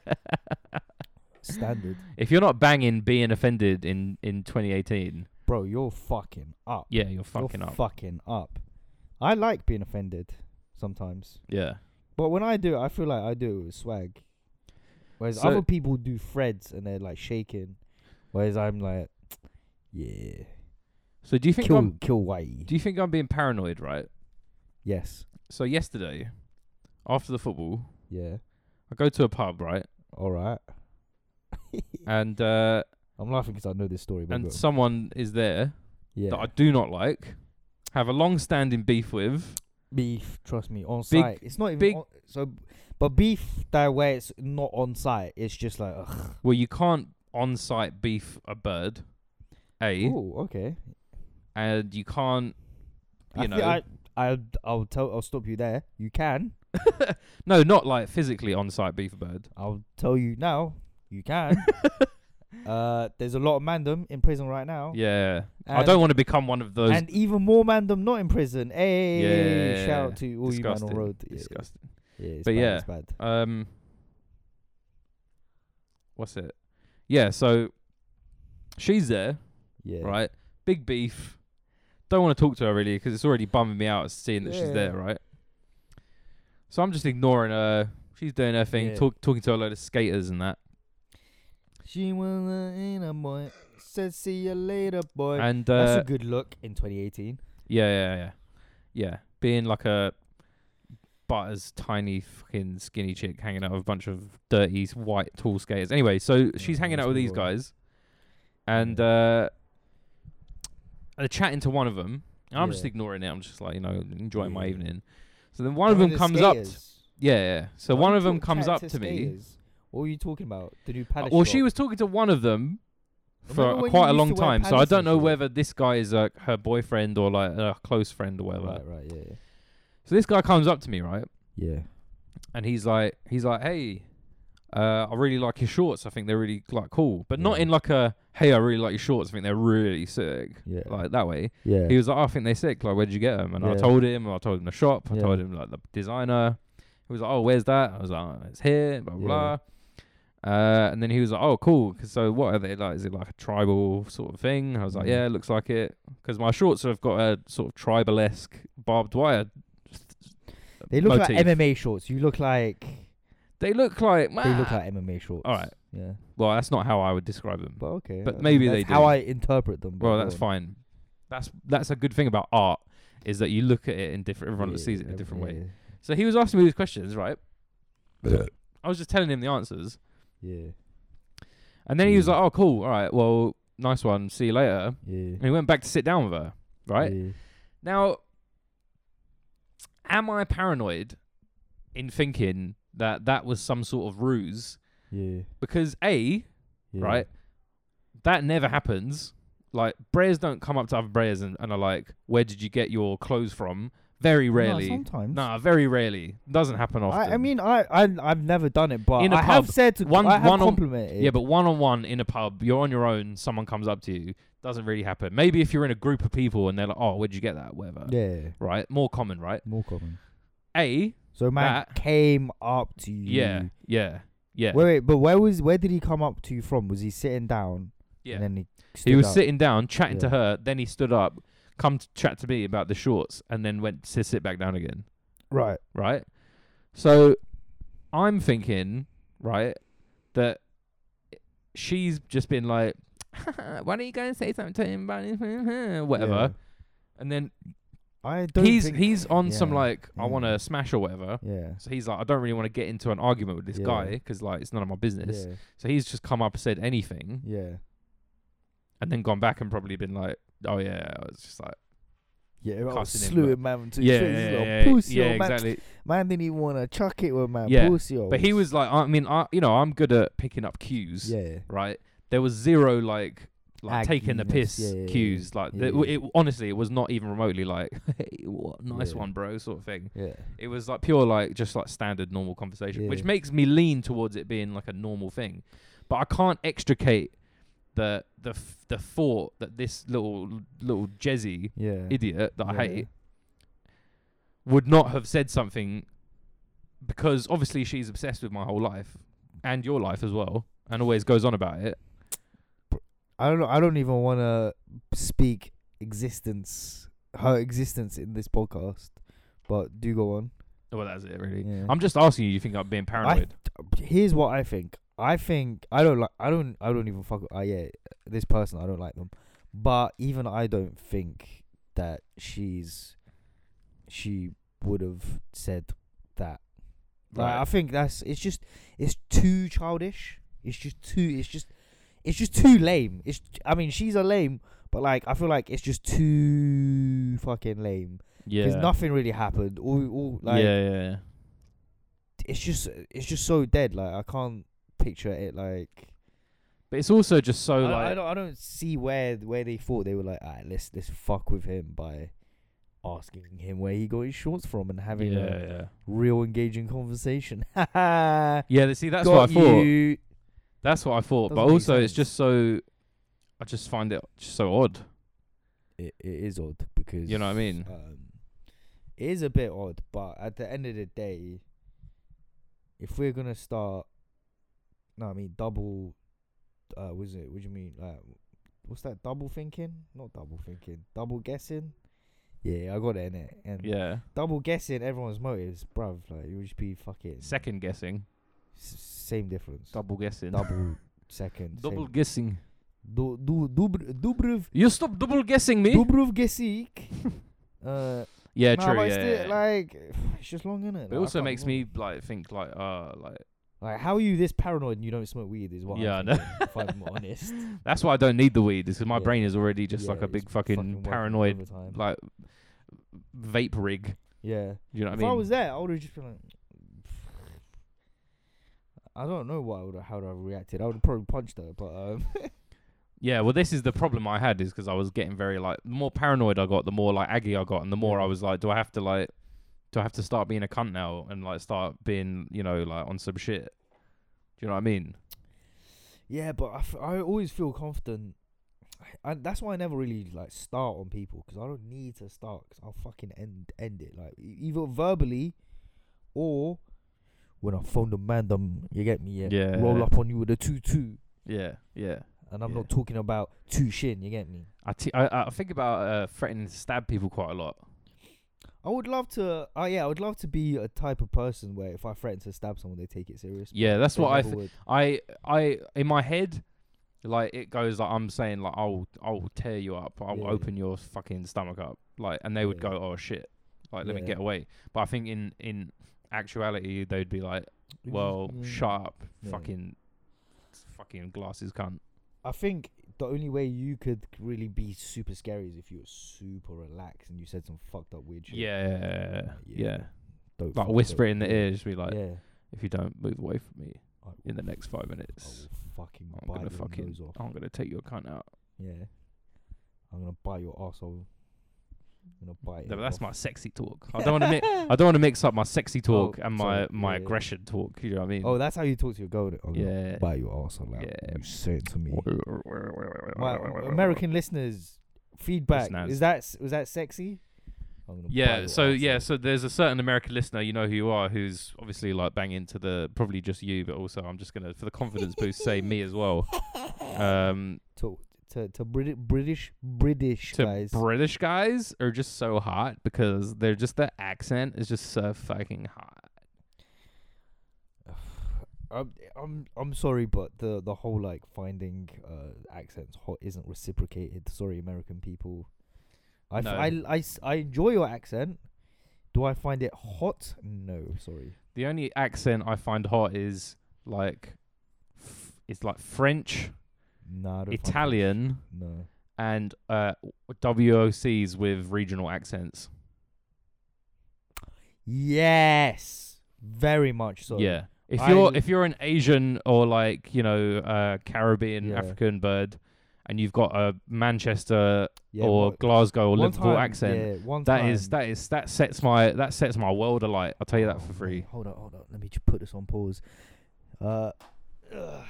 Speaker 2: standard,
Speaker 1: If you're not banging being offended in in 2018,
Speaker 2: bro. You're fucking up.
Speaker 1: yeah, you're fucking
Speaker 2: you're
Speaker 1: up.
Speaker 2: Fucking up. I like being offended sometimes,
Speaker 1: yeah.
Speaker 2: but when I do, it, I feel like I do it with swag. Whereas
Speaker 1: So-
Speaker 2: other people do threads and they're like shaking, whereas I'm like, yeah,
Speaker 1: So do you think
Speaker 2: kill
Speaker 1: I'm
Speaker 2: kill whitey.
Speaker 1: do you think I'm being paranoid, right?
Speaker 2: yes,
Speaker 1: So yesterday, after the football,
Speaker 2: yeah,
Speaker 1: I go to a pub, right?
Speaker 2: all right.
Speaker 1: And uh
Speaker 2: I'm laughing because I know this story, but
Speaker 1: and
Speaker 2: go.
Speaker 1: someone is there
Speaker 2: yeah,
Speaker 1: that I do not like. have a long-standing beef with.
Speaker 2: Beef, trust me, on
Speaker 1: Big-
Speaker 2: site. It's not even
Speaker 1: big-
Speaker 2: on, so, but beef that way it's not on site. It's just like ugh.
Speaker 1: Well, you can't on-site beef a bird, a,
Speaker 2: Oh, okay.
Speaker 1: and you can't. You
Speaker 2: I
Speaker 1: know,
Speaker 2: thi- I, I, I'll tell. I'll stop you there. You can.
Speaker 1: no, not like physically on-site beef a bird.
Speaker 2: I'll tell you now. You can. uh, there's a lot of mandem in prison right now.
Speaker 1: Yeah, I
Speaker 2: Oh. And-
Speaker 1: don't want to become one of those.
Speaker 2: And even more mandem not in prison. Hey, shout
Speaker 1: Yeah,
Speaker 2: out to all you
Speaker 1: disgusting,
Speaker 2: man on road. Yeah,
Speaker 1: disgusting.
Speaker 2: yeah, it's
Speaker 1: But
Speaker 2: bad,
Speaker 1: yeah.
Speaker 2: it's bad.
Speaker 1: Um, what's it? Yeah, so she's there,
Speaker 2: Yeah,
Speaker 1: right? Big beef. Don't want to talk to her really because it's already bumming me out seeing that she's
Speaker 2: Yeah.
Speaker 1: there, right? So I'm just ignoring her. She's doing her thing,
Speaker 2: Yeah.
Speaker 1: talk, talking to a load of skaters and that.
Speaker 2: She wanna in a boy. Said see you later, boy.
Speaker 1: And
Speaker 2: That's
Speaker 1: uh,
Speaker 2: a good look in 2018.
Speaker 1: yeah, yeah, yeah, yeah, being like a butters tiny fucking skinny chick hanging out with a bunch of dirty white tall skaters. Anyway, so she's hanging
Speaker 2: that's
Speaker 1: out with these
Speaker 2: brutal.
Speaker 1: guys, and
Speaker 2: Yeah.
Speaker 1: uh, they're chatting to one of them. And I'm just
Speaker 2: Yeah.
Speaker 1: ignoring it. I'm just like you know enjoying my
Speaker 2: Yeah.
Speaker 1: evening. So then one of them comes up. t- Yeah, yeah. So one of them comes up to me.
Speaker 2: What were you talking about? The new
Speaker 1: Uh,
Speaker 2: palace.
Speaker 1: Well, she
Speaker 2: shop?
Speaker 1: was talking to one of them
Speaker 2: Remember
Speaker 1: for
Speaker 2: when
Speaker 1: quite
Speaker 2: you
Speaker 1: a
Speaker 2: used
Speaker 1: long
Speaker 2: to wear
Speaker 1: time. So I
Speaker 2: palace
Speaker 1: don't
Speaker 2: and
Speaker 1: know
Speaker 2: shit?
Speaker 1: whether this guy is uh, her boyfriend or like a close friend or whatever.
Speaker 2: Right, right, yeah,
Speaker 1: So this guy comes up to me, right?
Speaker 2: yeah.
Speaker 1: and he's like he's like hey uh, I really like your shorts. I think they're really like cool, but not
Speaker 2: Yeah.
Speaker 1: in like a hey, I really like your shorts. I think they're really sick,
Speaker 2: Yeah, yeah,
Speaker 1: like that way.
Speaker 2: yeah.
Speaker 1: He was like, "Oh, I think they're sick. Like, where'd you get them? And I
Speaker 2: Yeah.
Speaker 1: told him, I told him the shop, I
Speaker 2: Yeah.
Speaker 1: told him like the designer. He was like, oh, where's that? I was like, oh, it's here, blah blah.
Speaker 2: Yeah.
Speaker 1: blah. Uh, and then he was like, oh, cool. 'Cause so what are they like? Is it like a tribal sort of thing? I was like,
Speaker 2: Mhm.
Speaker 1: yeah, looks like it. 'Cause my shorts have got a sort of tribal esque barbed wire.
Speaker 2: they look
Speaker 1: motif.
Speaker 2: like MMA shorts. You look like
Speaker 1: They look like
Speaker 2: they look like MMA shorts.
Speaker 1: Alright.
Speaker 2: Yeah,
Speaker 1: Well, that's not how I would describe them.
Speaker 2: but okay.
Speaker 1: But
Speaker 2: I mean,
Speaker 1: maybe
Speaker 2: that's
Speaker 1: they do.
Speaker 2: How I interpret them. but
Speaker 1: well,
Speaker 2: go
Speaker 1: that's
Speaker 2: on.
Speaker 1: fine. That's that's a good thing about art is that you look at it in different. Everyone
Speaker 2: Yeah,
Speaker 1: sees it in a
Speaker 2: ev-
Speaker 1: different way. So he was asking me these questions, right? I was just telling him the answers,
Speaker 2: Yeah,
Speaker 1: and then he was
Speaker 2: Mm.
Speaker 1: like, "Oh, cool. All right. Well, nice one. See you later."
Speaker 2: yeah,
Speaker 1: And he went back to sit down with her. Right
Speaker 2: Yeah.
Speaker 1: now, am I paranoid in thinking that that was some sort of ruse?
Speaker 2: Yeah.
Speaker 1: Because a
Speaker 2: yeah.
Speaker 1: right? That never happens. Like brayers don't come up to other brayers and, and are like, "Where did you get your clothes from?" Very
Speaker 2: No,
Speaker 1: rarely.
Speaker 2: sometimes.
Speaker 1: Nah, very rarely. Doesn't happen often.
Speaker 2: I, I mean, I, I, I've never done it, but
Speaker 1: In a
Speaker 2: I have
Speaker 1: pub,
Speaker 2: said to
Speaker 1: one-
Speaker 2: I have
Speaker 1: one on-
Speaker 2: complimented.
Speaker 1: yeah, but one on one in a pub, you're on your own. Someone comes up to you. Doesn't really happen. Maybe if you're in a group of people and they're like, "Oh, where'd you get that?" Whatever.
Speaker 2: yeah,
Speaker 1: Right. More common, right?
Speaker 2: more common.
Speaker 1: A.
Speaker 2: So man
Speaker 1: That-
Speaker 2: came up to you.
Speaker 1: Yeah. Yeah. Yeah.
Speaker 2: Wait, wait, but where was where did he come up to you from? Was he sitting down?
Speaker 1: yeah.
Speaker 2: And then he.
Speaker 1: he
Speaker 2: stood
Speaker 1: was
Speaker 2: up?
Speaker 1: sitting down, chatting to
Speaker 2: Yeah.
Speaker 1: her. Then he stood up, come to chat to me about the shorts, and then went to sit back down again.
Speaker 2: Right.
Speaker 1: right? So I'm thinking, right, that she's just been like, why don't you go and say something to him about it?" whatever? And then
Speaker 2: Yeah. I don't.
Speaker 1: he's
Speaker 2: think,
Speaker 1: he's on some
Speaker 2: yeah, Mm.
Speaker 1: like I
Speaker 2: yeah.
Speaker 1: want to smash or whatever.
Speaker 2: Yeah.
Speaker 1: So he's like, I don't really want to get into an argument with this
Speaker 2: Yeah.
Speaker 1: guy 'cause guy because like it's none of my business.
Speaker 2: Yeah.
Speaker 1: So he's just come up and said anything,
Speaker 2: Yeah.
Speaker 1: and then gone back and probably been like, oh yeah, it's just like
Speaker 2: Yeah, I was
Speaker 1: Cussing him,
Speaker 2: slew
Speaker 1: but-
Speaker 2: him, man. To
Speaker 1: yeah,
Speaker 2: his face,
Speaker 1: yeah,
Speaker 2: he's like,
Speaker 1: yeah, yeah,
Speaker 2: pussy,
Speaker 1: yeah,
Speaker 2: oh, man.
Speaker 1: exactly.
Speaker 2: Man didn't even want to chuck it with man.
Speaker 1: Yeah,
Speaker 2: pussy, oh.
Speaker 1: But he was like, I mean, I you know, I'm good at picking up cues.
Speaker 2: Yeah.
Speaker 1: right? There was zero like like
Speaker 2: Ag
Speaker 1: taking the
Speaker 2: units,
Speaker 1: piss
Speaker 2: yeah, yeah, yeah.
Speaker 1: cues. Like
Speaker 2: Yeah,
Speaker 1: the, w
Speaker 2: yeah.
Speaker 1: it honestly, it was not even remotely like hey, what nice
Speaker 2: Yeah.
Speaker 1: one, bro, sort of thing.
Speaker 2: Yeah.
Speaker 1: It was like pure like just like standard normal conversation, which
Speaker 2: Yeah.
Speaker 1: makes me lean towards it being like a normal thing. But I can't extricate the the f- the thought that this little little jezzy
Speaker 2: Yeah.
Speaker 1: idiot that I
Speaker 2: Yeah.
Speaker 1: hate would not have said something because obviously she's obsessed with my whole life and your life as well and always goes on about it.
Speaker 2: I don't know. I don't even want to speak existence, her existence in this podcast. But do go on.
Speaker 1: Well, that's it, really.
Speaker 2: Yeah.
Speaker 1: I'm just asking you. You think I'm being paranoid?
Speaker 2: Here's what I think. I think I don't like. I don't. I don't even fuck. with- Uh, yeah, this person. I don't like them. But even I don't think that she's. She would have said that. Like, I think that's. It's just. It's too childish. It's just too. It's just. It's just too lame. It's. I mean, she's a lame, But like, I feel like it's just too fucking lame
Speaker 1: Yeah.
Speaker 2: because nothing really happened. All, all like,
Speaker 1: yeah, yeah, yeah.
Speaker 2: it's just, it's just so dead. Like, I can't picture it. Like,
Speaker 1: But it's also just so
Speaker 2: I,
Speaker 1: like
Speaker 2: I don't, I don't see where where they thought they were like, alright, let's let's fuck with him by asking him where he got his shorts from and having
Speaker 1: yeah,
Speaker 2: a
Speaker 1: yeah.
Speaker 2: real engaging conversation. That's
Speaker 1: Yeah, they- see that's what I thought.
Speaker 2: you.
Speaker 1: That's what I thought. but
Speaker 2: Doesn't make
Speaker 1: also it's
Speaker 2: sense.
Speaker 1: just so I just find it just so odd.
Speaker 2: It, it is odd because
Speaker 1: You know what I mean?
Speaker 2: Um, it is a bit odd, but at the end of the day, if we're gonna start, no, I mean double. Uh, was it? What do you mean? Like, what's that? Double thinking? Not double thinking. Double guessing. Yeah, I got it in it. And
Speaker 1: Yeah.
Speaker 2: double guessing everyone's motives, bruv. Like you would just be fucking
Speaker 1: Second guessing.
Speaker 2: s- same difference.
Speaker 1: Double guessing.
Speaker 2: double second.
Speaker 1: double
Speaker 2: Same.
Speaker 1: guessing.
Speaker 2: Du, du, dubr, dubrov,
Speaker 1: You stop double guessing me.
Speaker 2: dubrov gesik. Uh,
Speaker 1: yeah,
Speaker 2: nah,
Speaker 1: true.
Speaker 2: but
Speaker 1: yeah,
Speaker 2: it's
Speaker 1: yeah,
Speaker 2: still,
Speaker 1: yeah.
Speaker 2: like it's just long, innit?
Speaker 1: it also makes me like think like uh like
Speaker 2: like, how are you this paranoid and you don't smoke weed? Is what?
Speaker 1: Yeah, I
Speaker 2: I'm
Speaker 1: know.
Speaker 2: thinking, if I'm honest,
Speaker 1: that's why I don't need the weed is 'cause my
Speaker 2: Yeah.
Speaker 1: brain is already just
Speaker 2: Yeah,
Speaker 1: like a
Speaker 2: it's
Speaker 1: big fucking,
Speaker 2: working
Speaker 1: paranoid
Speaker 2: overtime.
Speaker 1: like vape rig.
Speaker 2: yeah.
Speaker 1: You know what
Speaker 2: if
Speaker 1: I mean?
Speaker 2: I was there, I would have just been like, I don't know what I would how would I have reacted. I would have probably punched her, but um,
Speaker 1: Yeah, well, this is the problem I had is because I was getting very like the more paranoid I got, the more like aggy I got, and the more I was like, do I have to like, do I have to start being a cunt now and like start being you know like on some shit? Do you know what I mean?
Speaker 2: Yeah, but I, f- I always feel confident. I, I, that's why I never really like start on people because I don't need to start because I'll fucking end end it like e- either verbally or when I phone the man them you get me yeah,
Speaker 1: Yeah.
Speaker 2: roll up on you with a two two
Speaker 1: Yeah, yeah.
Speaker 2: and I'm
Speaker 1: Yeah.
Speaker 2: not talking about two shin you get me
Speaker 1: I t- I, I think about uh, threatening to stab people quite a lot.
Speaker 2: I would love to oh yeah I would love to be a type of person where if I threaten to stab someone they take it serious
Speaker 1: Yeah, that's
Speaker 2: They
Speaker 1: what I
Speaker 2: never
Speaker 1: th-
Speaker 2: would.
Speaker 1: I I in my head, like it goes like I'm saying like I'll I'll tear you up, I'll
Speaker 2: Yeah.
Speaker 1: open your fucking stomach up, like and they would
Speaker 2: Yeah.
Speaker 1: go oh shit, like let me
Speaker 2: Yeah.
Speaker 1: get away. But I think in in actuality they'd be like well
Speaker 2: Mm.
Speaker 1: shut up
Speaker 2: Yeah.
Speaker 1: fucking fucking glasses cunt.
Speaker 2: I think the only way you could really be super scary is if you were super relaxed and you said some fucked up weird shit.
Speaker 1: Yeah, yeah.
Speaker 2: Don't
Speaker 1: Like
Speaker 2: fuck-
Speaker 1: whisper it in
Speaker 2: don't-
Speaker 1: the ear, just be like
Speaker 2: yeah.
Speaker 1: if you don't move away from me
Speaker 2: I will
Speaker 1: in the next five
Speaker 2: f- I
Speaker 1: minutes,
Speaker 2: will fucking
Speaker 1: I'm
Speaker 2: bite
Speaker 1: gonna
Speaker 2: your
Speaker 1: fucking
Speaker 2: nose off.
Speaker 1: I'm gonna take your cunt out.
Speaker 2: Yeah. I'm gonna bite your asshole. I'm gonna bite.
Speaker 1: No,
Speaker 2: it
Speaker 1: but that's
Speaker 2: off.
Speaker 1: my sexy talk. I don't want to mix. I don't want to mix up my sexy talk
Speaker 2: Oh,
Speaker 1: and my
Speaker 2: sorry.
Speaker 1: my
Speaker 2: Yeah, yeah.
Speaker 1: aggression talk. You know what I mean?
Speaker 2: Oh, that's how you talk to your girl. I'm gonna
Speaker 1: yeah.
Speaker 2: Bite your asshole out.
Speaker 1: Yeah.
Speaker 2: You say it to me. My American listeners, feedback.
Speaker 1: Listeners.
Speaker 2: Is that s- was that sexy? I'm gonna bite
Speaker 1: Yeah.
Speaker 2: your
Speaker 1: So yeah.
Speaker 2: asshole.
Speaker 1: So there's a certain American listener you know who you are who's obviously like banging to the probably just you, but also I'm just gonna for the confidence boost say me as well. Um,
Speaker 2: to to to Brit- British British
Speaker 1: to
Speaker 2: guys.
Speaker 1: British guys are just so hot because they're just the accent is just so fucking hot.
Speaker 2: I'm I'm I'm sorry, but the the whole like finding uh accents hot isn't reciprocated. Sorry, American people. I f-
Speaker 1: No.
Speaker 2: I l- I s- I enjoy your accent. Do I find it hot? No, sorry.
Speaker 1: The only accent I find hot is like, f- it's like French,
Speaker 2: Nah, I don't find it-
Speaker 1: Italian.
Speaker 2: No.
Speaker 1: and uh, WOCs with regional accents.
Speaker 2: Yes, very much so.
Speaker 1: yeah. If
Speaker 2: I-
Speaker 1: you're if you're an Asian or like you know uh, Caribbean
Speaker 2: Yeah.
Speaker 1: African bird, and you've got a Manchester
Speaker 2: Yeah,
Speaker 1: or
Speaker 2: one-
Speaker 1: Glasgow or
Speaker 2: one
Speaker 1: Liverpool
Speaker 2: time-
Speaker 1: accent,
Speaker 2: Yeah, one
Speaker 1: that is
Speaker 2: time-
Speaker 1: that is that sets my that sets my world alight. I'll tell you that
Speaker 2: Oh,
Speaker 1: for
Speaker 2: mate,
Speaker 1: free.
Speaker 2: hold on, hold on. Let me just put this on pause. Uh, ugh.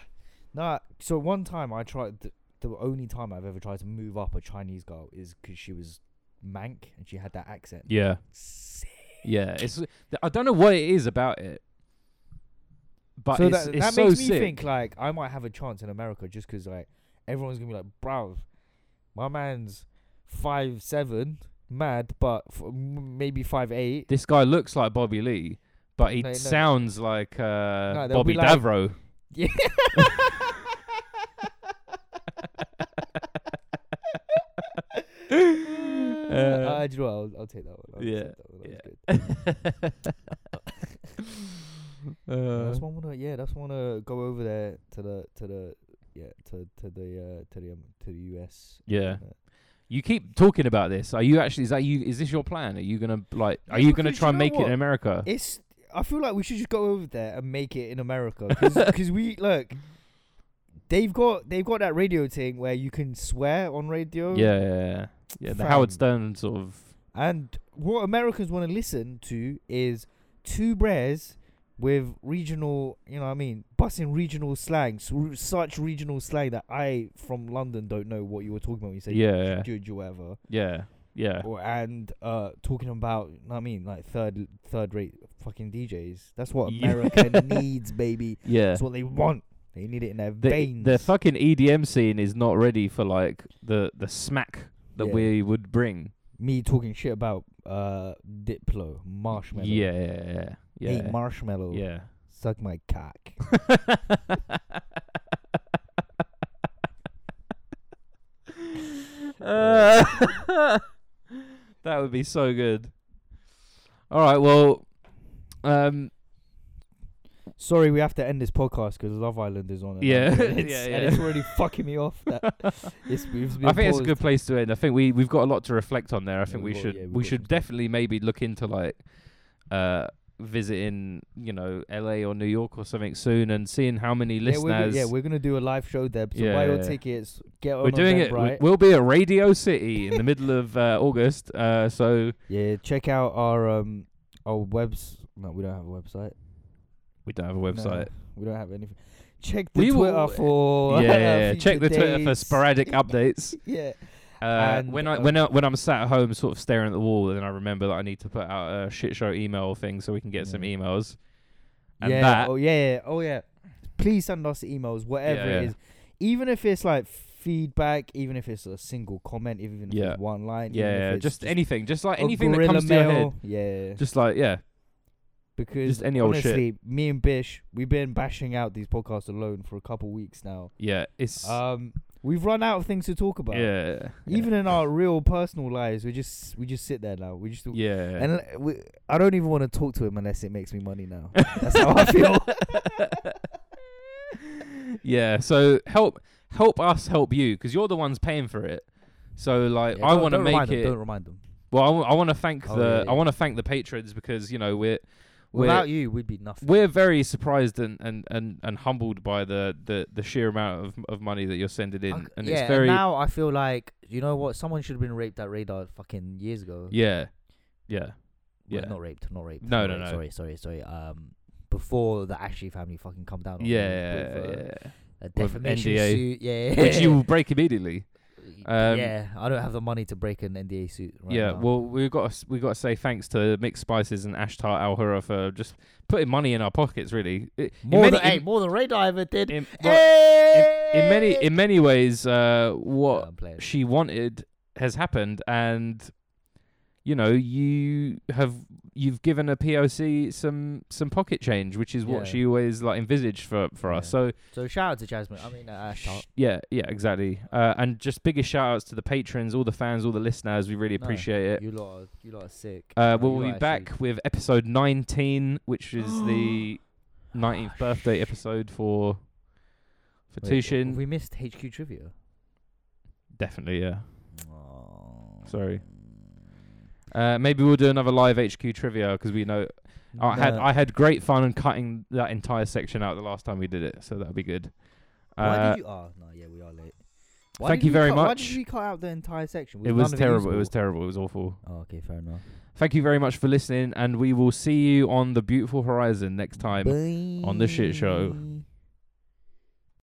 Speaker 2: nah. So one time I tried. Th- the only time I've ever tried to move up a Chinese girl is because she was Mank and she had that accent.
Speaker 1: Yeah,
Speaker 2: Sick.
Speaker 1: yeah. It's th- I don't know what it is about it, but
Speaker 2: so
Speaker 1: it's,
Speaker 2: that,
Speaker 1: it's
Speaker 2: that
Speaker 1: so
Speaker 2: makes me
Speaker 1: sick.
Speaker 2: think like I might have a chance in America just because like everyone's gonna be like, bruv, my man's five seven, mad, but f- m- maybe five eight.
Speaker 1: this guy looks like Bobby Lee, but he
Speaker 2: No, no.
Speaker 1: sounds like uh,
Speaker 2: No, they'll
Speaker 1: Bobby
Speaker 2: be like-
Speaker 1: Davro.
Speaker 2: Yeah.
Speaker 1: Uh,
Speaker 2: uh, do you know what? I'll, I'll take that one. I'll
Speaker 1: yeah,
Speaker 2: take that one. That was
Speaker 1: yeah.
Speaker 2: good. Yeah,
Speaker 1: Uh,
Speaker 2: that's one wanna yeah, that's one wanna go over there to the to the yeah to to the uh, to the um, to the US.
Speaker 1: yeah.
Speaker 2: Uh,
Speaker 1: You keep talking about this. Are you actually? Is that you? Is this your plan? Are you gonna like? Are
Speaker 2: No,
Speaker 1: you gonna
Speaker 2: because
Speaker 1: try
Speaker 2: you
Speaker 1: and
Speaker 2: know
Speaker 1: make it
Speaker 2: what?
Speaker 1: in America?
Speaker 2: It's. I feel like we should just go over there and make it in America because we look. They've got they've got that radio thing where you can swear on radio.
Speaker 1: yeah, yeah, yeah. Yeah, the Howard Stern sort of.
Speaker 2: And what Americans want to listen to is two bears with regional, you know what I mean, busting regional slang, s- r- such regional slang that I from London don't know what you were talking about when you said
Speaker 1: Yeah.
Speaker 2: judge or whatever.
Speaker 1: Yeah, yeah.
Speaker 2: Or, and uh, talking about, you know what I mean, like third third rate fucking DJs. That's what
Speaker 1: Yeah.
Speaker 2: America needs, baby.
Speaker 1: Yeah.
Speaker 2: That's what they want. They need it in their
Speaker 1: The,
Speaker 2: veins.
Speaker 1: the fucking EDM scene is not ready for like the the smack that
Speaker 2: Yeah.
Speaker 1: we would bring.
Speaker 2: Me talking shit about uh, Diplo, Marshmallow.
Speaker 1: Yeah, yeah, yeah,
Speaker 2: Hey,
Speaker 1: yeah.
Speaker 2: Marshmallow.
Speaker 1: yeah.
Speaker 2: Suck my cock.
Speaker 1: Uh, that would be so good. All right, well, um,
Speaker 2: Sorry, we have to end this podcast because Love Island is on. at
Speaker 1: Yeah.
Speaker 2: nine minutes,
Speaker 1: Yeah,
Speaker 2: and
Speaker 1: yeah.
Speaker 2: it's already fucking me off. That it's, it's been
Speaker 1: I think it's a
Speaker 2: paused.
Speaker 1: good place to end. I think we we've got a lot to reflect on there. I
Speaker 2: Yeah,
Speaker 1: think we
Speaker 2: we've got-
Speaker 1: should
Speaker 2: yeah, we've
Speaker 1: we
Speaker 2: got
Speaker 1: should
Speaker 2: some stuff.
Speaker 1: definitely maybe look into like uh visiting you know L.A. or New York or something soon and seeing how many
Speaker 2: Yeah, we're gonna,
Speaker 1: listeners.
Speaker 2: yeah, we're gonna do a live show there. So buy your
Speaker 1: Yeah.
Speaker 2: tickets. Get on.
Speaker 1: we're
Speaker 2: on
Speaker 1: doing
Speaker 2: them,
Speaker 1: it.
Speaker 2: right.
Speaker 1: We'll be at Radio City in the middle of uh, August. Uh, so
Speaker 2: yeah, check out our um our webs. No, we don't have a website.
Speaker 1: we don't have a
Speaker 2: No,
Speaker 1: website.
Speaker 2: we don't have anything. Check the
Speaker 1: We will-
Speaker 2: Twitter for
Speaker 1: yeah, yeah, check the
Speaker 2: future
Speaker 1: Twitter for
Speaker 2: dates.
Speaker 1: sporadic updates.
Speaker 2: Yeah,
Speaker 1: Uh,
Speaker 2: And,
Speaker 1: when I
Speaker 2: uh,
Speaker 1: when I, when I'm sat at home, sort of staring at the wall, then I remember that I need to put out a shit show email thing so we can get some
Speaker 2: Yeah.
Speaker 1: emails. And
Speaker 2: yeah.
Speaker 1: that
Speaker 2: Oh yeah, yeah. Oh yeah. Please send us emails, whatever
Speaker 1: Yeah,
Speaker 2: it
Speaker 1: yeah.
Speaker 2: is. Even if it's like feedback, even if it's a single comment, even if
Speaker 1: Yeah.
Speaker 2: it's one line. even
Speaker 1: Yeah,
Speaker 2: if
Speaker 1: yeah,
Speaker 2: it's
Speaker 1: just, anything, just like
Speaker 2: a
Speaker 1: anything that
Speaker 2: gorilla
Speaker 1: comes to your head.
Speaker 2: mail. Yeah.
Speaker 1: Just like yeah,
Speaker 2: because
Speaker 1: just any old shit.
Speaker 2: honestly, me and Bish, we've been bashing out these podcasts alone for a couple weeks now.
Speaker 1: yeah, it's
Speaker 2: Um, we've run out of things to talk about.
Speaker 1: yeah,
Speaker 2: Even in our real personal lives, we just we just sit there now. We just
Speaker 1: yeah,
Speaker 2: and l- we, I don't even want to talk to him unless it makes me money now. That's how I feel.
Speaker 1: yeah. So help help us help you because you're the ones paying for it. So like
Speaker 2: Yeah,
Speaker 1: I
Speaker 2: don't-
Speaker 1: want to
Speaker 2: don't
Speaker 1: make
Speaker 2: remind
Speaker 1: it.
Speaker 2: Them, don't remind them.
Speaker 1: Well, I want to thank
Speaker 2: Oh,
Speaker 1: the
Speaker 2: yeah, yeah.
Speaker 1: I want to thank the patrons because you know we're we're
Speaker 2: Without you, we'd be nothing.
Speaker 1: we're very surprised and, and, and, and humbled by the, the, the sheer amount of, of money that you're sending in,
Speaker 2: I c-
Speaker 1: and
Speaker 2: yeah,
Speaker 1: it's very
Speaker 2: now I feel like you know what? Someone should have been raped at radar fucking years ago.
Speaker 1: yeah, yeah,
Speaker 2: Well,
Speaker 1: yeah.
Speaker 2: not raped, not raped.
Speaker 1: No,
Speaker 2: not
Speaker 1: no, no.
Speaker 2: raped, Sorry, sorry, sorry. Um, before the Ashley family fucking come down. on me
Speaker 1: yeah,
Speaker 2: with, uh,
Speaker 1: yeah.
Speaker 2: A defamation
Speaker 1: NDA,
Speaker 2: suit. Yeah.
Speaker 1: which you will break immediately. um,
Speaker 2: yeah, I don't have the money to break an NDA suit. Right
Speaker 1: yeah,
Speaker 2: now.
Speaker 1: well, we've got to, we got to say thanks to Mixed Spices and Ashtar Al Hura for just putting money in our pockets. Really, I- in
Speaker 2: more
Speaker 1: many-
Speaker 2: than hey,
Speaker 1: in-
Speaker 2: more than radar ever did.
Speaker 1: in- well,
Speaker 2: Hey!
Speaker 1: in many in many ways, uh,
Speaker 2: No,
Speaker 1: what
Speaker 2: I'm playing.
Speaker 1: she wanted has happened, and you know you have you've given a POC some some pocket change, which is what
Speaker 2: Yeah.
Speaker 1: she always like envisaged for for us.
Speaker 2: Yeah.
Speaker 1: So
Speaker 2: So shout out to Jasmine. I mean, uh, Ash. Tart.
Speaker 1: yeah, yeah, exactly. Uh, and just biggest shout outs to the patrons, all the fans, all the listeners. We really
Speaker 2: No,
Speaker 1: appreciate it.
Speaker 2: You lot, are, you lot are sick.
Speaker 1: Uh,
Speaker 2: No,
Speaker 1: we'll
Speaker 2: you
Speaker 1: be
Speaker 2: lot are
Speaker 1: back
Speaker 2: sick.
Speaker 1: with episode 19, which is the 19th birthday episode for for
Speaker 2: Wait,
Speaker 1: Tushin.
Speaker 2: We missed HQ trivia.
Speaker 1: Definitely, yeah.
Speaker 2: Oh.
Speaker 1: Sorry. Uh, maybe we'll do another live HQ trivia because we know I had
Speaker 2: No.
Speaker 1: I had great fun in cutting that entire section out the last time we did it, so that'll be good.
Speaker 2: Why
Speaker 1: Uh,
Speaker 2: did you? Oh no, yeah, we are late.
Speaker 1: thank
Speaker 2: did
Speaker 1: you
Speaker 2: we
Speaker 1: very
Speaker 2: cut, Why
Speaker 1: much.
Speaker 2: did we cut out the entire section?
Speaker 1: it was
Speaker 2: none of
Speaker 1: terrible. It
Speaker 2: usable?
Speaker 1: was terrible. It was awful.
Speaker 2: Oh, okay, fair enough.
Speaker 1: Thank you very much for listening, and we will see you on the beautiful horizon next time on the shit show.
Speaker 2: Bye.